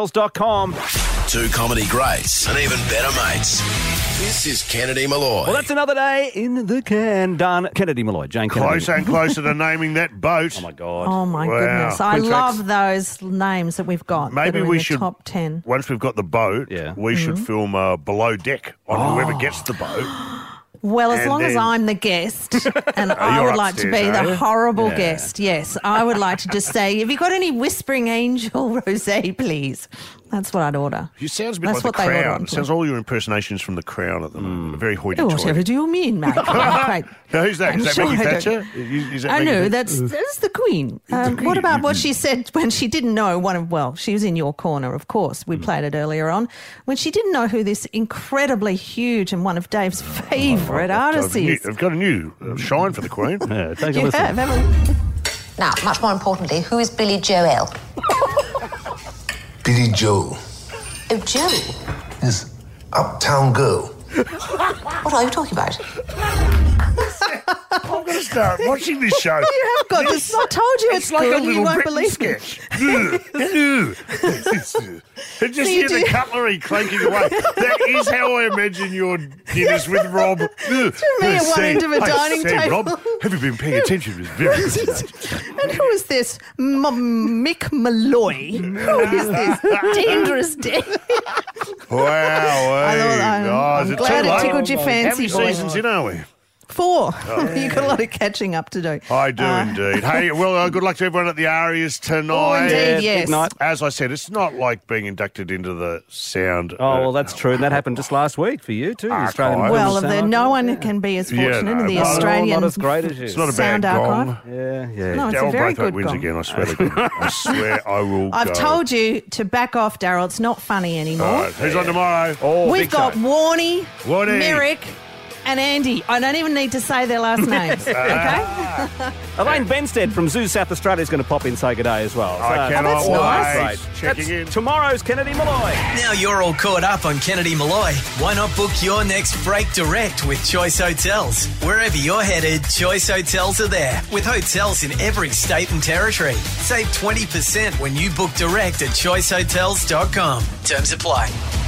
[SPEAKER 5] choicehotels.com.
[SPEAKER 2] Two comedy greats and even better mates. This is Kennedy Malloy.
[SPEAKER 5] Well, that's another day in the can. Done. Kennedy Malloy, Jane Kennedy.
[SPEAKER 3] Closer and closer to naming that boat. Oh, my
[SPEAKER 5] God.
[SPEAKER 4] Oh my goodness. I love those names that we've got. that
[SPEAKER 3] Maybe
[SPEAKER 4] are in
[SPEAKER 3] we
[SPEAKER 4] the
[SPEAKER 3] should-
[SPEAKER 4] top ten.
[SPEAKER 3] Once we've got the boat, we should
[SPEAKER 4] Mm-hmm.
[SPEAKER 3] film uh, below deck on whoever gets the boat.
[SPEAKER 4] Well, as
[SPEAKER 3] And
[SPEAKER 4] long as
[SPEAKER 3] then- Oh,
[SPEAKER 4] I'm the guest, and I
[SPEAKER 3] you're
[SPEAKER 4] would like to be
[SPEAKER 3] upstairs, are you?
[SPEAKER 4] the horrible
[SPEAKER 3] Yeah.
[SPEAKER 4] guest, yes, I would like to just say, have you got any Whispering Angel rosé, please? That's what I'd order.
[SPEAKER 3] You sounds a bit
[SPEAKER 4] That's
[SPEAKER 3] like
[SPEAKER 4] what
[SPEAKER 3] the
[SPEAKER 4] they order
[SPEAKER 3] Crown. Mm.
[SPEAKER 4] on
[SPEAKER 3] It sounds all your impersonations from the Crown at the moment. Very hoity-toity.
[SPEAKER 4] Whatever do you mean, mate? Great.
[SPEAKER 3] Now, who's that?
[SPEAKER 4] I'm
[SPEAKER 3] Is that
[SPEAKER 4] sure
[SPEAKER 3] Maggie
[SPEAKER 4] I don't-
[SPEAKER 3] Thatcher? Is- is that
[SPEAKER 4] I
[SPEAKER 3] Maggie
[SPEAKER 4] know
[SPEAKER 3] Thatcher?
[SPEAKER 4] that's that's the Queen. Um, what about what she said when she didn't know one of well, she was in your corner, of course.
[SPEAKER 3] Hmm.
[SPEAKER 4] We played it earlier on when she didn't know who this incredibly huge and one of Dave's
[SPEAKER 3] Oh,
[SPEAKER 4] favourite artists
[SPEAKER 3] I've, new,
[SPEAKER 4] is.
[SPEAKER 3] I've got a new uh, shine for the Queen. yeah,
[SPEAKER 5] take
[SPEAKER 8] You listen.
[SPEAKER 4] have, haven't you?
[SPEAKER 8] Now, much more importantly, who is Billy Joel?
[SPEAKER 9] Billy Joel.
[SPEAKER 8] Oh, Joel.
[SPEAKER 9] Yes. Uptown Girl.
[SPEAKER 8] What are you talking about?
[SPEAKER 3] I'm going to start watching this show.
[SPEAKER 4] you have got this. I told you it's,
[SPEAKER 3] It's like
[SPEAKER 4] good.
[SPEAKER 3] a
[SPEAKER 4] you
[SPEAKER 3] little
[SPEAKER 4] won't
[SPEAKER 3] Britain
[SPEAKER 4] believe me.
[SPEAKER 3] sketch. Ugh, ugh. And just
[SPEAKER 4] So you
[SPEAKER 3] hear the
[SPEAKER 4] do-
[SPEAKER 3] cutlery clanking away. That is how I imagine your dinners with Rob. Through
[SPEAKER 4] me at one end of a dining table.
[SPEAKER 3] Rob, have you been paying attention? It's very good tonight."
[SPEAKER 4] and who is this? M- Mick Malloy. Who is this? Dangerous Dave.
[SPEAKER 3] Wow.
[SPEAKER 4] I thought-
[SPEAKER 3] hey.
[SPEAKER 4] I'm-
[SPEAKER 3] Oh, is
[SPEAKER 4] I'm
[SPEAKER 3] it
[SPEAKER 4] glad
[SPEAKER 3] too
[SPEAKER 4] it
[SPEAKER 3] late?
[SPEAKER 4] tickled your
[SPEAKER 3] How many
[SPEAKER 4] fancy, boy.
[SPEAKER 3] seasons in are we?
[SPEAKER 4] Four.
[SPEAKER 3] Oh.
[SPEAKER 4] You've got a lot of catching up to do.
[SPEAKER 3] I do
[SPEAKER 4] Uh, Oh,
[SPEAKER 3] indeed. Hey, well, uh, good luck to everyone at the Arias tonight.
[SPEAKER 4] indeed, Yeah, big yes. night.
[SPEAKER 3] As I said, it's not like being inducted into the sound.
[SPEAKER 5] Oh, well, that's true. And that happened just last week for you, too. the
[SPEAKER 3] Ah,
[SPEAKER 5] Australian
[SPEAKER 3] Archive.
[SPEAKER 5] Film
[SPEAKER 4] Well,
[SPEAKER 5] Sound
[SPEAKER 4] the, no one can be as
[SPEAKER 3] Yeah,
[SPEAKER 4] fortunate
[SPEAKER 3] no,
[SPEAKER 4] as the
[SPEAKER 3] well,
[SPEAKER 4] Australian
[SPEAKER 5] not as great as you. It's
[SPEAKER 3] not a
[SPEAKER 4] sound
[SPEAKER 3] bad
[SPEAKER 4] archive.
[SPEAKER 3] gong.
[SPEAKER 5] Yeah, yeah.
[SPEAKER 4] No, it's a
[SPEAKER 3] Daryl
[SPEAKER 4] very
[SPEAKER 3] Braithwaite
[SPEAKER 4] good
[SPEAKER 3] wins
[SPEAKER 4] gong.
[SPEAKER 3] again. I swear to God. I swear I will.
[SPEAKER 4] I've
[SPEAKER 3] go.
[SPEAKER 4] told you to back off, Daryl. It's not funny
[SPEAKER 3] All
[SPEAKER 4] anymore.
[SPEAKER 3] right, who's on tomorrow? Oh,
[SPEAKER 4] We've got Warnie,
[SPEAKER 3] Warnie.
[SPEAKER 4] Merrick, and Andy. I don't even need to say their last names. okay?
[SPEAKER 5] Elaine Benstead from Zoo South Australia is going to pop in say good day as well.
[SPEAKER 1] I cannot
[SPEAKER 5] that's
[SPEAKER 1] wait.
[SPEAKER 5] nice.
[SPEAKER 1] Checking
[SPEAKER 5] That's Tomorrow's Kennedy Malloy.
[SPEAKER 1] Now you're all caught up on Kennedy Malloy. Why not book your next break direct with Choice Hotels? Wherever you're headed, Choice Hotels are there with hotels in every state and territory. Save 20% when you book direct at choicehotels.com. Terms apply.